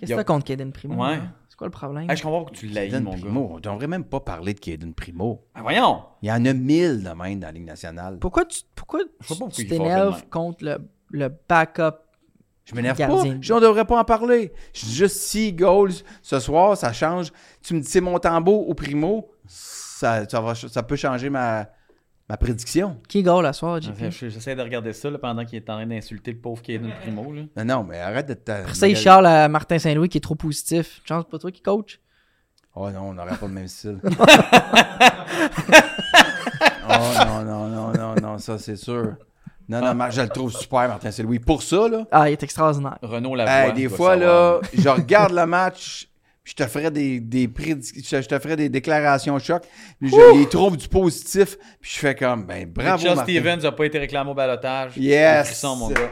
Speaker 4: Qu'est-ce
Speaker 3: Y'a-
Speaker 4: que t'as contre Kaden Primo?
Speaker 3: Ouais.
Speaker 4: hein? C'est quoi le problème?
Speaker 3: Hey, je comprends pas que tu l'aies,
Speaker 2: Kaden
Speaker 3: mon gars.
Speaker 2: Primo, on devrait même pas parler de Kaden Primo.
Speaker 3: Ah, voyons!
Speaker 2: Il y en a mille de même dans la Ligue nationale.
Speaker 4: Pourquoi tu pourquoi
Speaker 3: sais pas
Speaker 4: tu-
Speaker 3: pourquoi
Speaker 4: tu
Speaker 3: il est fâché de
Speaker 4: t'énerves
Speaker 3: même.
Speaker 4: contre le, le backup?
Speaker 2: Je m'énerve pas.
Speaker 4: Gardien.
Speaker 2: Je- on devrait pas en parler. Je dis juste si goals ce soir, ça change. Tu me dis c'est Montembeau ou Primo, ça, ça, va, ça peut changer ma, ma prédiction.
Speaker 4: Qui goal la soir, JP?
Speaker 3: Enfin, je- J'essaie de regarder ça là, pendant qu'il est en train d'insulter le pauvre Kaden Primo. Là.
Speaker 2: Non, non, mais arrête de te.
Speaker 4: Après ça, il charle à Martin Saint-Louis qui est trop positif. Chance c'est pas toi qui coach.
Speaker 2: Oh non, on n'aurait pas le même style. oh Ah, non, non, non, non, non, ça c'est sûr. Non, non, mais je le trouve super, Martin Saint-Louis. Pour ça, là,
Speaker 4: Ah, il est extraordinaire.
Speaker 3: Renaud Lavoie.
Speaker 2: hey, des
Speaker 3: doit
Speaker 2: fois, là,
Speaker 3: savoir.
Speaker 2: je regarde le match, je te ferai des, des, prédic- je je te ferai des déclarations choc, puis je les trouve du positif, puis je fais comme, ben bravo,
Speaker 3: Mitchell
Speaker 2: Martin.
Speaker 3: Stevens n'a pas été réclamé au balotage.
Speaker 2: Yes.
Speaker 3: Des frissons, mon gars.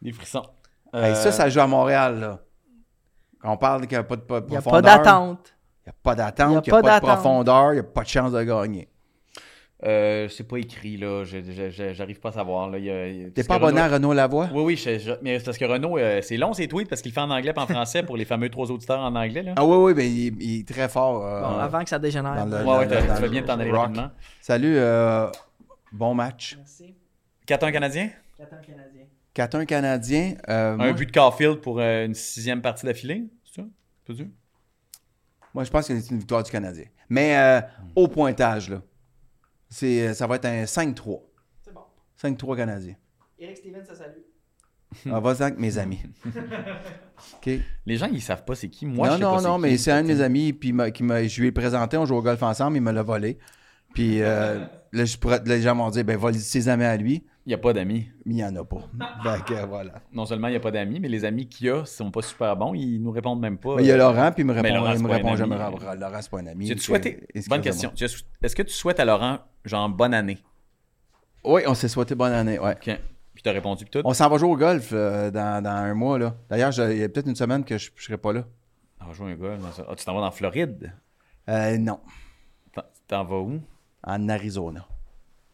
Speaker 3: Des frissons.
Speaker 2: Hey,
Speaker 3: Euh,
Speaker 2: ça, ça joue à Montréal, là. Quand on parle qu'il n'y a pas de po-
Speaker 4: Il n'y a
Speaker 2: profondeur.
Speaker 4: pas d'attente.
Speaker 2: Il n'y a pas d'attente, il n'y a, pas de
Speaker 4: d'attente.
Speaker 2: profondeur, il n'y a pas de chance de gagner.
Speaker 3: Euh, c'est pas écrit, là. Je- je- je- J'arrive pas à savoir. là. Il y a- il y a-
Speaker 2: T'es
Speaker 3: parce
Speaker 2: pas
Speaker 3: que Renaud-
Speaker 2: abonné à Renaud Lavoie?
Speaker 3: Oui, oui, je- je- mais c'est parce que Renaud, euh, c'est long ses tweets parce qu'il le fait en anglais et en français pour les fameux trois auditeurs en anglais. Là.
Speaker 2: Ah oui, oui, mais il, il est très fort. euh,
Speaker 4: Bon,
Speaker 2: en-
Speaker 4: avant que ça dégénère.
Speaker 2: dans le-
Speaker 3: ouais, ouais,
Speaker 2: dans-
Speaker 3: t'as-
Speaker 2: dans
Speaker 3: tu
Speaker 2: le
Speaker 3: vas bien t'en aller
Speaker 2: rock.
Speaker 3: rapidement.
Speaker 2: Salut, euh, bon match.
Speaker 4: Merci.
Speaker 3: 4-1 Canadien,
Speaker 4: 4 Canadien.
Speaker 2: 4-1 Canadien. euh, moi,
Speaker 3: un but de Caulfield pour euh, une sixième partie d'affilée, c'est ça? C'est ça?
Speaker 2: moi, je pense que c'est une victoire du Canadien. Mais euh, au pointage, là, c'est, euh, ça va être un 5-3.
Speaker 4: C'est bon.
Speaker 2: 5-3 Canadien.
Speaker 4: Eric Stevens, ça
Speaker 2: (laughs)
Speaker 4: salue.
Speaker 2: On va Ah, avec mes amis. OK.
Speaker 3: Les gens, ils savent pas c'est qui. Moi, je
Speaker 2: non,
Speaker 3: sais
Speaker 2: non,
Speaker 3: pas
Speaker 2: non,
Speaker 3: qui,
Speaker 2: mais c'est un de mes
Speaker 3: fait.
Speaker 2: amis puis m'a- qui m'a, je lui ai présenté, on joue au golf ensemble, il me l'a volé. Puis euh, là, je pourrais- les gens m'ont dit, ben, vole ses amis à lui,
Speaker 3: Il n'y a pas d'amis.
Speaker 2: mais il n'y en a
Speaker 3: (laughs)
Speaker 2: pas. Fait que, voilà.
Speaker 3: Non seulement il n'y a pas d'amis, mais les amis qu'il y a sont pas super bons. Ils nous répondent même pas.
Speaker 2: Mais Bah, il y a Laurent, puis il me répond,
Speaker 3: Euh, Laurent,
Speaker 2: il
Speaker 3: c'est
Speaker 2: me
Speaker 3: pas un
Speaker 2: répond
Speaker 3: ami.
Speaker 2: jamais. Laurent, Laurent, c'est pas un ami.
Speaker 3: tu
Speaker 2: Que-
Speaker 3: souhaité...
Speaker 2: excusez-moi.
Speaker 3: Bonne question. Tu as sou- Est-ce que tu souhaites à Laurent, genre, bonne année?
Speaker 2: Oui, on s'est souhaité bonne année. Ouais.
Speaker 3: OK. Puis t'as répondu pis tout.
Speaker 2: On s'en va jouer au golf euh, dans, dans un mois. là. D'ailleurs, je- il y a peut-être une semaine que je ne serai pas là.
Speaker 3: On va jouer un gars. dans ça. Ah, tu t'en vas dans Floride?
Speaker 2: Euh, non,
Speaker 3: T'en- T'en vas où?
Speaker 2: en Arizona.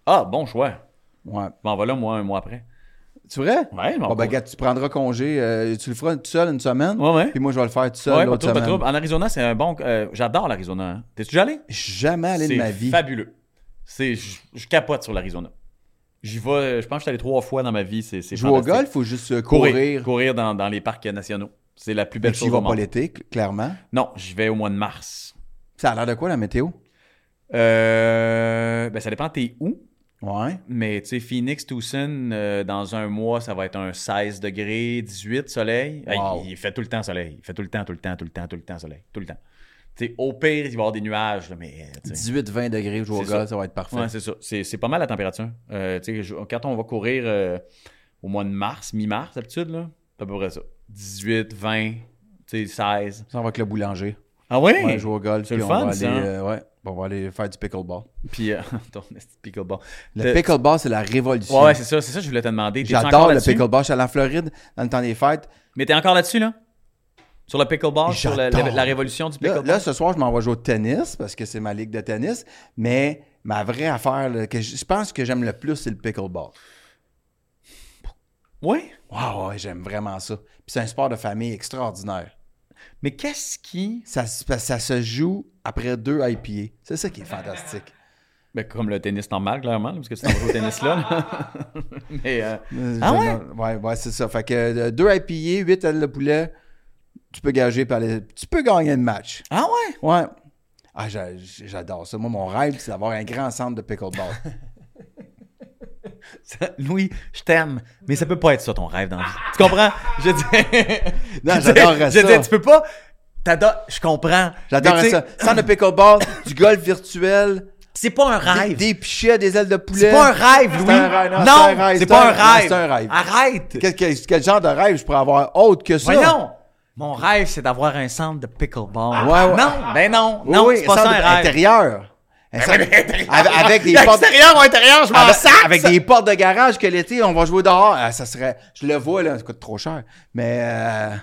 Speaker 3: Ah, bon choix.
Speaker 2: Ouais.
Speaker 3: Je m'en vais là, moi, un mois après.
Speaker 2: Tu vrai?
Speaker 3: Ouais, je m'en
Speaker 2: Bon, ben,
Speaker 3: vais.
Speaker 2: regarde, tu prendras congé. euh, tu le feras tout seul une semaine.
Speaker 3: Ouais, ouais.
Speaker 2: Puis moi, je vais le faire tout seul
Speaker 3: Ouais, pas
Speaker 2: l'autre
Speaker 3: trop, pas
Speaker 2: semaine.
Speaker 3: trop. En Arizona, c'est un bon. euh, J'adore l'Arizona. hein. T'es-tu déjà allé?
Speaker 2: Je suis jamais allé de ma vie.
Speaker 3: C'est fabuleux. C'est, je, je capote sur l'Arizona. J'y vais, je pense que je suis allé trois fois dans ma vie. C'est, c'est
Speaker 2: Jouer au
Speaker 3: fantastique.
Speaker 2: golf ou juste euh, courir?
Speaker 3: Courir, courir dans, dans les parcs nationaux. C'est la plus
Speaker 2: Mais
Speaker 3: belle
Speaker 2: tu
Speaker 3: chose
Speaker 2: y vas
Speaker 3: au
Speaker 2: pas
Speaker 3: monde.
Speaker 2: l'été, cl- clairement.
Speaker 3: Non, j'y vais au mois de mars.
Speaker 2: Ça a l'air de quoi, la météo?
Speaker 3: Euh, ben, ça dépend t'es où,
Speaker 2: Ouais.
Speaker 3: mais tu sais, Phoenix, Tucson, euh, dans un mois, ça va être un 16 degrés, 18 soleil. Hey,
Speaker 2: Wow.
Speaker 3: il fait tout le temps soleil. Il fait tout le temps, tout le temps, tout le temps, tout le temps soleil. Tout le temps. Tu sais, au pire, il va y avoir des nuages, là, mais... euh, tu sais.
Speaker 2: 18-20 degrés, jouer au
Speaker 3: C'est
Speaker 2: golf, ça.
Speaker 3: ça.
Speaker 2: va être parfait.
Speaker 3: Ouais, c'est ça. C'est, c'est pas mal la température. Euh, tu sais, je- quand on va courir euh, au mois de mars, mi-mars, d'habitude, là, c'est à peu près ça. 18, 20, tu sais, 16.
Speaker 2: ça, on va avec le boulanger.
Speaker 3: Ah ouais?
Speaker 2: Ouais, jouer au golf.
Speaker 3: c'est
Speaker 2: puis
Speaker 3: le
Speaker 2: on
Speaker 3: fun,
Speaker 2: va aller,
Speaker 3: ça, hein?
Speaker 2: euh, ouais, on va aller faire du pickleball.
Speaker 3: Puis, euh, (laughs) ton esti de pickleball.
Speaker 2: Le,
Speaker 3: Le-
Speaker 2: pickleball, c'est la révolution.
Speaker 3: Euh, Ouais, ouais, c'est ça, c'est ça que je voulais te demander. T'es-tu encore
Speaker 2: J'adore le
Speaker 3: là-dessus?
Speaker 2: pickleball. Je suis allé en Floride dans le temps des fêtes.
Speaker 3: Mais t'es encore là-dessus, là? Sur le pickleball, sur la,
Speaker 2: J'adore.
Speaker 3: la- la révolution du
Speaker 2: Là,
Speaker 3: pickleball?
Speaker 2: là, ce soir, je m'en vais jouer au tennis parce que c'est ma ligue de tennis. Mais ma vraie affaire, là, que je je pense que j'aime le plus, c'est le pickleball.
Speaker 3: Ouais.
Speaker 2: Waouh, ouais, j'aime vraiment ça. Puis c'est un sport de famille extraordinaire.
Speaker 3: Mais qu'est-ce qui.
Speaker 2: Ça, se- parce que ça se joue après deux IPA. C'est ça qui est fantastique.
Speaker 3: Ben, comme le tennis normal, clairement, là, parce que tu t'en vas au tennis là. là. (laughs) Mais. euh,
Speaker 2: ah ouais? Ouais, ouais, c'est ça. Fait que euh, deux IPA, huit ailes de poulet, tu peux gager par les... Tu peux gagner le match.
Speaker 3: Ah ouais?
Speaker 2: Ouais. Ah, j'a- j'adore ça. Moi, mon rêve, c'est d'avoir un grand centre de
Speaker 3: (laughs)
Speaker 2: pickleball.
Speaker 3: Ça- Louis, je t'aime, mais ça peut pas être ça ton rêve dans la vie. Tu comprends? Je dis.
Speaker 2: (laughs) Non,
Speaker 3: Je dis-
Speaker 2: j'adorerais
Speaker 3: Je
Speaker 2: ça.
Speaker 3: dis, tu peux pas. T'adores. Je comprends. Mais
Speaker 2: J'adorerais
Speaker 3: tu sais,
Speaker 2: ça. Centre de pickleball, du golf virtuel,
Speaker 3: C'est pas un
Speaker 2: des,
Speaker 3: rêve.
Speaker 2: des pichets, des ailes de poulet.
Speaker 3: C'est pas un rêve, Louis.
Speaker 2: C'est un rêve, non, c'est un
Speaker 3: Non,
Speaker 2: rêve,
Speaker 3: c'est
Speaker 2: c'est
Speaker 3: pas un
Speaker 2: un- non,
Speaker 3: rêve. Ah.
Speaker 2: c'est un rêve.
Speaker 3: Arrête.
Speaker 2: Quel, quel- quel genre de rêve je pourrais avoir autre que ça? Ah,
Speaker 3: Voyons. Mon rêve, c'est d'avoir un centre de pickleball.
Speaker 2: Ouais, ouais.
Speaker 3: Non, ben non.
Speaker 2: Oui,
Speaker 3: Non,
Speaker 2: oui,
Speaker 3: c'est pas
Speaker 2: un
Speaker 3: ça
Speaker 2: centre
Speaker 3: un rêve.
Speaker 2: intérieur. Un centre- avec,
Speaker 3: (laughs)
Speaker 2: avec des portes,
Speaker 3: Extérieur ou intérieur, je m'en
Speaker 2: avec,
Speaker 3: sac.
Speaker 2: avec des portes de garage que l'été, on va jouer dehors. Ah, ça serait. Je le vois, là. Ça coûte trop cher. Mais. euh,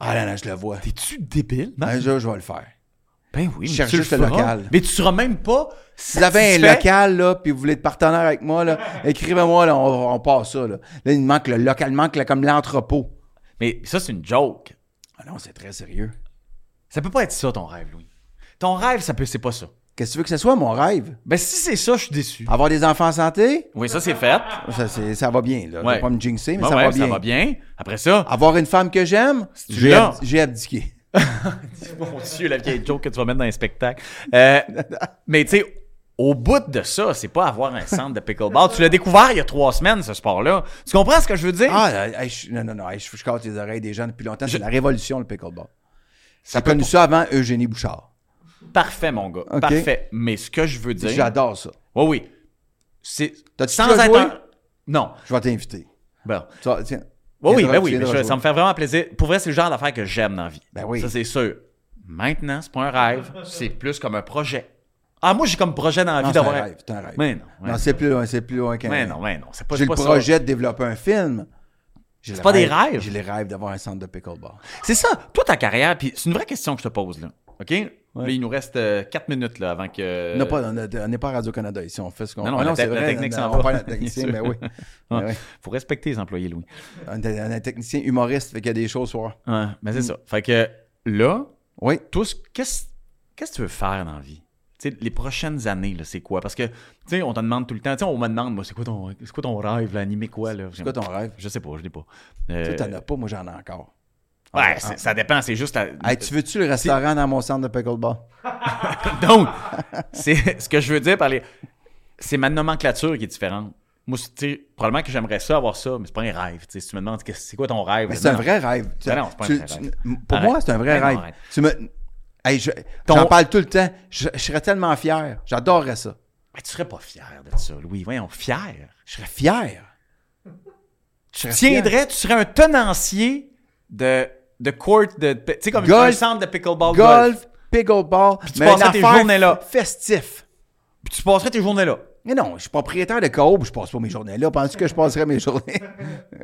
Speaker 2: Ah là là, je le vois.
Speaker 3: T'es-tu débile? Non?
Speaker 2: Un jour, je vais le faire.
Speaker 3: Ben oui,
Speaker 2: Je
Speaker 3: mais
Speaker 2: cherche
Speaker 3: tu le
Speaker 2: juste le
Speaker 3: feras.
Speaker 2: local.
Speaker 3: Mais tu seras même pas.
Speaker 2: Si vous avez un local, là, puis vous voulez être partenaire avec moi, là, écrivez-moi, là, on, on passe ça, là. Là, il manque le local, il manque là, comme l'entrepôt.
Speaker 3: Mais ça, c'est une joke.
Speaker 2: Ah non, c'est très sérieux.
Speaker 3: Ça peut pas être ça, ton rêve, Louis. Ton rêve, ça peut, c'est pas ça.
Speaker 2: Qu'est-ce que tu veux que ce soit, mon rêve?
Speaker 3: Ben si c'est ça, je suis déçu.
Speaker 2: Avoir des enfants en santé?
Speaker 3: Oui, ça, c'est fait.
Speaker 2: Ça, c'est- ça va bien, là. Je
Speaker 3: Ouais.
Speaker 2: vais pas me jinxer, mais
Speaker 3: Ouais,
Speaker 2: ça,
Speaker 3: ouais,
Speaker 2: va bien.
Speaker 3: ça va bien. Après ça,
Speaker 2: Avoir une femme que j'aime?
Speaker 3: C'est
Speaker 2: J'ai
Speaker 3: là.
Speaker 2: abdi- j'ai abdiqué.
Speaker 3: Ah, mon Dieu, la vieille joke que tu vas mettre dans les spectacles. (laughs) Euh, mais tu sais, au bout de ça, c'est pas avoir un centre de pickleball. Tu l'as découvert il y a trois semaines, ce sport-là. Tu comprends ce que je veux dire?
Speaker 2: Ah, là, hey, je- non, non, non, hey, je, je casse les oreilles des gens depuis longtemps. C'est la révolution, le pickleball. Ça
Speaker 3: peut
Speaker 2: connu ça avant Eugénie Bouchard.
Speaker 3: Parfait, mon gars.
Speaker 2: Ok.
Speaker 3: Parfait. Mais ce que je veux dire.
Speaker 2: J'adore ça.
Speaker 3: Oui, oui. C'est.
Speaker 2: T'as-tu
Speaker 3: Sans
Speaker 2: déjà
Speaker 3: être.
Speaker 2: joué?
Speaker 3: un- Non. Ben,
Speaker 2: Je vais t'inviter.
Speaker 3: Bon.
Speaker 2: Tu vas- tiens.
Speaker 3: Oui, oui,
Speaker 2: Viendras-
Speaker 3: ben
Speaker 2: tu
Speaker 3: oui,
Speaker 2: viendras
Speaker 3: mais je-
Speaker 2: jouer.
Speaker 3: ça me fait vraiment plaisir. Pour vrai, c'est le genre d'affaire que j'aime dans la vie.
Speaker 2: Ben oui.
Speaker 3: Ça, c'est sûr. Maintenant, c'est pas un rêve, c'est plus comme un projet. Ah, moi, j'ai comme projet dans la vie
Speaker 2: Non, c'est un
Speaker 3: d'avoir
Speaker 2: rêve. C'est un rêve.
Speaker 3: Mais non, ouais.
Speaker 2: Non, c'est plus loin, c'est plus loin qu'un.
Speaker 3: Mais non, mais non, c'est pas
Speaker 2: J'ai
Speaker 3: c'est
Speaker 2: le
Speaker 3: pas ça.
Speaker 2: projet de développer un film. J'ai le
Speaker 3: pas des
Speaker 2: rêve-
Speaker 3: rêves. Euh.
Speaker 2: J'ai les rêves d'avoir un centre de pickleball.
Speaker 3: C'est ça, toi, ta carrière, puis c'est une vraie question que je te pose, là. OK? Là, il nous reste 4 minutes, là, avant que.
Speaker 2: On n'a pas- on a- on n'est pas à Radio-Canada ici, on fait ce qu'on
Speaker 3: Non, non,
Speaker 2: Ah
Speaker 3: la
Speaker 2: c'est
Speaker 3: te- la technique
Speaker 2: on-
Speaker 3: s'en
Speaker 2: on
Speaker 3: va.
Speaker 2: parle à un
Speaker 3: Bien
Speaker 2: technicien,
Speaker 3: sûr.
Speaker 2: mais
Speaker 3: (laughs)
Speaker 2: oui.
Speaker 3: Ah,
Speaker 2: Mais oui.
Speaker 3: Faut respecter les employés, Louis.
Speaker 2: On est un technicien humoriste, fait qu'il y a des choses, soir.
Speaker 3: Ouais, mais Ben,
Speaker 2: Mm.
Speaker 3: c'est ça. Fait que là,
Speaker 2: Oui.
Speaker 3: tous, qu'est-ce qu'est-ce que tu veux faire dans la vie? Tu sais, les prochaines années, là, c'est quoi? Parce que, tu sais, on te demande tout le temps, tu sais, on me demande, moi, c'est quoi ton, c'est quoi ton rêve, là, animé quoi, là?
Speaker 2: C'est quoi ton rêve?
Speaker 3: Je sais pas, je l'ai pas.
Speaker 2: Toi,
Speaker 3: Euh,
Speaker 2: t'en as pas, moi, j'en ai encore.
Speaker 3: ouais, c'est- ça dépend, c'est juste la...
Speaker 2: Hey, tu veux-tu le restaurant dans mon centre de pickleball?
Speaker 3: (laughs) Donc, c'est ce que je veux dire par les... C'est ma nomenclature qui est différente. Moi, c'est- tu sais, probablement que j'aimerais ça avoir ça, mais c'est pas un rêve. Tu sais, si tu me demandes, qu'est-ce- c'est quoi ton rêve?
Speaker 2: Mais c'est un
Speaker 3: Non,
Speaker 2: vrai rêve. Tu-
Speaker 3: Ben non, c'est pas un
Speaker 2: tu-
Speaker 3: vrai
Speaker 2: tu-
Speaker 3: rêve.
Speaker 2: m- Pour
Speaker 3: Arrête.
Speaker 2: moi, c'est un vrai
Speaker 3: Ben non,
Speaker 2: rêve.
Speaker 3: arrête.
Speaker 2: Tu me. Hey, je-
Speaker 3: Ton-
Speaker 2: J'en parle tout le temps. Je, je serais tellement fier. J'adorerais ça.
Speaker 3: Mais tu serais pas fier de ça, Louis. Voyons, fier.
Speaker 2: Je serais fier.
Speaker 3: tu
Speaker 2: serais
Speaker 3: tiendrais, tu serais un tenancier de, de court, de, tu sais, comme
Speaker 2: Golf.
Speaker 3: un centre de pickleball golf.
Speaker 2: Golf, pickleball,
Speaker 3: tu
Speaker 2: mais une
Speaker 3: passerais tes
Speaker 2: affaire
Speaker 3: journées là.
Speaker 2: Festif.
Speaker 3: Puis tu passerais tes journées là.
Speaker 2: Mais non, je suis propriétaire de Coop, je passe pas mes journées là. Penses-tu que je passerais mes journées?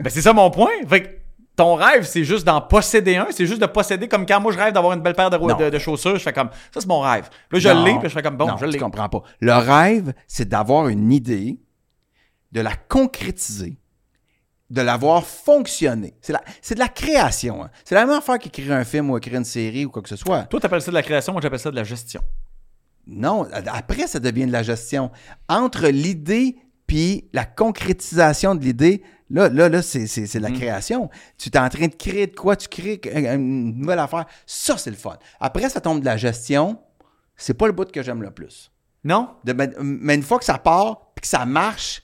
Speaker 3: Ben, c'est ça mon point. Fait que ton rêve, c'est juste d'en posséder un. C'est juste de posséder, comme quand moi, je rêve d'avoir une belle paire de, rou-
Speaker 2: Non.
Speaker 3: de, de chaussures. Je fais comme, ça, c'est mon rêve. Puis là, (laughs) je
Speaker 2: Non.
Speaker 3: l'ai, puis là, je fais comme, bon,
Speaker 2: non,
Speaker 3: je
Speaker 2: tu
Speaker 3: l'ai.
Speaker 2: comprends pas. Le rêve, c'est d'avoir une idée, de la concrétiser, de la voir fonctionner. C'est la- c'est de la création. hein. C'est la même affaire qu'écrire un film ou écrire une série ou quoi que ce soit.
Speaker 3: Toi, t'appelles ça de la création, moi, j'appelle ça de la gestion.
Speaker 2: Non, a- après, ça devient de la gestion. Entre l'idée puis la concrétisation de l'idée, là, là, là, c'est, c'est- c'est de la création. Tu t'es en train de créer de quoi? Tu crées que- euh, une nouvelle affaire. Ça, c'est le fun. Après, ça tombe de la gestion. C'est pas le bout que j'aime le plus.
Speaker 3: Non? (laughs)
Speaker 2: De- mais, mais une fois que ça part puis que ça marche,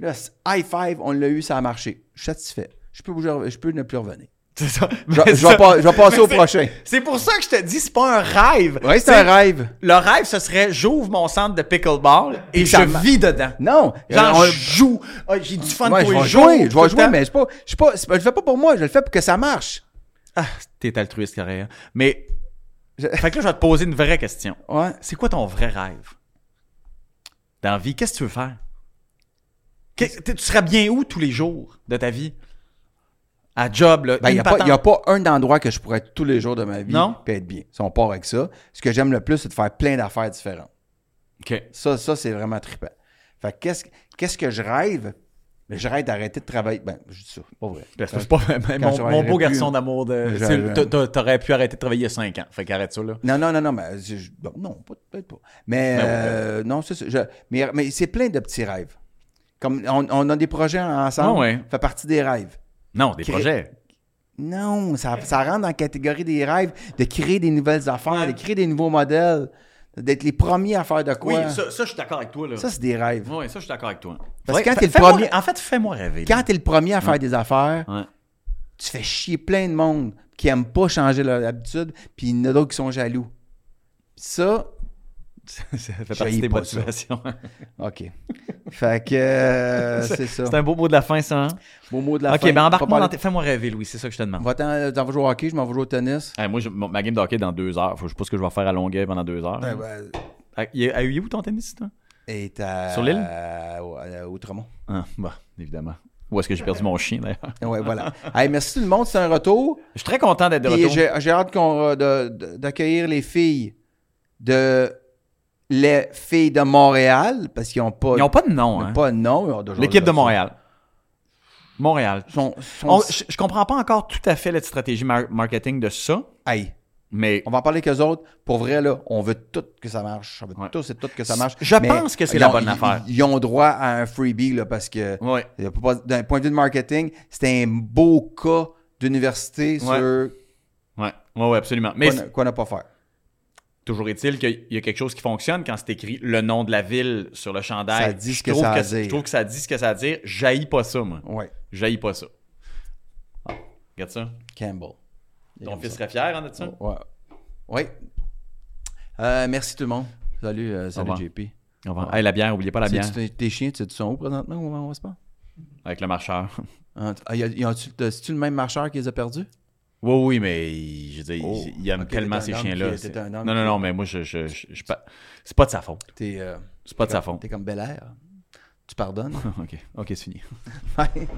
Speaker 2: là, c'est high five, on l'a eu, ça a marché. Je suis satisfait. Je peux, bouger- je peux ne plus revenir.
Speaker 3: C'est ça.
Speaker 2: Je, (laughs)
Speaker 3: Mais
Speaker 2: je vais,
Speaker 3: ça-
Speaker 2: pas- je vais passer
Speaker 3: (laughs) mais
Speaker 2: au
Speaker 3: c'est-
Speaker 2: prochain.
Speaker 3: C'est pour ça que je te dis, c'est pas un rêve.
Speaker 2: Oui, c'est un rêve.
Speaker 3: Le rêve, ce serait, j'ouvre mon centre de pickleball et je
Speaker 2: ça ma-
Speaker 3: vis dedans.
Speaker 2: Non.
Speaker 3: Genre,
Speaker 2: Euh, on-
Speaker 3: je joue. Ah, j'ai du fun
Speaker 2: Ouais,
Speaker 3: tous
Speaker 2: je
Speaker 3: les
Speaker 2: vais
Speaker 3: jours,
Speaker 2: jouer, je
Speaker 3: tout le
Speaker 2: vais jouer,
Speaker 3: temps.
Speaker 2: mais je ne je suis pas, c'est pas- je le fais pas pour moi, je le fais pour que ça marche.
Speaker 3: Ah, t'es altruiste, carré. hein. Mais. (laughs) Fait que là, je vais te poser une vraie question.
Speaker 2: Ouais.
Speaker 3: C'est quoi ton vrai rêve? Dans la vie, qu'est-ce que tu veux faire? Que- t- tu seras bien où tous les jours de ta vie? À job, là.
Speaker 2: Ben, il
Speaker 3: une
Speaker 2: n'y a, pas-
Speaker 3: patente.
Speaker 2: y a pas un endroit que je pourrais être tous les jours de ma vie
Speaker 3: Non.
Speaker 2: et être bien. Si on part avec ça, ce que j'aime le plus, c'est de faire plein d'affaires différentes.
Speaker 3: OK.
Speaker 2: Ça, ça c'est vraiment trippant. Fait que qu'est-ce, qu'est-ce que je rêve? Mais j'arrête d'arrêter de travailler. Ben, je dis ça, pas vrai.
Speaker 3: Ben, c'est pas vrai. Mais mon,
Speaker 2: j'aurais
Speaker 3: mon beau
Speaker 2: pu,
Speaker 3: garçon
Speaker 2: hein.
Speaker 3: d'amour de.
Speaker 2: J'aurais-
Speaker 3: c'est- t'a- t'a- T'aurais pu arrêter de travailler il y a 5 ans. Fait qu'arrête ça, là.
Speaker 2: Non, non, non, non, mais je- je- bon, non, pas- peut-être pas. Mais
Speaker 3: Ben oui,
Speaker 2: euh, non, c'est ça. je- mais mais c'est plein de petits rêves. Comme on, on a des projets ensemble,
Speaker 3: Ah ouais.
Speaker 2: ça fait partie des rêves.
Speaker 3: Non, des
Speaker 2: Cré-
Speaker 3: projets.
Speaker 2: Non, ça, ça rentre dans la catégorie des rêves de créer des nouvelles affaires, de créer des nouveaux modèles, d'être les premiers à faire de quoi. ça,
Speaker 3: je suis d'accord avec toi, là.
Speaker 2: c'est des rêves.
Speaker 3: Oui, ça, je suis d'accord avec toi.
Speaker 2: Parce que
Speaker 3: Ouais,
Speaker 2: quand
Speaker 3: fa-
Speaker 2: t'es le
Speaker 3: fais-moi-
Speaker 2: premier-
Speaker 3: En fait, fais-moi rêver. là.
Speaker 2: Quand t'es le premier à faire des affaires,
Speaker 3: Ouais.
Speaker 2: tu fais chier plein de monde qui aiment pas changer leur habitude, puis il y en a d'autres qui sont jaloux. Ça,
Speaker 3: (laughs) ça fait
Speaker 2: J'haïs
Speaker 3: partie des
Speaker 2: pas ça.
Speaker 3: motivations. (laughs)
Speaker 2: OK. fait que euh, c'est ça.
Speaker 3: C'est un beau mot de la fin, ça. hein?
Speaker 2: Beau mot de la
Speaker 3: ok,
Speaker 2: fin.
Speaker 3: ben
Speaker 2: Pas
Speaker 3: embarque-moi
Speaker 2: parler-
Speaker 3: dans tes- Fais-moi rêver, Louis, c'est ça que je te demande.
Speaker 2: Va-t'en, euh, t'en vas jouer au hockey, je m'en vais jouer au tennis.
Speaker 3: Hey, moi, je- mon- ma game de hockey dans deux heures. Faut- Je sais pas ce que je vais faire à Longueuil pendant deux heures.
Speaker 2: Ouais, ouais.
Speaker 3: À- il est- à- il est où ton tennis, toi?
Speaker 2: Euh, Et à-
Speaker 3: Sur l'île?
Speaker 2: à- à Outremont.
Speaker 3: Ah, bah, évidemment. Où est-ce que j'ai perdu mon chien, d'ailleurs?
Speaker 2: Ouais, voilà. Hey, merci tout le monde, c'est un retour.
Speaker 3: (laughs) Je suis très content d'être de
Speaker 2: Puis
Speaker 3: retour.
Speaker 2: j'ai, j'ai hâte qu'on, re- de- de- d'accueillir les filles de les filles de Montréal parce qu'ils n'ont pas,
Speaker 3: Ils n'ont pas de nom, hein?
Speaker 2: pas de nom. ils ont déjà-
Speaker 3: L'équipe de Montréal. Montréal.
Speaker 2: Sont- sont-
Speaker 3: On- je, je comprends pas encore tout à fait la stratégie mar- marketing de ça,
Speaker 2: Hey,
Speaker 3: mais
Speaker 2: on va en parler qu'eux autres. Pour vrai, là, on veut tout que ça marche. On veut
Speaker 3: Ouais.
Speaker 2: tous et toutes que ça marche.
Speaker 3: Je
Speaker 2: Mais
Speaker 3: pense que c'est
Speaker 2: ils
Speaker 3: la
Speaker 2: ont-
Speaker 3: bonne
Speaker 2: ils-
Speaker 3: affaire.
Speaker 2: Ils ont droit à un freebie là, parce que
Speaker 3: ouais.
Speaker 2: Il y a pas- D'un point de vue de marketing, c'était un beau cas d'université
Speaker 3: Ouais.
Speaker 2: sur
Speaker 3: Ouais, ouais, ouais, absolument. Mais
Speaker 2: quoi ne- quoi ne pas faire.
Speaker 3: toujours est-il qu'il y a quelque chose qui fonctionne quand c'est écrit le nom de la ville sur le chandail.
Speaker 2: Ça dit ce
Speaker 3: Je
Speaker 2: que
Speaker 3: trouve
Speaker 2: ça a à
Speaker 3: Je
Speaker 2: dire.
Speaker 3: trouve que ça dit ce que ça a à dire. J'haïs pas ça, moi.
Speaker 2: Ouais.
Speaker 3: J'haïs pas ça. Ah, regarde ça.
Speaker 2: Campbell.
Speaker 3: Ton fils serait fier hein, de ça.
Speaker 2: Ouais. Ouais. Euh, merci tout le monde. Salut, euh, salut
Speaker 3: revoir.
Speaker 2: JP.
Speaker 3: On va- Hey, la bière, oubliez pas la bière.
Speaker 2: C'est- Tes tes chiens, tu tu sont où présentement au moment où on se parle?
Speaker 3: Avec le marcheur.
Speaker 2: (laughs) Ah, tu- ah, y a- y ont-tu- t'as- C'est-tu le même marcheur qui les a perdus?
Speaker 3: Oui, oui, mais il- je veux dire,
Speaker 2: Oh,
Speaker 3: il il aime
Speaker 2: ok,
Speaker 3: tellement
Speaker 2: t'es
Speaker 3: ces
Speaker 2: un homme
Speaker 3: chiens-là.
Speaker 2: qui-
Speaker 3: c'est-
Speaker 2: t'es un
Speaker 3: Non,
Speaker 2: homme
Speaker 3: non,
Speaker 2: qui-
Speaker 3: non, mais moi, je, je, je- je pa- c'est pas de sa faute.
Speaker 2: T'es euh,
Speaker 3: C'est pas de sa faute. (laughs)
Speaker 2: t'es comme Bel Air. Tu pardonnes?
Speaker 3: ok, ok, c'est fini.
Speaker 2: Bye.